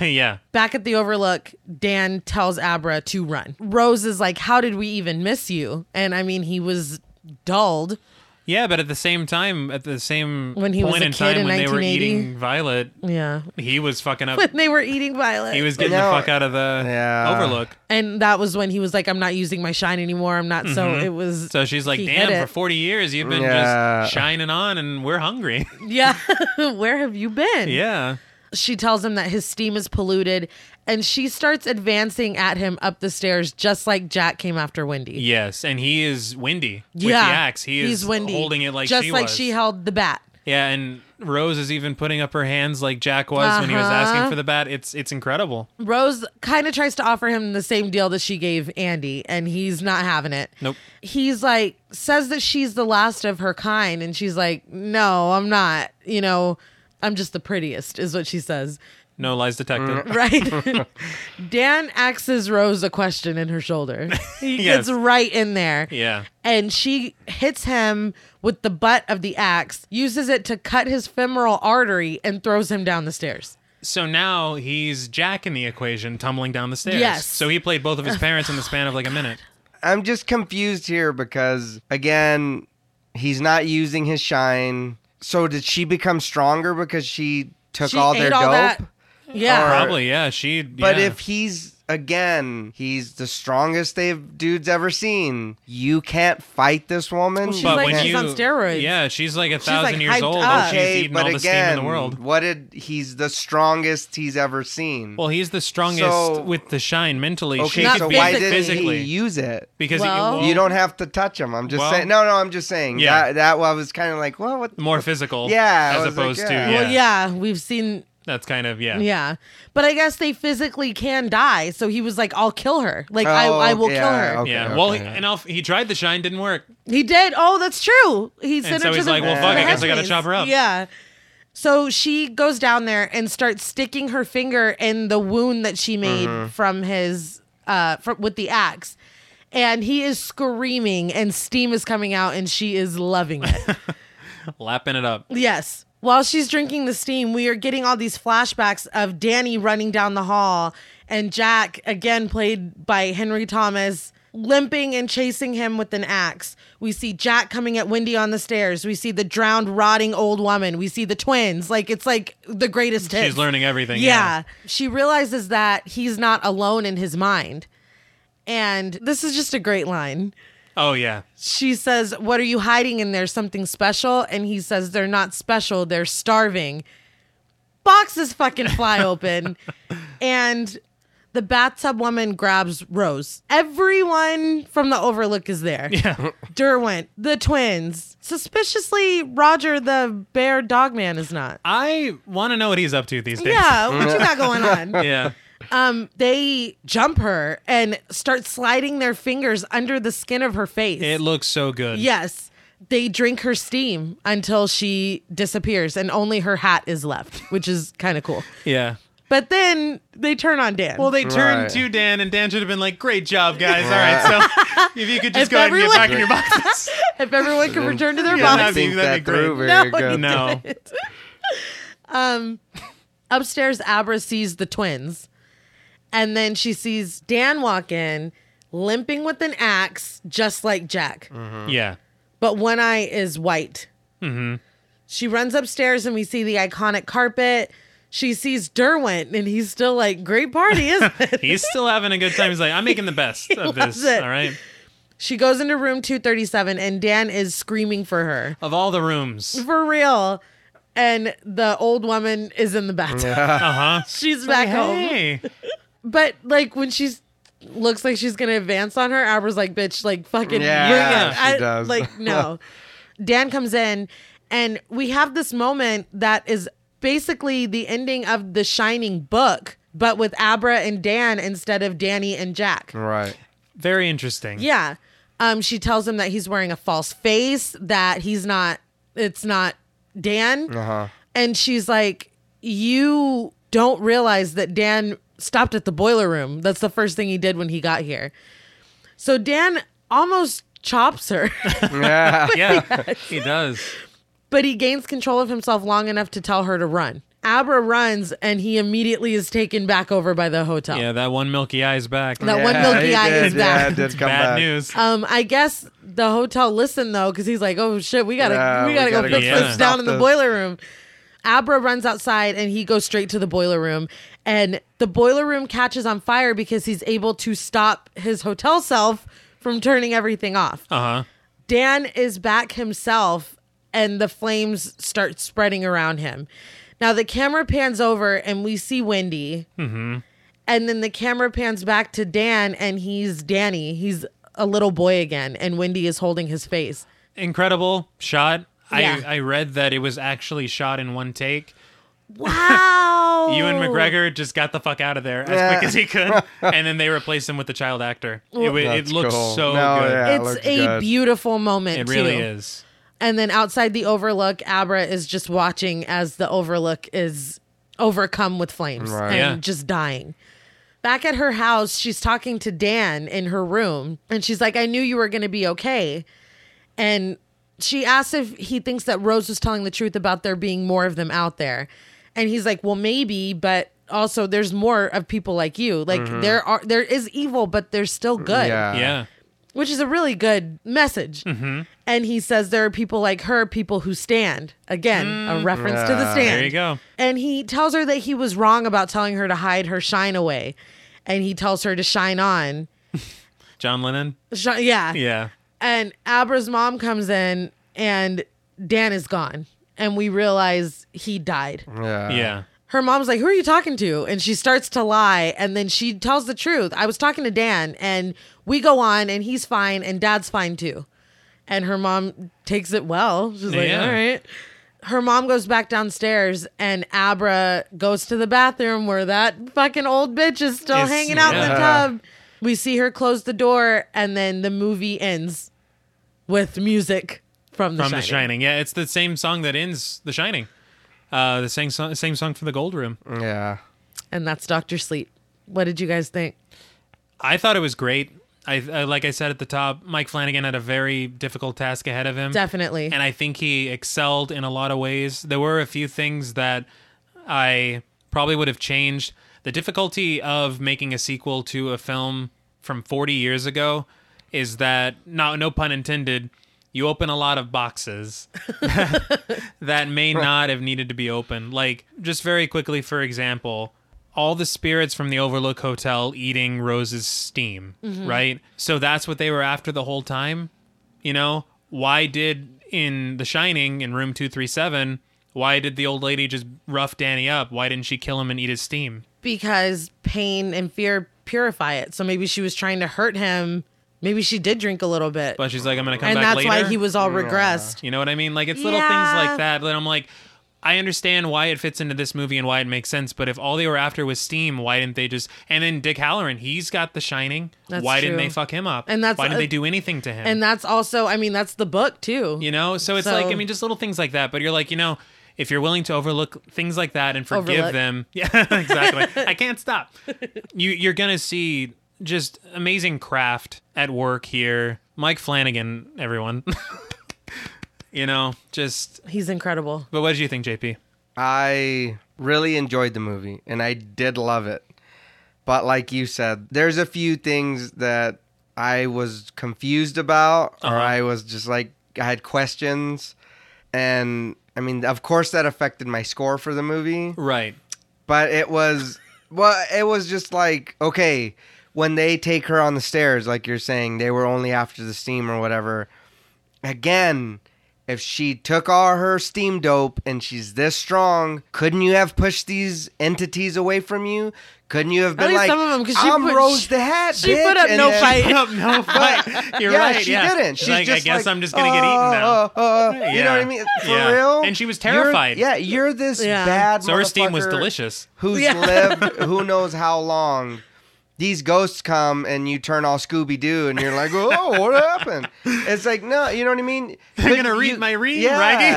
yeah,
Back at the Overlook, Dan tells Abra to run. Rose is like, How did we even miss you? And I mean, he was dulled.
yeah. But at the same time, at the same
When he was
point
a
in
kid
time
in
when they were
1980.
eating Violet,
Yeah.
he was fucking up.
They were eating Violet.
He was getting
No.
the fuck out of the
Yeah.
overlook.
and that was when he was like, "I'm not using my shine anymore. I'm not." So it was.
Mm-hmm. So she's like,
He hit
"Damn,
it.
for 40 years you've been
Yeah.
just shining on and we're hungry."
yeah, where have you been?
yeah.
She tells him that his steam is polluted, and she starts advancing at him up the stairs, just like Jack came after Wendy.
Yes, and he is windy with the axe. He is
he's windy,
holding it like
just
she
like
was.
she held the bat.
Yeah, and Rose is even putting up her hands like Jack was when he was asking
Uh-huh.
for the bat. It's it's incredible.
Rose kind of tries to offer him the same deal that she gave Andy, and he's not having it.
Nope.
He's like, says that she's the last of her kind, and she's like, no, I'm not. You know, I'm just the prettiest, is what she says.
No lies
Mm.
detected.
Right. Dan axes Rose a question in her shoulder. He
Yes.
gets right in there.
Yeah.
And she hits him with the butt of the axe, uses it to cut his femoral artery, and throws him down the stairs.
So now he's Jack in the equation, tumbling down the stairs.
Yes.
So he played both of his parents in the span of like a minute.
I'm just confused here because again, he's not using his shine. So did she become stronger because she took
She
all
ate
their
all
dope?
that- Yeah.
Or-
Probably, yeah. She.
But
yeah.
if he's again, he's the strongest they've dudes ever seen. You can't fight this woman.
she's
You
but
like,
when
can't-
she's
you,
on steroids.
Yeah, she's like a thousand
like,
years
hyped
old.
up.
and she's
okay,
eating
but
all the steam
again,
in the world.
what did he's the strongest he's ever seen?
Well, he's the strongest
So-
with the shine mentally.
okay,
she
Not
so
could beat
why
him
didn't
physically
he use it?
because
Well-
he,
You don't have to touch him. I'm just
Well-
saying. No, no, I'm just saying.
Yeah.
That that I was kind of like, well, what?
more physical.
Yeah, I
as
was like,
opposed
yeah.
to yeah,
Well, yeah, we've seen.
That's kind of yeah.
Yeah. But I guess they physically can die. So he was like, I'll kill her. Like,
Oh,
I, I will kill
yeah,
her.
okay.
yeah. Well, he,
okay.
and Alf, he tried the shine, didn't work.
He did. Oh, that's true. He sent
so
her to
he's
the
like, "Well,
to
fuck,
the
I guess I
gotta
headpiece."
chop her up.
Yeah. So she goes down there and starts sticking her finger in the wound that she made
Mm-hmm.
from his uh from with the axe. And he is screaming and steam is coming out and she is loving it.
Lapping it up.
yes. While she's drinking the steam, we are getting all these flashbacks of Danny running down the hall and Jack again played by Henry Thomas limping and chasing him with an axe. We see Jack coming at Wendy on the stairs. We see the drowned, rotting old woman. We see the twins. Like it's like the greatest hits.
She's learning everything.
Yeah. She realizes that he's not alone in his mind. And this is just a great line.
Oh yeah.
She says, What are you hiding in there? Something special? And he says, They're not special. They're starving. Boxes fucking fly open. and the bathtub woman grabs Rose. Everyone from the Overlook is there.
Yeah.
Derwent, the twins. Suspiciously, Roger the bear dog man is not.
I want to know what he's up to these days.
Yeah, what you got going on?
Yeah.
um, they jump her and start sliding their fingers under the skin of her face.
It looks so good.
yes. They drink her steam until she disappears and only her hat is left, which is kind of cool.
Yeah.
But then they turn on Dan.
Well, they turned
Right.
to Dan, and Dan should have been like, "Great job, guys! All right, so if you could just
If
go ahead and get
everyone-
back in your boxes."
if everyone could return to their
Yeah,
box.
that'd be-
think that
that'd be great.
through
No, you
very good.
No.
upstairs abra sees the twins and then she sees dan walk in limping with an axe just like jack
Yeah.
but one eye is white
Mm-hmm.
she runs upstairs and we see the iconic carpet she sees derwent and he's still like great party isn't it
He's still having a good time. He's like, "I'm making the best of
loves
this."
it.
All right.
she goes into room 237 and dan is screaming for her
Of all the rooms.
for real and the old woman is in the bathtub
Uh huh.
she's back home
Hey.
But like when she's looks like she's gonna advance on her, Abra's like, bitch, like fucking
Yeah,
bring it."
she does.
Like, no. Dan comes in and we have this moment that is basically the ending of the shining book, but with Abra and Dan instead of Danny and Jack.
Right.
Very interesting.
Yeah. Um, she tells him that he's wearing a false face, that he's not, it's not Dan.
Uh-huh.
And she's like, You don't realize that Dan stopped at the boiler room. That's the first thing he did when he got here. So Dan almost chops her,
Yeah.
Yeah. He does.
but he gains control of himself long enough to tell her to run. Abra runs and he immediately is taken back over by the hotel.
Yeah. That one milky eye is back.
That one
Yeah,
milky
he
eye
did.
is
Yeah,
back.
it did come
Bad
back.
news.
Um, I guess the hotel listened though, because he's like, "Oh shit, we gotta,
Yeah,
we
we
gotta,
gotta
go
go
fix
fix
this
this.
down in the
Stop this.
boiler room." Abra runs outside and he goes straight to the boiler room, and the boiler room catches on fire because he's able to stop his hotel self from turning everything off.
Uh huh.
Dan is back himself, and the flames start spreading around him. Now the camera pans over and we see Wendy, and then the camera pans back to Dan, and he's Danny. He's a little boy again, and Wendy is holding his face.
Incredible shot.
Yeah.
I, I read that it was actually shot in one take.
Wow!
Ewan McGregor just got the fuck out of there as
Yeah.
quick as he could, and then they replaced him with the child actor. It, wa- it
That's
looks
cool.
so
No,
good.
yeah. That
It's
looks
a
good.
beautiful moment.
It really
too.
is.
And then outside the Overlook, Abra is just watching as the Overlook is overcome with flames
Right.
and
Yeah.
just dying. Back at her house, she's talking to Dan in her room, and she's like, I knew you were going to be okay. And she asks if he thinks that Rose was telling the truth about there being more of them out there. And he's like, Well, maybe, but also there's more of people like you. Like there are there is evil, but there's still good
Mm-hmm. Yeah.
yeah.
which is a really good message.
Mm-hmm.
And he says there are people like her, people who stand. Again, a reference to the
Yeah.
stand.
Mm. There you go.
And he tells her that he was wrong about telling her to hide her shine away. And he tells her to shine on.
John Lennon.
Shi- yeah.
Yeah.
And Abra's mom comes in, and Dan is gone. And we realize he died.
Yeah.
Yeah.
Her mom's like, Who are you talking to? And she starts to lie. And then she tells the truth. I was talking to Dan, and we go on, and he's fine, and dad's fine too. And her mom takes it well. She's like,
Yeah.
All right. Her mom goes back downstairs, and Abra goes to the bathroom where that fucking old bitch is still
It's-
hanging out in the
yeah.
tub. We see her close the door, and then the movie ends with music from The
From
Shining.
The Shining. Yeah, it's the same song that ends The Shining. Uh, the same song, same song from the Gold Room.
Yeah.
And that's Doctor Sleep. What did you guys think?
I thought it was great. I, I like I said at the top, Mike Flanagan had a very difficult task ahead of him.
Definitely.
and I think he excelled in a lot of ways. There were a few things that I probably would have changed. The difficulty of making a sequel to a film from 40 years ago is that no no pun intended. You open a lot of boxes that may not have needed to be opened. Like just very quickly, for example, all the spirits from the Overlook Hotel eating Rose's steam, right? So that's what they were after the whole time. You know, why did in The Shining in room 237, why did the old lady just rough Danny up? Why didn't she kill him and eat his steam?
because pain and fear purify it. So maybe she was trying to hurt him. Maybe she did drink a little bit.
But she's like, I'm going to come
and
back
that's
later.
why he was all regressed.
You know what I mean? Like it's little
Yeah.
things like that that I'm like, I understand why it fits into this movie and why it makes sense, but if all they were after was steam, why didn't they just? And then Dick Halloran, he's got The Shining.
That's
why didn't
true.
they fuck him up?
And that's-
why did
uh,
they do anything to him?
And that's also, I mean, that's the book too.
you know, so it's like
So-
I mean, just little things like that. But you're like, you know, if you're willing to overlook things like that and forgive
Overlook.
them, yeah, exactly. I can't stop. You you're gonna see just amazing craft at work here. Mike Flanagan, everyone. you know, just
He's incredible.
but what did you think, JP?
I really enjoyed the movie and I did love it. But like you said, there's a few things that I was confused about or
Uh-huh.
I was just like I had questions and I mean, of course that affected my score for the movie,
Right.
but it was well, it was just like okay, when they take her on the stairs like you're saying, they were only after the steam or whatever. Again, if she took all her steam dope and she's this strong, couldn't you have pushed these entities away from you? Couldn't you have been
least
like,
some of 'em, 'cause she
I'm
put-
Rose
she-
the Hat,
she
bitch,"
put up
and
no
then-
fight.
Yep, no, but you're
yeah,
right.
she
yeah.
didn't. She's
like,
just
I guess
like,
I'm just gonna get eaten now.
"Uh, uh, uh," You know what
Yeah.
I mean? For
Yeah.
real?
And she was
You're-
terrified.
yeah, you're this
Yeah.
bad
so her steam was
motherfucker
delicious.
who's
Yeah.
lived who knows how long. These ghosts come and you turn all Scooby Doo and you're like, oh, what happened? It's like, no, you know what I mean?
They're
Couldn't
gonna read
you-
my read,
yeah,
Raggy.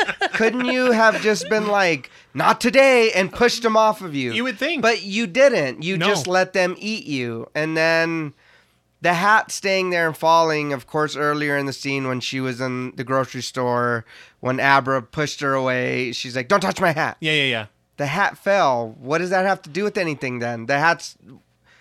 right? Couldn't you have just been like, not today, and pushed them off of you?
You would think.
But you didn't. You
No.
just let them eat you. And then the hat staying there and falling, of course, earlier in the scene when she was in the grocery store, when Abra pushed her away, she's like, don't touch my hat
Yeah, yeah, yeah.
the hat fell. What does that have to do with anything then? The hat's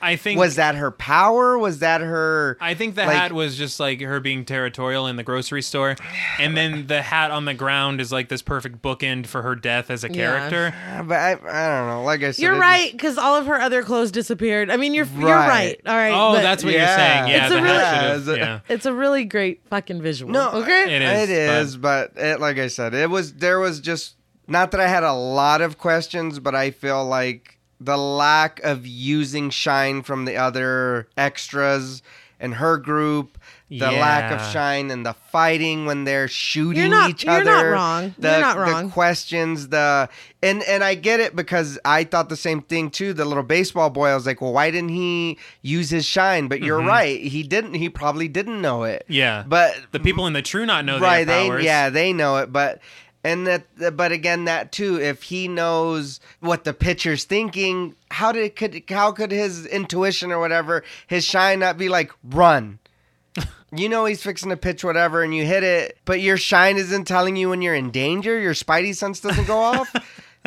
I think
was that her power? Was that her
I think the
like-
hat was just like her being territorial in the grocery store, and then the hat on the ground is like this perfect bookend for her death as a
Yeah.
character.
but I, I don't know. Like I said,
You're
it-
right, because all of her other clothes disappeared. I mean, you're you're right.
Right.
All right.
Oh,
but
that's what
Yeah.
you're saying. Yeah,
It's a
the
really-
hat
Yeah,
should
it's a-
have. Yeah.
It's a really great fucking visual.
No,
okay.
It is,
It is, but, it, like I said, it was there was just not that I had a lot of questions, but I feel like the lack of using shine from the other extras and her group. The lack of
Yeah.
shine and the fighting when they're shooting
not-
each
you're
other.
not wrong.
The,
You're not
the
wrong.
questions, the and and I get it because I thought the same thing too. The little baseball boy, I was like, well, why didn't he use his shine? But you're right, he didn't. He probably didn't know it.
yeah.
But
the people in the true not know
right
their
they
powers.
yeah they know it but and that but again that too if he knows what the pitcher's thinking how did could how could his intuition or whatever his shine not be like run you know he's fixing to pitch whatever and you hit it but your shine isn't telling you when you're in danger your spidey sense doesn't go off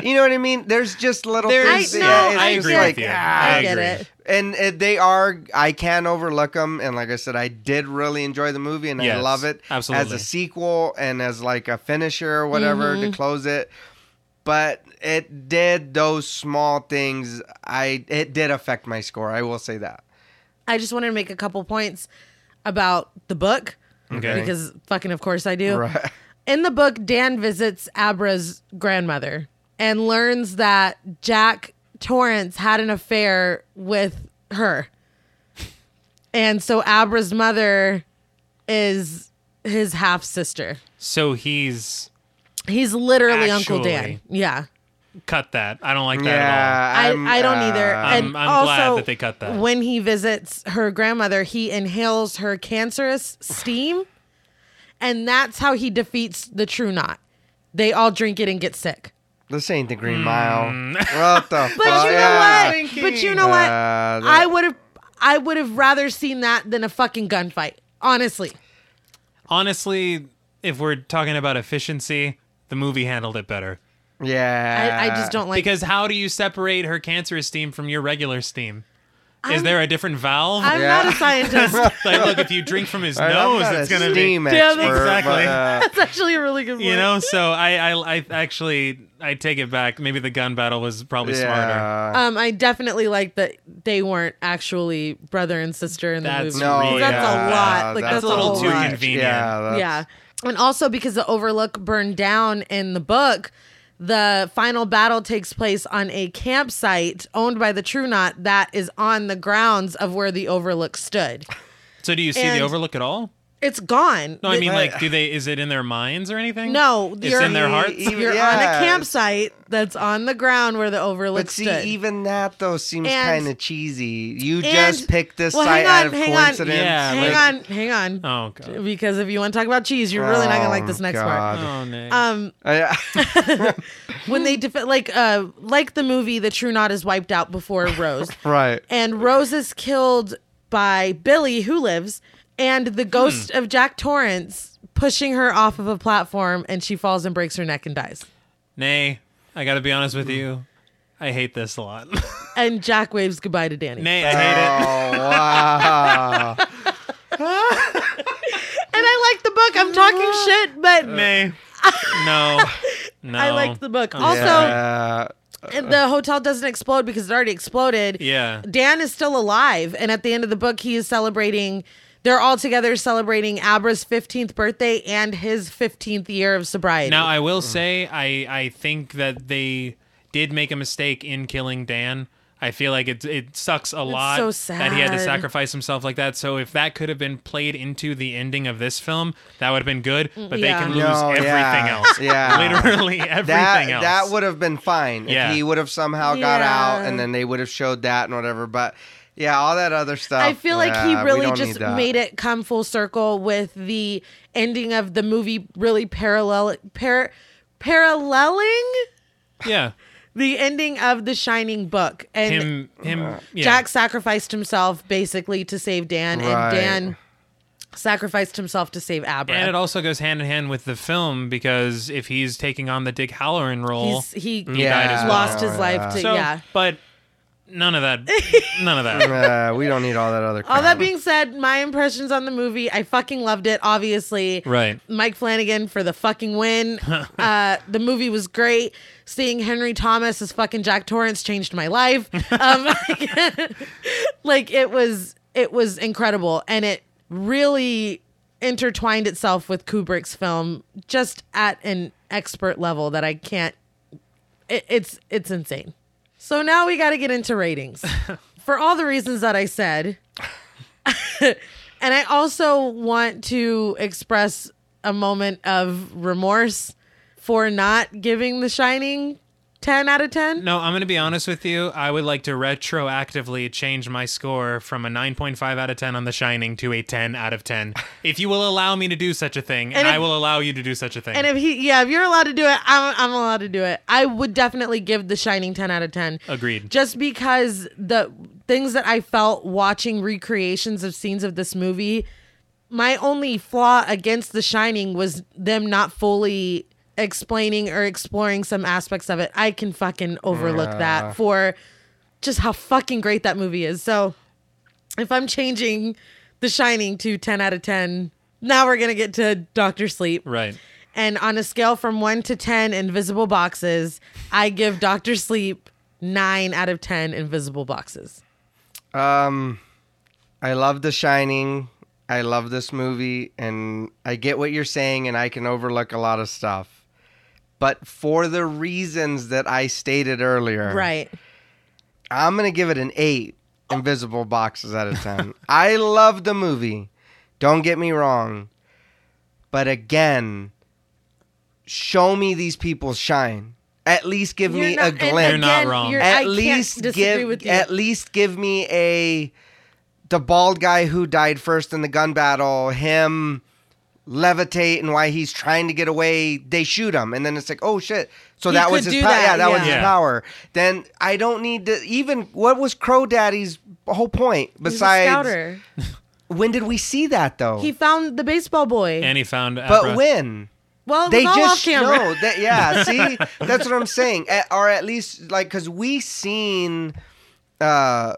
you know what i mean there's just little
There's,
things
I-
yeah,
no,
yeah, it's
I
just
agree
like,
with you.
ah,
I
I
get
agree.
it.
and uh, they are i can overlook them and like i said i did really enjoy the movie and i
Yes,
love it as
absolutely.
a sequel and as like a finisher or whatever
Mm-hmm.
to close it but it did those small things i it did affect my score i will say that
I just wanted to make a couple points about the book
Okay.
because fucking of course I do.
right
In the book, Dan visits Abra's grandmother and learns that Jack Torrance had an affair with her. And so Abra's mother is his half sister.
So he's
He's literally Uncle
Actually.
Dan. Yeah.
cut that. I don't like that at all.
yeah
I,
I'm,
I don't
uh,
either. and
I'm- I'm glad
also,
that they cut that.
When he visits her grandmother, he inhales her cancerous steam, and that's how he defeats the True Knot. They all drink it and get sick.
this ain't the
Hmm.
green mile what the
But
fuck
you know
yeah.
what? But you know what?
Uh, that-
I would have, I would have rather seen that than a fucking gunfight. Honestly,
Honestly, if we're talking about efficiency, the movie handled it better.
yeah
I, I just don't like.
Uh,
Because how do you separate her cancerous steam from your regular steam? Is there a different valve?
I'm
Yeah.
not a scientist.
like, look, if you drink from his
All right, I'm
nose,
not
it's
a
gonna
steam
be
Yeah,
expert,
exactly.
but, uh,
That's actually a really good point.
you know. So I, I, I actually, I take it back. Maybe the gun battle was
uh,
probably smarter.
yeah.
Um, I definitely like that they weren't actually brother and sister in the
That's
movie.
No,
really
that's a
yeah,
lot. Like
that's,
that's,
a little
whole
too
lot.
convenient.
Yeah, that's-
yeah, and also because the Overlook burned down in the book, the final battle takes place on a campsite owned by the True Knot that is on the grounds of where the Overlook stood.
So do you see
And-
the Overlook at all?
It's gone.
No, I mean,
I-
like, do they? Is it in their minds or anything?
No,
it's
you're-
in their hearts.
E- even-
You're
yeah.
on a campsite that's on the ground where the Overlook
But see,
stood.
even that though seems
And-
kind of cheesy. You
and-
just picked this
well,
site
hang on,
out of
hang on.
coincidence.
Yeah,
hang
like-
on, hang on.
Oh god.
because if you want to talk about cheese, you're really not gonna like
Oh,
this next
God.
Oh no.
part. Um,
Uh,
when they def- like uh like the movie, the True Knot is wiped out before Rose,
right.
and Rose is killed by Billy, who lives, and the ghost
Hmm.
of Jack Torrance pushing her off of a platform, and she falls and breaks her neck and dies.
Nay, I got to be honest with you. I hate this a lot.
And Jack waves goodbye to Danny.
Nay, I hate it.
Oh wow.
And I like the book. I'm talking shit, but
Nay. No. No.
I liked the book. Also,
yeah.
and the hotel doesn't explode because it already exploded.
Yeah.
Dan is still alive, and at the end of the book, he is celebrating. They're all together celebrating Abra's 15th birthday and his 15th year of sobriety.
Now I
Mm.
will say I I think that they did make a mistake in killing Dan. I feel like it it sucks a lot
so
that he had to
sad.
sacrifice himself like that. So if that could have been played into the ending of this film, that would have been good. But
Mm, yeah.
they can lose
No,
everything
yeah.
else.
Yeah.
literally everything
that
else.
that would have been fine
Yeah.
if he would have somehow got out
Yeah.
and then they would have showed that and whatever. But yeah, all that other stuff.
I feel like he
yeah, we
really
don't
just
need that.
made it come full circle with the ending of the movie, really parallel, par- paralleling
yeah,
the ending of the Shining book. And
him him.
Uh,
Yeah.
Jack sacrificed himself basically to save Dan,
Right.
and Dan sacrificed himself to save Abra.
and it also goes hand in hand with the film because if he's taking on the Dick Halloran role,
He's, he
Yeah. died as well.
lost his
Yeah.
life to
so
yeah.
but none of that, none of that.
Uh, we don't need all that other. Crap.
All that being said, my impressions on the movie, I fucking loved it, obviously.
Right.
Mike Flanagan for the fucking win. uh, the movie was great. Seeing Henry Thomas as fucking Jack Torrance changed my life. Um, like it was it was incredible and it really intertwined itself with Kubrick's film just at an expert level that I can't it, it's it's insane. So now we got to get into ratings. For all the reasons that I said, and I also want to express a moment of remorse for not giving The Shining 10 out of 10.
No, I'm going to be honest with you. I would like to retroactively change my score from a 9.5 out of 10 on The Shining to a 10 out of 10. If you will allow me to do such a thing, and,
And if-
I will allow you to do such a thing.
And if he, yeah, if you're allowed to do it, I'm, I'm allowed to do it. I would definitely give The Shining 10 out of 10.
Agreed.
Just because the things that I felt watching recreations of scenes of this movie, my only flaw against The Shining was them not fully explaining or exploring some aspects of it. I can fucking overlook that for just how fucking great that movie is. So if I'm changing The Shining to 10 out of 10, now we're going to get to Doctor Sleep.
right.
And on a scale from one to 10 invisible boxes, I give Dr. Sleep nine out of 10 invisible boxes.
Um, I love The Shining. I love this movie, and I get what you're saying, and I can overlook a lot of stuff. But for the reasons that I stated earlier,
Right.
I'm gonna give it an eight invisible boxes out of ten. I love the movie. Don't get me wrong. But again, show me these people shine. At least give me a
and
glimpse.
You're not wrong.
you're- I
at
can't
least
disagree
give
with you.
at least give me a the bald guy who died first in the gun battle, him levitate and why he's trying to get away, they shoot him and then it's like, "Oh shit." So
He
that
could
was his
do
pow-
that,
yeah, that was
yeah.
his
Yeah.
power. Then I don't need to even what was Crow Daddy's whole point
He's a
besides
scouter.
when did we see that though?
He found the baseball boy.
And he found
but
Abra.
when?
well, it
they
was all
just
off camera.
no, that yeah. See, that's what I'm saying, at, or at least like because we seen uh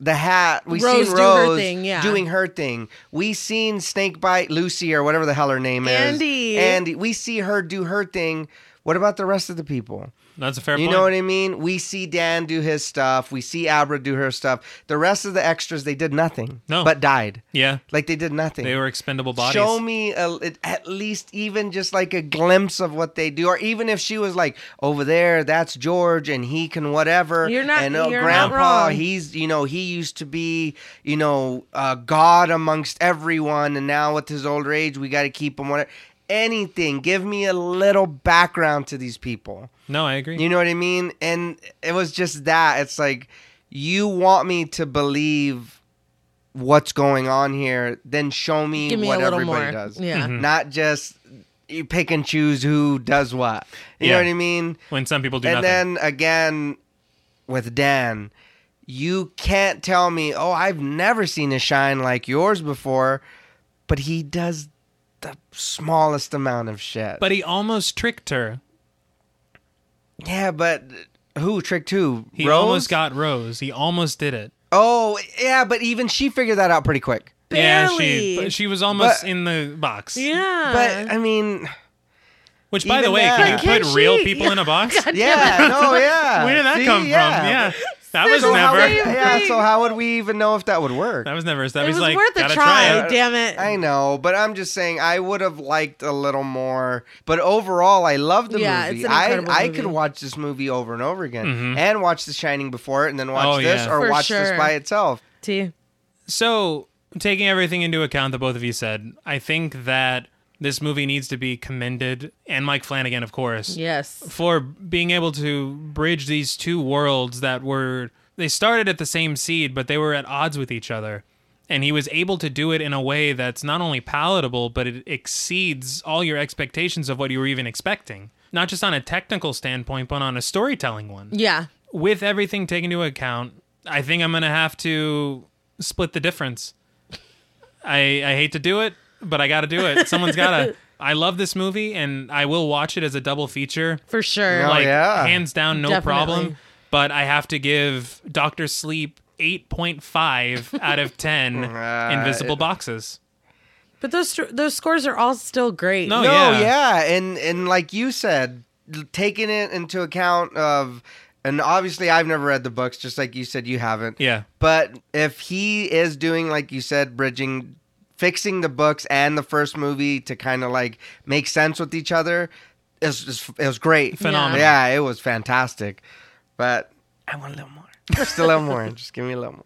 the hat. We
Rose
seen
do her
Rose
thing, yeah.
doing her thing. We seen Snakebite Lucy or whatever the hell her name
Andy.
is. Andy. We see her do her thing. What about the rest of the people?
That's a fair
You
point.
know what I mean? We see Dan do his stuff. We see Abra do her stuff. The rest of the extras, they did nothing.
No.
But died.
yeah.
Like they did nothing.
They were expendable bodies.
Show me a, at least even just like a glimpse of what they do, or even if she was like over there, that's George, and he can whatever.
You're not-
And oh,
you're not
Grandpa,
wrong.
he's you know he used to be you know uh, God amongst everyone, and now with his older age, we got to keep him whatever. Anything. Give me a little background to these people.
No, I agree.
You know what I mean? And it was just that. It's like you want me to believe what's going on here, then show me,
Give me
what
a little
everybody
more.
does.
Yeah.
Mm-hmm.
Mhm.
Not just you pick and choose who does what. You
Yeah.
know what I mean?
when some people do
and
nothing.
then again with Dan, you can't tell me, "Oh, I've never seen a shine like yours before," but he does the smallest amount of shit.
but he almost tricked her.
yeah, but who tricked who?
He
Rose?
almost got Rose. He almost did it.
Oh, yeah, but even she figured that out pretty quick.
Barely.
Yeah, she but she was almost
But-
in the box.
yeah.
But I mean,
Which, by the
Even
way,
that.
can
But
you
can
put real
she-
people in a box?
yeah, no, yeah.
Where did that
Uh, See,
come from? Yeah, that was
So how
never.
would- yeah, so how would we even know if that would work?
That was never. That
it
was
was
like
worth a
gotta
try,
it.
damn it.
I know, but I'm just saying I would have liked a little more. But overall, I love the
Yeah,
movie.
it's an
I
incredible
I
movie.
could watch this movie over and over again, and watch The Shining before it, and then watch
Mm-hmm. Oh,
this
yeah.
or
For
watch
sure.
this by itself.
T.
So, taking everything into account that both of you said, I think that this movie needs to be commended, and Mike Flanagan, of course,
Yes.
for being able to bridge these two worlds that were they started at the same seed but they were at odds with each other and he was able to do it in a way that's not only palatable but it exceeds all your expectations of what you were even expecting not just on a technical standpoint but on a storytelling one
Yeah.
with everything taken into account i think i'm gonna have to split the difference i i hate to do it but i gotta do it someone's gotta i love this movie and i will watch it as a double feature
For sure.
No.
like
Oh, yeah.
hands down no
Definitely.
problem but i have to give dr sleep 8.5 out of 10
Right.
invisible boxes
But those str- those scores are all still great.
No, Oh,
no,
yeah.
yeah. and and like you said, l- taking it into account of, and obviously I've never read the books, just like you said you haven't.
yeah
But if he is doing, like you said, bridging, fixing the books and the first movie to kind of like make sense with each other, it was, just- it was great.
Phenomenal.
Yeah, it was fantastic. But I want a little more. Just a little more. Just give me a little more.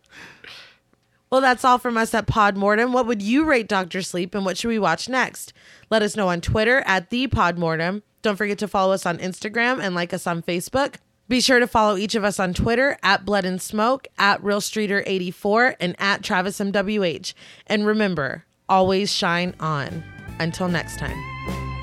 Well, that's all from us at Podmortem. What would you rate Doctor Sleep and what should we watch next? Let us know on Twitter at the Podmortem. Don't forget to follow us on Instagram and like us on Facebook. Be sure to follow each of us on Twitter at Blood and Smoke, at Real Streeter84, and at Travis MWH. And remember, always shine on. Until next time.